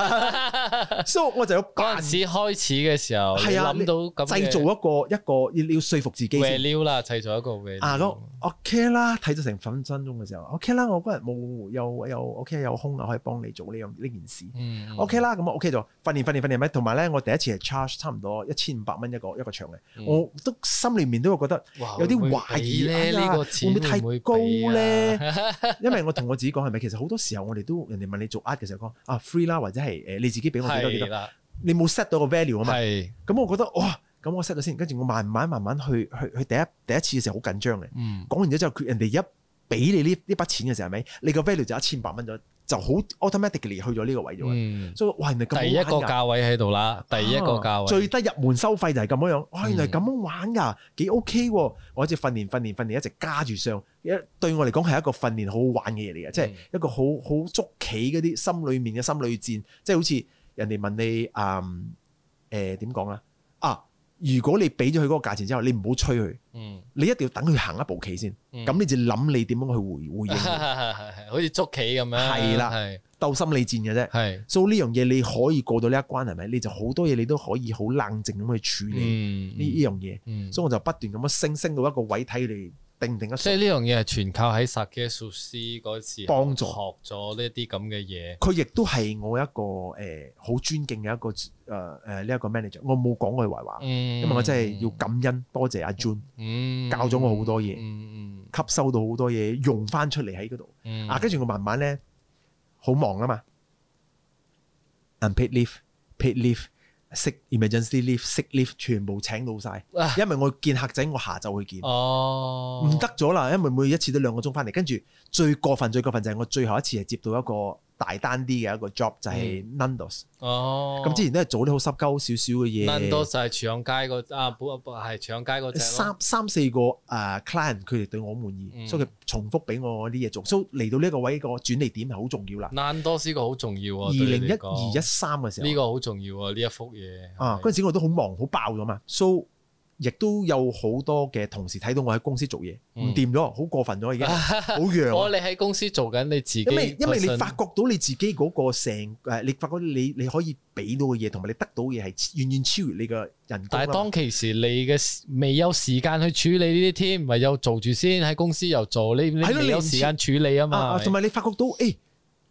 [SPEAKER 2] 嘛？
[SPEAKER 1] 所以我就要
[SPEAKER 2] 嗰
[SPEAKER 1] 扮
[SPEAKER 2] 陣時開始嘅時候，
[SPEAKER 1] 係啊
[SPEAKER 2] 你諗到咁
[SPEAKER 1] 製造
[SPEAKER 2] 嘅
[SPEAKER 1] 一個一個要要說服自己先。
[SPEAKER 2] value 啦，製造一個 value
[SPEAKER 1] 啊，咁 OK 啦，睇咗成分分鐘嘅時候，OK 啦，我嗰日冇有有 OK 有空啊，可以幫你做呢樣呢件事。
[SPEAKER 2] 嗯
[SPEAKER 1] OK 啦，咁我 OK 咗，訓練訓練訓練咪，同埋咧，我第一次係 charge 差唔多一千五百蚊一個一個場嘅，
[SPEAKER 2] 嗯
[SPEAKER 1] 我都心裏面都會覺得，
[SPEAKER 2] 哇
[SPEAKER 1] 有啲
[SPEAKER 2] 會唔會
[SPEAKER 1] 懷疑
[SPEAKER 2] 俾咧，
[SPEAKER 1] 哎呀
[SPEAKER 2] 呢個錢
[SPEAKER 1] 會唔會太
[SPEAKER 2] 唔會
[SPEAKER 1] 高
[SPEAKER 2] 俾啊
[SPEAKER 1] 咧？ 因為我同我自己講係咪，其實好多時候我哋都人哋問你做 art 嘅時候講啊 free 啦，或者係誒你自己俾我幾多幾
[SPEAKER 2] 係
[SPEAKER 1] 多，
[SPEAKER 2] 啦，
[SPEAKER 1] 你冇 set 到個 value 啊嘛，
[SPEAKER 2] 係
[SPEAKER 1] 咁我覺得哇咁我 set 咗先，跟住我慢慢慢慢去去去第一第一次嘅時候好緊張嘅。
[SPEAKER 2] 嗯，
[SPEAKER 1] 講完咗之後，佢人哋一俾你呢呢筆錢嘅時候，係咪？你個 value 就一千八蚊咗，就好 automatically 去咗呢個位咗嘅。
[SPEAKER 2] 嗯，
[SPEAKER 1] 所以哇，原來咁好玩
[SPEAKER 2] 第一個
[SPEAKER 1] 㗎
[SPEAKER 2] 價位喺度啦，第一個價
[SPEAKER 1] 啊
[SPEAKER 2] 位，
[SPEAKER 1] 最低入門收費就係咁樣樣，哇！原來
[SPEAKER 2] 嗯
[SPEAKER 1] 咁樣玩㗎，幾 OK 喎！我一直訓練訓練訓練，一直加住上，一對我嚟講係一個訓練好好玩嘅嘢嚟嘅，即係
[SPEAKER 2] 嗯
[SPEAKER 1] 一個好好捉棋嗰啲心裏面嘅心裏戰，即係好似人哋問你嗯誒點講啊啊！如果你俾咗佢嗰個價錢之後，你唔好催佢，
[SPEAKER 2] 嗯，
[SPEAKER 1] 你一定要等佢行一步棋先，
[SPEAKER 2] 嗯
[SPEAKER 1] 咁你就諗你點樣去回 回應
[SPEAKER 2] 好似捉棋咁樣，
[SPEAKER 1] 係啦
[SPEAKER 2] 係
[SPEAKER 1] 鬥心理戰嘅啫。
[SPEAKER 2] 係，
[SPEAKER 1] 所以呢樣嘢你可以過到呢一關係咪？你就好多嘢你都可以好冷靜咁去處理呢呢
[SPEAKER 2] 嗯，
[SPEAKER 1] 樣嘢。
[SPEAKER 2] 嗯，
[SPEAKER 1] 所以我就不斷咁樣升升到一個位，睇你定定一
[SPEAKER 2] 所
[SPEAKER 1] 水。
[SPEAKER 2] 以呢樣嘢係全靠喺薩基術師嗰次
[SPEAKER 1] 幫助
[SPEAKER 2] 學咗呢啲咁嘅嘢，
[SPEAKER 1] 佢亦都係我一個誒好、尊敬嘅一個誒誒呢一個 manager，我冇講佢壞話，
[SPEAKER 2] 嗯，
[SPEAKER 1] 因為我真係要感恩多謝阿 June，
[SPEAKER 2] 嗯，
[SPEAKER 1] 教咗我好多嘢
[SPEAKER 2] 嗯嗯
[SPEAKER 1] 吸收到好多嘢，用翻出嚟喺嗰度。
[SPEAKER 2] 嗯，
[SPEAKER 1] 啊，跟住我慢慢咧好忙啊嘛，unpaid leave、paid leave、sick emergency leave、sick leave 全部請到晒，
[SPEAKER 2] 啊
[SPEAKER 1] 因為我見客仔，我下晝去見。
[SPEAKER 2] 哦，
[SPEAKER 1] 唔得咗啦，因為每一次都兩個鐘翻嚟，跟住最過分最過分就係我最後一次係接到一個大單啲嘅一個 job 就係 Nando's，
[SPEAKER 2] 嗯哦，
[SPEAKER 1] 咁之前都係做啲好濕鳩少少嘅
[SPEAKER 2] 難
[SPEAKER 1] 嘢，
[SPEAKER 2] 到就係長街嗰啊，不不係長街嗰只
[SPEAKER 1] 三三四個誒 client 佢哋對我好滿意，
[SPEAKER 2] 嗯
[SPEAKER 1] 所以佢重複俾我啲嘢做，所以嚟到呢個位個轉捩點係好重要啦。
[SPEAKER 2] 難多斯個好重要
[SPEAKER 1] 二
[SPEAKER 2] 喎，對
[SPEAKER 1] 零
[SPEAKER 2] 你
[SPEAKER 1] 一
[SPEAKER 2] 嚟
[SPEAKER 1] 二
[SPEAKER 2] 講
[SPEAKER 1] 一三嘅時候
[SPEAKER 2] 呢個好重要啊！呢一幅嘢
[SPEAKER 1] 啊，嗰陣時我都好忙好爆咗嘛，so 亦都有好多嘅同事睇到我喺公司做嘢唔
[SPEAKER 2] 嗯
[SPEAKER 1] 掂咗，好過分咗 已經，好揚啊
[SPEAKER 2] 我哦你喺公司做緊你自己
[SPEAKER 1] 因為因為你
[SPEAKER 2] person
[SPEAKER 1] 發覺到你自己嗰個成誒，你發覺你你可以俾到嘅嘢，同埋你得到嘅嘢係遠遠超越你嘅人工
[SPEAKER 2] 但係
[SPEAKER 1] 啦。
[SPEAKER 2] 當其時你嘅未有時間去處理呢啲添，咪又做住先喺公司又做，你你
[SPEAKER 1] 係咯
[SPEAKER 2] 未有
[SPEAKER 1] 你唔
[SPEAKER 2] 時間處理啊
[SPEAKER 1] 啊
[SPEAKER 2] 嘛
[SPEAKER 1] 啊，，同埋你發覺到誒、欸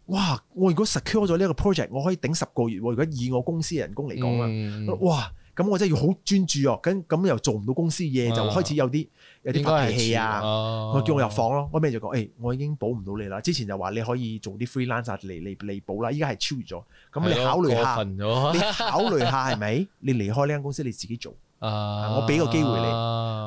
[SPEAKER 1] 哇！我如果 secure 咗呢一個 project，我可以頂十個月喎。如果以我公司嘅人工嚟講啦，
[SPEAKER 2] 啦，
[SPEAKER 1] 哇！咁我真係要好專注哦。咁咁又做唔到公司嘢，
[SPEAKER 2] 啊
[SPEAKER 1] 就開始有啲有啲
[SPEAKER 2] 應該
[SPEAKER 1] 發
[SPEAKER 2] 係
[SPEAKER 1] 脾氣啊。
[SPEAKER 2] 我
[SPEAKER 1] 我叫我入房咯，我咩就講，誒、我已經補唔到你啦。之前就話你可以做啲 freelancer 嚟嚟嚟補啦，依家係超越咗。咁你考慮下。
[SPEAKER 2] 分 咗
[SPEAKER 1] 你考慮下係咪？你離開呢間公司你自己做。
[SPEAKER 2] 啊
[SPEAKER 1] 我俾個機會你
[SPEAKER 2] 你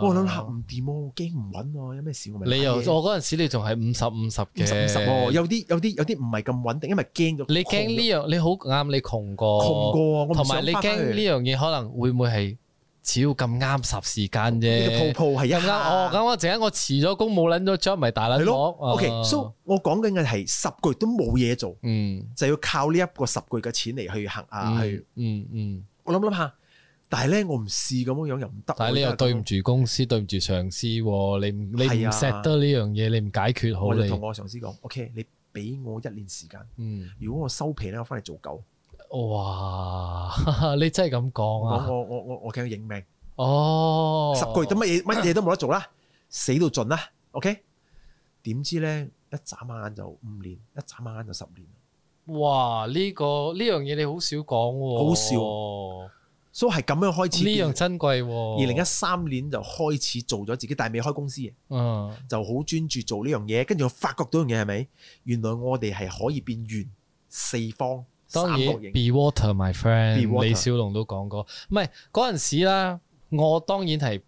[SPEAKER 1] 我諗下唔掂喎，我驚唔穩喎，有咩事我咪
[SPEAKER 2] 你又我
[SPEAKER 1] 賴嘢
[SPEAKER 2] 嗰陣時你仲係五十五十
[SPEAKER 1] 五
[SPEAKER 2] 嘅
[SPEAKER 1] 十五十喎，有啲有啲有啲唔係咁穩定，因為驚咗。
[SPEAKER 2] 你驚呢樣你好啱你窮過
[SPEAKER 1] 窮過，我唔
[SPEAKER 2] 同埋
[SPEAKER 1] 想
[SPEAKER 2] 你
[SPEAKER 1] 翻
[SPEAKER 2] 驚
[SPEAKER 1] 返
[SPEAKER 2] 呢
[SPEAKER 1] 去
[SPEAKER 2] 樣嘢可能會唔會係只要咁啱霎時間
[SPEAKER 1] 呢個
[SPEAKER 2] 啫？
[SPEAKER 1] 泡泡係一
[SPEAKER 2] 咁啱
[SPEAKER 1] 下
[SPEAKER 2] 哦，咁我陣間我辭咗工冇撚咗 job 咪大
[SPEAKER 1] 係
[SPEAKER 2] 撚
[SPEAKER 1] 咯
[SPEAKER 2] 鑊。
[SPEAKER 1] OK，so
[SPEAKER 2] 啊
[SPEAKER 1] 我講緊嘅係十個月都冇嘢做，
[SPEAKER 2] 嗯
[SPEAKER 1] 就要靠呢一個十個月嘅錢嚟去行啊，去
[SPEAKER 2] 嗯嗯嗯，
[SPEAKER 1] 我諗諗下。但係咧，我唔試咁樣樣又唔得喎。
[SPEAKER 2] 但係你又對唔住公司，對唔住上司喎，你唔你
[SPEAKER 1] 係
[SPEAKER 2] 唔
[SPEAKER 1] 啊
[SPEAKER 2] set 得呢樣嘢，你唔解決好
[SPEAKER 1] 我就同
[SPEAKER 2] 你，
[SPEAKER 1] 我上司講：OK，你俾我一年時間，
[SPEAKER 2] 嗯，
[SPEAKER 1] 如果我收皮咧，我翻嚟做狗。
[SPEAKER 2] 哇，你 真係咁
[SPEAKER 1] 我
[SPEAKER 2] 講
[SPEAKER 1] 講
[SPEAKER 2] 啊？
[SPEAKER 1] 我我我我驚佢認命。
[SPEAKER 2] 哦，
[SPEAKER 1] 十個月都乜嘢乜嘢都冇得做啦，死到盡啦，OK？點知咧一眨下眼就五年，一眨下眼就十年，
[SPEAKER 2] 哇！呢個呢樣嘢你好少講喎，
[SPEAKER 1] 好少所以係咁樣開始。
[SPEAKER 2] 呢樣哦珍貴喎。
[SPEAKER 1] 二零一三年就開始做咗自己，但係未開公司嘅，
[SPEAKER 2] 嗯
[SPEAKER 1] 就好專注做呢樣嘢。跟住我發覺到樣嘢係咪？原來我哋係可以變圓、四方、三
[SPEAKER 2] 當然
[SPEAKER 1] 角形。
[SPEAKER 2] ，Be water my friend，
[SPEAKER 1] Be water
[SPEAKER 2] 李小龍都講過，唔係嗰陣時啦，我當然係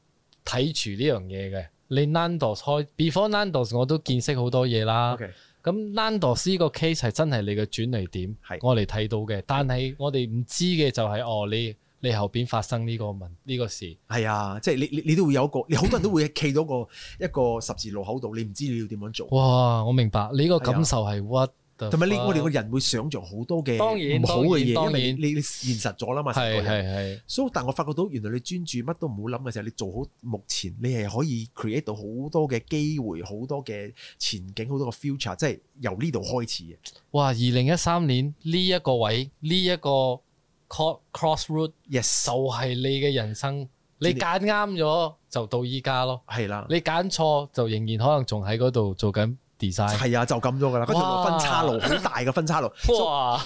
[SPEAKER 2] 睇住呢樣嘢嘅。你 Nando's 開，before Nando's 我都見識好多嘢啦。
[SPEAKER 1] OK，
[SPEAKER 2] 咁 Nando's 呢個 case 係真係你嘅轉嚟點
[SPEAKER 1] 係，
[SPEAKER 2] 我哋睇到嘅。但係我哋唔知嘅就係、哦，你你後邊發生呢個問呢、個事，
[SPEAKER 1] 係啊，即係你你你都會有一個，你好多人都會企到個一個十字路口度，你唔知你要點樣做，
[SPEAKER 2] 哇！我明白你個
[SPEAKER 1] 係啊
[SPEAKER 2] 感受係 what the
[SPEAKER 1] 同埋你我哋個
[SPEAKER 2] fuck
[SPEAKER 1] 人會想像好多嘅
[SPEAKER 2] 當然
[SPEAKER 1] 唔好嘅嘢，
[SPEAKER 2] 當然
[SPEAKER 1] 因為
[SPEAKER 2] 當然
[SPEAKER 1] 你你你現實咗啦嘛，成個
[SPEAKER 2] 係
[SPEAKER 1] 人
[SPEAKER 2] 係係。
[SPEAKER 1] 所以，但我發覺到原來你專注乜都唔好諗嘅時候，你做好目前，你係可以 create 到好多嘅機會、好多嘅前景、好多嘅 future，即係由呢度開始嘅。
[SPEAKER 2] 哇！二零一三年呢一個位，呢、一個 cro- crossroad
[SPEAKER 1] Yes，
[SPEAKER 2] 就係你嘅人生。你揀啱咗就到依家咯，
[SPEAKER 1] 係啦，
[SPEAKER 2] 你揀錯就仍然可能仲喺嗰度做緊 design。
[SPEAKER 1] 係啊，就咁咗㗎啦。嗰條路分叉路好大嘅分叉路，
[SPEAKER 2] 哇！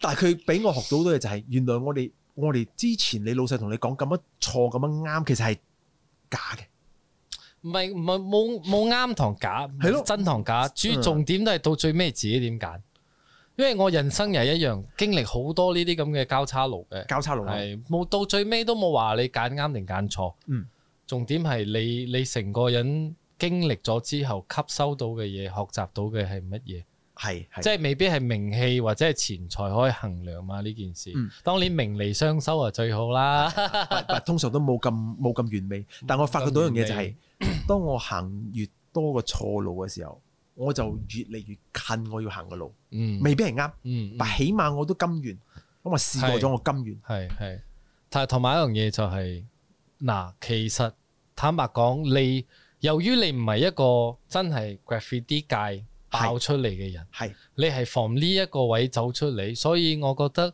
[SPEAKER 1] 但係佢俾我學到好多嘢就係原來我哋我哋之前你老細同你講咁樣錯咁樣啱，其實係假嘅。
[SPEAKER 2] 唔係唔係冇冇啱同假，
[SPEAKER 1] 係咯
[SPEAKER 2] 真同假，主
[SPEAKER 1] 嗯
[SPEAKER 2] 重點都係到最尾自己點揀。因為我人生又係一樣，經歷好多呢啲咁嘅交叉路嘅，
[SPEAKER 1] 交叉路口
[SPEAKER 2] 係冇到最尾都冇話你揀啱定揀錯。
[SPEAKER 1] 嗯，
[SPEAKER 2] 重點係你你成個人經歷咗之後吸收到嘅嘢，學習到嘅係乜嘢？
[SPEAKER 1] 係係
[SPEAKER 2] 即係未必係名氣或者係錢財可以衡量嘛呢件事。
[SPEAKER 1] 嗯
[SPEAKER 2] 當然名利雙收啊最好 啦。
[SPEAKER 1] 但但通常都冇咁冇咁完美。但我發覺到一樣嘢就係、 當我行越多個錯路嘅時候，我就越嚟越近我要行嘅路，
[SPEAKER 2] 嗯
[SPEAKER 1] 未必係啱，
[SPEAKER 2] 嗯，
[SPEAKER 1] 但起碼我都甘願。咁我試過咗，我甘願。
[SPEAKER 2] 係係，但係同埋一樣嘢就係、嗱，其實坦白講，你由於你唔係一個真係 graffiti 界爆出嚟嘅人，
[SPEAKER 1] 係
[SPEAKER 2] 你係從呢一個位走出嚟，所以我覺得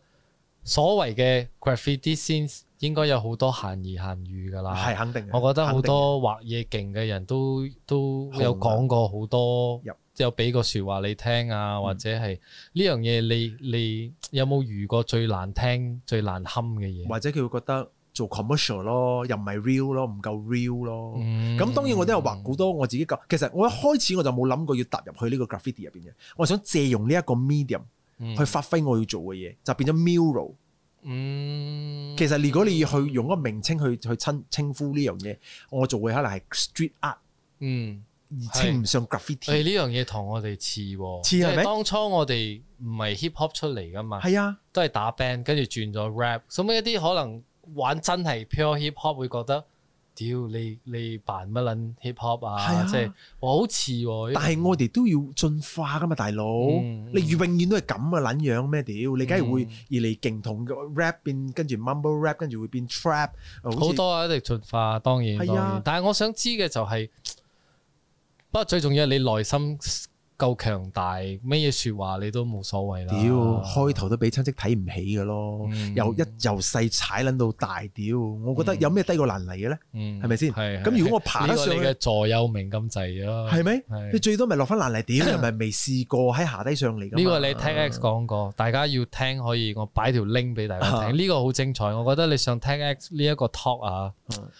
[SPEAKER 2] 所謂嘅 graffiti sense 應該有好多閒言閒語㗎啦。
[SPEAKER 1] 係肯定嘅。
[SPEAKER 2] 嗯啊我覺得好
[SPEAKER 1] 肯定
[SPEAKER 2] 多畫嘢勁嘅人都都
[SPEAKER 1] 紅啊
[SPEAKER 2] 有講過好多
[SPEAKER 1] 入，嗯
[SPEAKER 2] 有俾個説話你聽啊，或者係呢樣嘢你你有冇遇過最難聽、最難堪嘅嘢？
[SPEAKER 1] 或者佢會覺得做 commercial 咯，又唔係 real 咯，唔夠 real 咯。
[SPEAKER 2] 嗯
[SPEAKER 1] 咁當然我都有畫好多我自己個，其實我一開始我就冇諗過要踏入去呢個 graffiti 入邊嘅，我想借用呢一個 medium
[SPEAKER 2] 嗯
[SPEAKER 1] 去發揮我要做嘅嘢，就變咗 mural。
[SPEAKER 2] 嗯
[SPEAKER 1] 其實如果你要去用一個名稱去去稱稱呼呢樣嘢，我做嘅可能係 street art，
[SPEAKER 2] 嗯，
[SPEAKER 1] 而稱唔上
[SPEAKER 2] 誒
[SPEAKER 1] graffiti。
[SPEAKER 2] 呢樣嘢同我哋似喎，
[SPEAKER 1] 似係
[SPEAKER 2] 因為
[SPEAKER 1] 咪
[SPEAKER 2] 當初我哋唔係 hip hop 出嚟噶嘛，
[SPEAKER 1] 係啊，
[SPEAKER 2] 都係打 band，跟住轉咗 rap，咁一啲可能玩真係 pure hip hop 會覺得，屌你你扮乜撚 hip hop
[SPEAKER 1] 係
[SPEAKER 2] 啊，
[SPEAKER 1] 啊
[SPEAKER 2] 即係哇好似喎，
[SPEAKER 1] 但係我哋都要進化噶嘛，大佬。
[SPEAKER 2] 嗯嗯
[SPEAKER 1] 你永遠都係咁嘅撚樣咩？屌，你梗係會
[SPEAKER 2] 嗯
[SPEAKER 1] 而嚟勁同嘅 rap 變，跟住 mumble rap，跟住會變 trap，呃好
[SPEAKER 2] 好
[SPEAKER 1] 似
[SPEAKER 2] 多啊，一定進化，當然
[SPEAKER 1] 係啊
[SPEAKER 2] 當然。但係我想知嘅就係、不過最重要係你內心夠強大，咩嘢説話你都冇所謂啦。
[SPEAKER 1] 屌，開頭都俾親戚睇唔起嘅咯，
[SPEAKER 2] 啊嗯
[SPEAKER 1] 由一由細踩撚到大，屌，我覺得有咩低過難嚟嘅咧？
[SPEAKER 2] 嗯
[SPEAKER 1] 係咪先
[SPEAKER 2] 係
[SPEAKER 1] 咁如果我爬得
[SPEAKER 2] 呢個
[SPEAKER 1] 上
[SPEAKER 2] 你
[SPEAKER 1] 去
[SPEAKER 2] 嘅座右銘咁滯啊咯，
[SPEAKER 1] 係咪？你
[SPEAKER 2] 係
[SPEAKER 1] 最多咪落翻難嚟，屌，又咪未試過喺下低上嚟㗎嘛
[SPEAKER 2] 呢個你聽
[SPEAKER 1] 嗯
[SPEAKER 2] X 講過，大家要聽可以，我擺條 link 俾大家
[SPEAKER 1] 啊
[SPEAKER 2] 聽。呢個好精彩，我覺得你上聽 X 呢一個 talk 啊
[SPEAKER 1] 嗯，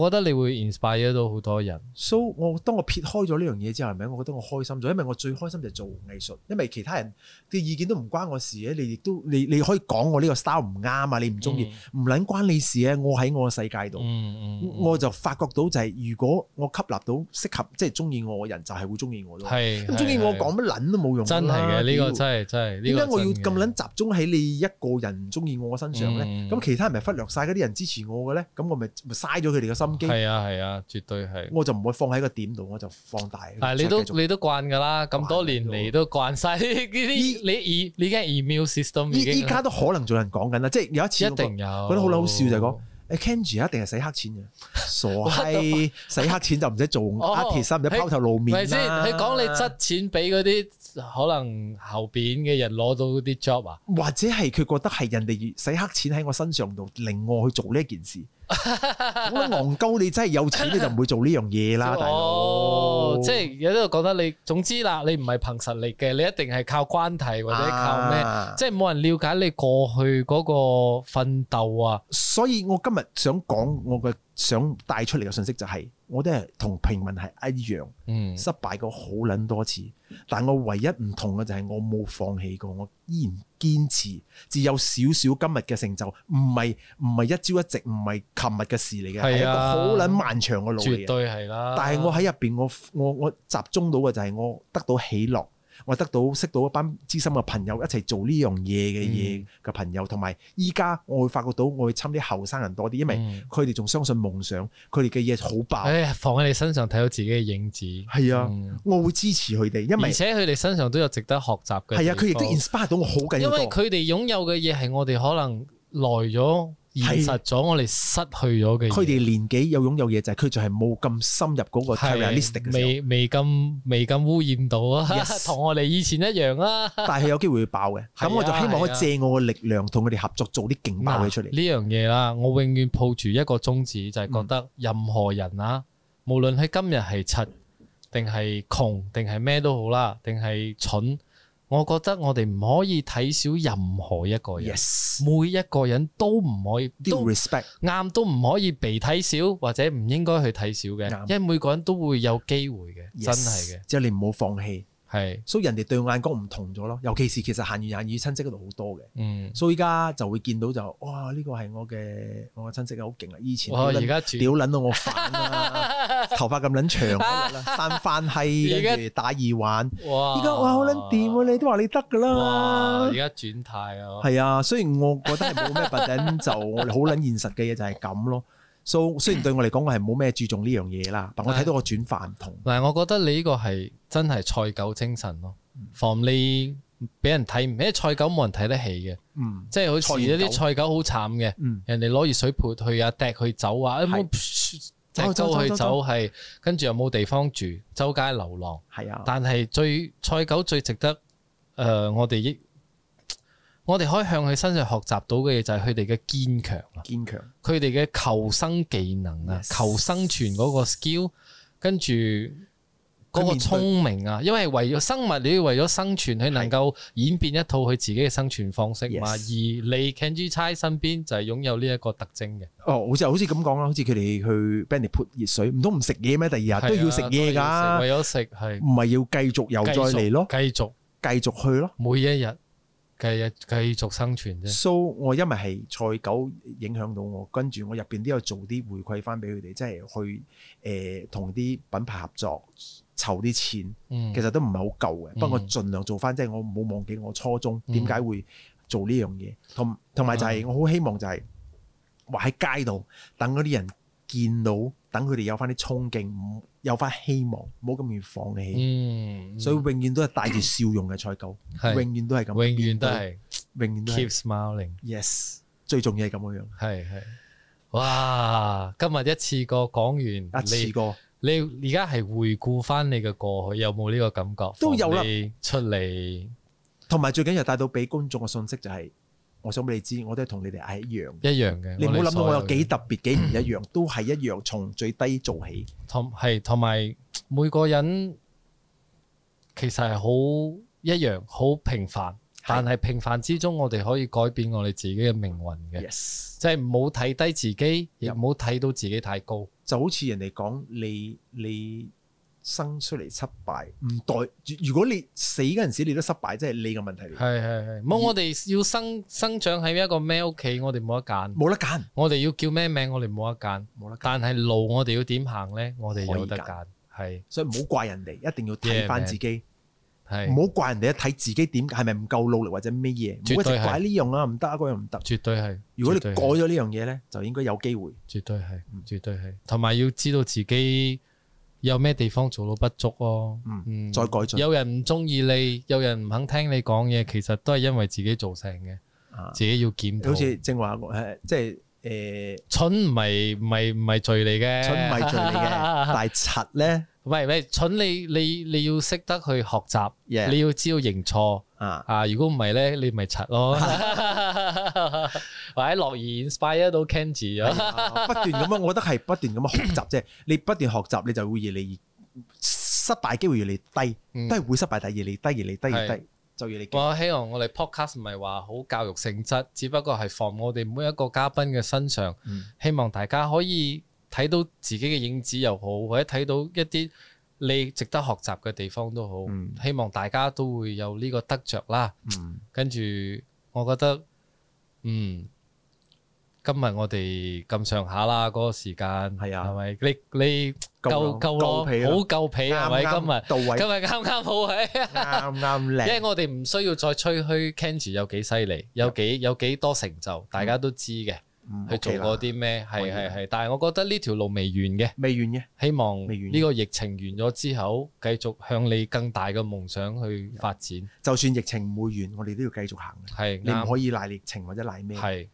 [SPEAKER 2] 我覺得你會 inspire 到好多人。
[SPEAKER 1] so 我當我撇開咗呢樣嘢之後，係咪？我覺得我開心咗，因為我最開心就係做藝術，因為其他人嘅意見都唔關我事嘅，你亦都你你可以講我呢個 style 唔啱啊，你唔中意，唔撚、關你事啊，我喺我嘅世界度。
[SPEAKER 2] 嗯嗯，
[SPEAKER 1] 我就發覺到就係，如果我吸納到適合即係中意我嘅人，就係會中意我咯。
[SPEAKER 2] 係
[SPEAKER 1] 咁中意我講乜撚都冇用㗎啦。
[SPEAKER 2] 真係嘅，呢個
[SPEAKER 1] 屌
[SPEAKER 2] 真係真係呢
[SPEAKER 1] 點
[SPEAKER 2] 個
[SPEAKER 1] 解我要
[SPEAKER 2] 真嘅
[SPEAKER 1] 咁撚集中喺你一個人唔中意我身上咧？
[SPEAKER 2] 嗯
[SPEAKER 1] 咁、其他人咪忽略晒嗰啲人支持我嘅咧？咁我咪咪嘥咗佢哋嘅心機。
[SPEAKER 2] 係啊係啊，絕對係。
[SPEAKER 1] 我就唔會放喺個點度，我就放大。
[SPEAKER 2] 但係你都
[SPEAKER 1] 繼續
[SPEAKER 2] 你都慣㗎啦，咁多
[SPEAKER 1] 慣
[SPEAKER 2] 年
[SPEAKER 1] 咗
[SPEAKER 2] 嚟都慣晒呢呢啲，你已你已經係 email system 已
[SPEAKER 1] 依
[SPEAKER 2] 經
[SPEAKER 1] 依家都可能仲有人講緊啦，即係有一次
[SPEAKER 2] 一
[SPEAKER 1] 我覺
[SPEAKER 2] 定有，
[SPEAKER 1] 覺得好撚好笑就係講誒 Kenji 一定係洗黑錢 嘅，傻閪洗黑錢就唔使做 artist，唔使拋頭露
[SPEAKER 2] 咪
[SPEAKER 1] 面
[SPEAKER 2] 先？
[SPEAKER 1] 啦。
[SPEAKER 2] 佢講你質錢俾嗰啲可能後邊嘅人攞到啲 job 啊？
[SPEAKER 1] 或者係佢覺得係人哋洗黑錢喺我身上度，令我去做呢一 件事。我覺得戇鳩，你真係有錢你就唔會做呢樣嘢啦，大佬
[SPEAKER 2] 哦，。即係有啲度覺得你總之啦，你唔係憑實力嘅，你一定係靠關係或者靠咩？
[SPEAKER 1] 啊
[SPEAKER 2] 即係冇人了解你過去嗰個奮鬥啊！
[SPEAKER 1] 所以我今日想講我嘅想帶出嚟嘅信息就係、我都係同平民係一樣，
[SPEAKER 2] 嗯
[SPEAKER 1] 失敗過好撚多次，但我唯一唔同嘅就係我冇放棄過，我依然堅持，只有少少今日嘅成就，唔係唔係一朝一夕，唔係琴日嘅事嚟嘅，係、一
[SPEAKER 2] 係
[SPEAKER 1] 個
[SPEAKER 2] 啊
[SPEAKER 1] 好撚漫長嘅路嚟
[SPEAKER 2] 絕
[SPEAKER 1] 嘅。
[SPEAKER 2] 對係啦。
[SPEAKER 1] 但係我喺入邊，我我我集中到嘅就係我得到喜樂，我得到識到一班知心嘅朋友一齊做呢樣嘢嘅
[SPEAKER 2] 嗯
[SPEAKER 1] 嘢嘅朋友，同埋依家我會發覺到我會侵啲後生人多啲，因為
[SPEAKER 2] 嗯
[SPEAKER 1] 佢哋仲相信夢想，佢哋嘅嘢好爆，
[SPEAKER 2] 唉，放喺你身上睇到自己嘅影子。
[SPEAKER 1] 啊係啊，
[SPEAKER 2] 嗯
[SPEAKER 1] 我會支持佢哋，因
[SPEAKER 2] 而
[SPEAKER 1] 為
[SPEAKER 2] 且佢哋身上都有值得學習嘅。
[SPEAKER 1] 係啊，佢亦都 inspire 到我好緊
[SPEAKER 2] 因
[SPEAKER 1] 要
[SPEAKER 2] 為
[SPEAKER 1] 多。
[SPEAKER 2] 佢哋擁有嘅嘢係我哋可能耐咗、現實咗，我哋失去咗嘅嘢。
[SPEAKER 1] 佢哋年紀有擁有嘢就係佢就係冇咁深入嗰個
[SPEAKER 2] 係
[SPEAKER 1] realistic 嘅時候，
[SPEAKER 2] 未未咁未咁污染到啊，
[SPEAKER 1] Yes
[SPEAKER 2] 同我哋以前一樣啊。
[SPEAKER 1] 但係有機會會爆 嘅。
[SPEAKER 2] 係啊
[SPEAKER 1] 咁我就希望可以借我嘅力量同佢哋合作做啲勁 爆
[SPEAKER 2] 嗱
[SPEAKER 1] 嘅出嚟。
[SPEAKER 2] 呢樣嘢啦，我永遠抱住一個宗旨，就係、覺得任何人啊，無論佢今日係柒定係窮定係咩都好啦，定係蠢，我覺得我哋唔可以睇小任何一個人
[SPEAKER 1] Yes，
[SPEAKER 2] 每一個人都唔可以都
[SPEAKER 1] 啲 respect。
[SPEAKER 2] 啱都唔可以被睇小，或者唔應該去睇小嘅，
[SPEAKER 1] 啱
[SPEAKER 2] 因為每個人都會有機會嘅，真係嘅。
[SPEAKER 1] 即係你唔好放棄，
[SPEAKER 2] 係，
[SPEAKER 1] 所以人哋對眼光唔同咗咯。尤其是其實閒言閒語親戚嗰度好多嘅，
[SPEAKER 2] 嗯，
[SPEAKER 1] 所以依家就會見到就哇呢個係我嘅我嘅親戚啊，好勁啊！以前
[SPEAKER 2] 我
[SPEAKER 1] 屌
[SPEAKER 2] 而
[SPEAKER 1] 撚
[SPEAKER 2] 家住
[SPEAKER 1] 屌撚到我反啦， 頭髮咁撚長嗰日啦，生翻
[SPEAKER 2] 而
[SPEAKER 1] 閪，
[SPEAKER 2] 家
[SPEAKER 1] 跟住打耳環。
[SPEAKER 2] 哇！
[SPEAKER 1] 依家哇好撚掂喎，你都話你得㗎
[SPEAKER 2] 哇！
[SPEAKER 1] 啦
[SPEAKER 2] 而。家轉態啊，
[SPEAKER 1] 係啊，雖然我覺得係冇咩 b u 就我哋好撚現實嘅嘢就係咁咯。so 雖然對我嚟講我係冇咩注重呢樣嘢啦，但我睇到個轉化唔同。
[SPEAKER 2] 嗱，我覺得你呢個係真係賽狗精神咯，
[SPEAKER 1] 嗯
[SPEAKER 2] 防你俾人睇唔，因為賽狗冇人睇得起嘅，
[SPEAKER 1] 嗯
[SPEAKER 2] 即係好
[SPEAKER 1] 賽
[SPEAKER 2] 似有
[SPEAKER 1] 完狗
[SPEAKER 2] 啲賽狗好慘嘅，
[SPEAKER 1] 嗯，
[SPEAKER 2] 人哋攞熱水潑去啊，掟佢走啊，
[SPEAKER 1] 係
[SPEAKER 2] 冇隻
[SPEAKER 1] 走走
[SPEAKER 2] 狗
[SPEAKER 1] 走
[SPEAKER 2] 去
[SPEAKER 1] 走
[SPEAKER 2] 走係，跟住又冇地方住，周街流浪。
[SPEAKER 1] 係啊，
[SPEAKER 2] 但係最賽狗最值得誒、呃我哋益，我哋可以向佢身上學習到嘅嘢就係佢哋嘅堅強啊。
[SPEAKER 1] 堅強
[SPEAKER 2] 佢哋嘅求生技能啊、
[SPEAKER 1] Yes
[SPEAKER 2] 求生存嗰個 skill，跟住嗰個聰明啊，因為為咗生物，你要為咗生存，佢能夠演變一套佢自己嘅生存方式嘛。而
[SPEAKER 1] Yes
[SPEAKER 2] 你 Can G 差身邊就係擁有呢一個特徵嘅，
[SPEAKER 1] 哦，好似好似咁講啦，好似佢哋去俾人哋潑熱水，唔通唔食嘢咩？第二日都要食嘢
[SPEAKER 2] 係啊
[SPEAKER 1] 㗎，
[SPEAKER 2] 為咗食係
[SPEAKER 1] 唔係要繼續又
[SPEAKER 2] 繼
[SPEAKER 1] 再
[SPEAKER 2] 續
[SPEAKER 1] 嚟咯，
[SPEAKER 2] 繼續
[SPEAKER 1] 繼續去咯。
[SPEAKER 2] 每一日繼日繼續生存啫。
[SPEAKER 1] so 我因為係賽狗影響到我，跟住我入邊都有做啲回饋翻俾佢哋，即係去誒同啲品牌合作，籌啲錢，
[SPEAKER 2] 嗯
[SPEAKER 1] 其實都唔係好夠嘅。
[SPEAKER 2] 嗯
[SPEAKER 1] 不過我盡量做翻，即係我冇忘記我初衷
[SPEAKER 2] 嗯
[SPEAKER 1] 點解會做呢樣嘢，同同埋就係我好希望就係話喺街度等嗰啲人見到，等佢哋有翻啲衝勁，唔有翻希望，唔好咁容易放棄。
[SPEAKER 2] 嗯，
[SPEAKER 1] 所以永遠都係帶住笑容嘅賽狗，
[SPEAKER 2] 係
[SPEAKER 1] 永遠都係咁，
[SPEAKER 2] 永遠都係
[SPEAKER 1] 面對，永遠都
[SPEAKER 2] keep
[SPEAKER 1] 係
[SPEAKER 2] smiling。
[SPEAKER 1] yes。最重要係咁樣樣。
[SPEAKER 2] 係係，哇！今日一次過講完，
[SPEAKER 1] 一次過
[SPEAKER 2] 你你而家係回顧翻你嘅過去，有冇呢個感覺？
[SPEAKER 1] 都有啦
[SPEAKER 2] 放你出嚟
[SPEAKER 1] 同埋最緊要帶到俾觀眾嘅信息就係、我想俾你知，我都係同你哋係一樣嘅。
[SPEAKER 2] 一樣嘅。
[SPEAKER 1] 你唔好諗到我有幾
[SPEAKER 2] 幾
[SPEAKER 1] 特別、幾唔一樣，都係一樣，從最低做起。
[SPEAKER 2] 同係同埋每個人其實係好一樣，好平凡，但係平凡之中，我哋可以改變我哋自己嘅命運
[SPEAKER 1] Dạ.
[SPEAKER 2] 嘅，
[SPEAKER 1] Yes，
[SPEAKER 2] 即係唔好睇低自己，亦唔好睇到自己太高。
[SPEAKER 1] 就好似人哋講你你生出嚟失敗，唔代如果你死嗰陣時你都失敗，即係你嘅問題嚟，
[SPEAKER 2] 係係係，冇我哋要生生長喺一個咩屋企，我哋冇得揀。
[SPEAKER 1] 冇得揀，
[SPEAKER 2] 我哋要叫咩名，我哋冇得揀。
[SPEAKER 1] 冇得揀。
[SPEAKER 2] 但係路我哋要點行呢？我哋有得
[SPEAKER 1] 可以
[SPEAKER 2] 揀，係
[SPEAKER 1] 所以唔好怪人哋，一定要
[SPEAKER 2] Yeah,
[SPEAKER 1] 睇翻自己，
[SPEAKER 2] 係
[SPEAKER 1] 唔好怪人哋一睇自己點係咪唔夠努力或者咩嘢，唔好一
[SPEAKER 2] 絕對
[SPEAKER 1] 直
[SPEAKER 2] 係
[SPEAKER 1] 怪呢樣啊唔得啊嗰樣唔得。
[SPEAKER 2] 絕對係。
[SPEAKER 1] 如果你
[SPEAKER 2] 絕對
[SPEAKER 1] 改
[SPEAKER 2] 係
[SPEAKER 1] 咗呢樣嘢咧，就應該有機會。
[SPEAKER 2] 絕對係
[SPEAKER 1] 嗯，
[SPEAKER 2] 絕對係，同埋要知道自己有咩地方做到不足咯。
[SPEAKER 1] 嗯
[SPEAKER 2] 嗯
[SPEAKER 1] 再改進
[SPEAKER 2] 有人唔中意你，有人唔肯聽你講嘢，其實都係因為自己造成嘅，
[SPEAKER 1] 啊
[SPEAKER 2] 自己要檢討。
[SPEAKER 1] 好似正話誒，即係呃誒
[SPEAKER 2] 蠢唔係唔係唔係罪嚟嘅，
[SPEAKER 1] 蠢唔係罪嚟嘅，
[SPEAKER 2] 啊
[SPEAKER 1] 但係柒咧
[SPEAKER 2] 唔係唔係蠢你你你要識得去學習，
[SPEAKER 1] Yeah
[SPEAKER 2] 你要知道認錯。
[SPEAKER 1] 啊，
[SPEAKER 2] 啊！如果唔係咧，你咪柒 咯，或者樂兒 inspire 到 Kenji 啊，
[SPEAKER 1] 不斷咁樣，我覺得係不斷咁樣學習 啫。你不斷學習，你就會越嚟越失敗機會越嚟越低，
[SPEAKER 2] 嗯
[SPEAKER 1] 都係會失敗，但係越嚟越低，越嚟越低，越嚟低就越嚟越勁
[SPEAKER 2] 我希望我哋 podcast 唔係話好教育性質，只不過係放我哋每一個嘉賓嘅身上，
[SPEAKER 1] 嗯
[SPEAKER 2] 希望大家可以睇到自己嘅影子又好，或者睇到一啲你值得學習嘅地方都好。
[SPEAKER 1] 嗯
[SPEAKER 2] 希望大家都會有呢個得着啦。
[SPEAKER 1] 嗯，
[SPEAKER 2] 跟住，我覺得，嗯，今日我哋咁上下啦，嗰、個時間
[SPEAKER 1] 係啊
[SPEAKER 2] 係咪？你你夠
[SPEAKER 1] 夠
[SPEAKER 2] 夠
[SPEAKER 1] 咯
[SPEAKER 2] 咯，
[SPEAKER 1] 夠皮
[SPEAKER 2] 好
[SPEAKER 1] 咯
[SPEAKER 2] 夠皮係咪？今
[SPEAKER 1] 啱
[SPEAKER 2] 日
[SPEAKER 1] 到位，
[SPEAKER 2] 今日啱啱好係，
[SPEAKER 1] 啱啱
[SPEAKER 2] 因為
[SPEAKER 1] 靚，
[SPEAKER 2] 我哋唔需要再吹噓 Kenji 有幾犀利，有幾有幾多成就，大家都知嘅，
[SPEAKER 1] 嗯
[SPEAKER 2] 佢做
[SPEAKER 1] OK 啦
[SPEAKER 2] 過啲咩，
[SPEAKER 1] 可以
[SPEAKER 2] 係
[SPEAKER 1] 啦
[SPEAKER 2] 係係。但係我覺得呢條路未完嘅，
[SPEAKER 1] 未完嘅，
[SPEAKER 2] 希
[SPEAKER 1] 未
[SPEAKER 2] 望
[SPEAKER 1] 完
[SPEAKER 2] 呢個疫情完咗之後，繼續向你更大嘅夢想去發展，
[SPEAKER 1] 就算疫情唔會完，我哋都要繼續行嘅。
[SPEAKER 2] 係
[SPEAKER 1] 你唔
[SPEAKER 2] 啱。
[SPEAKER 1] 可以賴疫情或者賴咩，
[SPEAKER 2] 係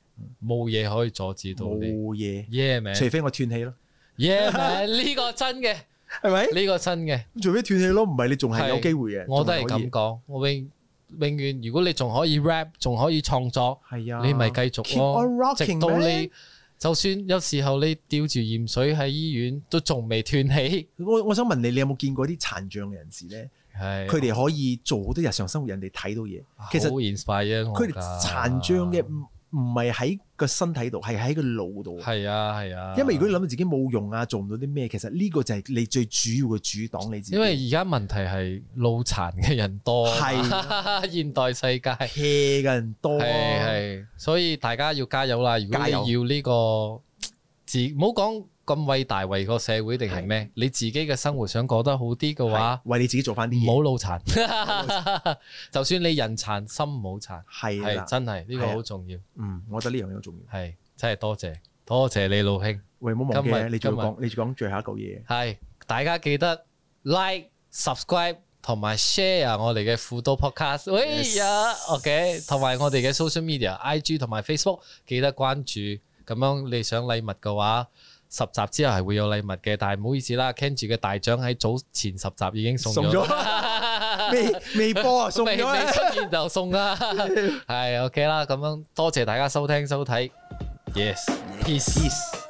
[SPEAKER 2] 冇嘢可以阻止到
[SPEAKER 1] 冇
[SPEAKER 2] 你。
[SPEAKER 1] 嘢，
[SPEAKER 2] Yeah 名
[SPEAKER 1] 除非我斷氣咯，
[SPEAKER 2] ，Yeah 名 呢個真嘅，
[SPEAKER 1] 係咪？
[SPEAKER 2] 呢個真嘅，
[SPEAKER 1] 咁除非斷氣咯，唔係你仲係有機會嘅，
[SPEAKER 2] 我都係
[SPEAKER 1] 仲可以
[SPEAKER 2] 咁講。我永永遠，如果你仲可以 rap，仲可以創作，
[SPEAKER 1] 係啊，
[SPEAKER 2] 你咪繼續
[SPEAKER 1] keep on
[SPEAKER 2] 咯，直
[SPEAKER 1] rocking
[SPEAKER 2] 到
[SPEAKER 1] man
[SPEAKER 2] 你就算有時候你吊住鹽水喺醫院都仲未斷氣，
[SPEAKER 1] 我我想問你，你有冇見過啲殘障嘅人士咧？
[SPEAKER 2] 係啊
[SPEAKER 1] 佢
[SPEAKER 2] 啊
[SPEAKER 1] 哋可以做好多日常生活，人哋睇到嘢。其實
[SPEAKER 2] 好 inspire 我
[SPEAKER 1] 佢哋
[SPEAKER 2] 㗎
[SPEAKER 1] 殘障嘅唔唔係喺個身體度，係喺個腦度。
[SPEAKER 2] 係啊係啊，
[SPEAKER 1] 因為如果你諗到自己冇用啊，做唔到啲咩，其實呢個就係你最主要嘅主黨你自己。
[SPEAKER 2] 因為而家問題係腦殘嘅人多，
[SPEAKER 1] 係
[SPEAKER 2] 現代世界
[SPEAKER 1] hea 嘅人多，
[SPEAKER 2] 係係，所以大家要加油啦！如果
[SPEAKER 1] 加
[SPEAKER 2] 你
[SPEAKER 1] 油
[SPEAKER 2] 要呢個自，唔好講咁偉大為個社會定係咩，你自己嘅生活想過得好啲嘅
[SPEAKER 1] 係
[SPEAKER 2] 話，
[SPEAKER 1] 為你自己做翻啲
[SPEAKER 2] 唔好
[SPEAKER 1] 嘢。
[SPEAKER 2] 腦殘。 就算你人殘心唔好殘，
[SPEAKER 1] 係啦
[SPEAKER 2] 係，真係呢個
[SPEAKER 1] 係啊
[SPEAKER 2] 好重要，
[SPEAKER 1] 嗯，我覺得呢樣嘢好重要。
[SPEAKER 2] 係真係多謝多謝你老兄。
[SPEAKER 1] 喂，唔好忘記
[SPEAKER 2] 今
[SPEAKER 1] 啊，
[SPEAKER 2] 日
[SPEAKER 1] 你仲要
[SPEAKER 2] 今日
[SPEAKER 1] 講，你仲要講最後一嚿嘢。
[SPEAKER 2] 系，大家記得 like、subscribe 同埋 share 我哋嘅輔導 podcast。哎
[SPEAKER 1] Yes
[SPEAKER 2] 呀，OK，同埋我哋嘅 social media、IG 同埋 Facebook 記得關注。咁樣你想禮物嘅話，十集之後係會有禮物嘅，但係唔好意思啦，Kenji 嘅大獎喺早前十集已經送
[SPEAKER 1] 送
[SPEAKER 2] 咗。
[SPEAKER 1] 未未播啊，送
[SPEAKER 2] 未
[SPEAKER 1] 咗
[SPEAKER 2] 未
[SPEAKER 1] 啊！
[SPEAKER 2] 出現 就送啦，係 OK 啦，咁樣多謝大家收聽收睇，yes，peace。
[SPEAKER 1] Peace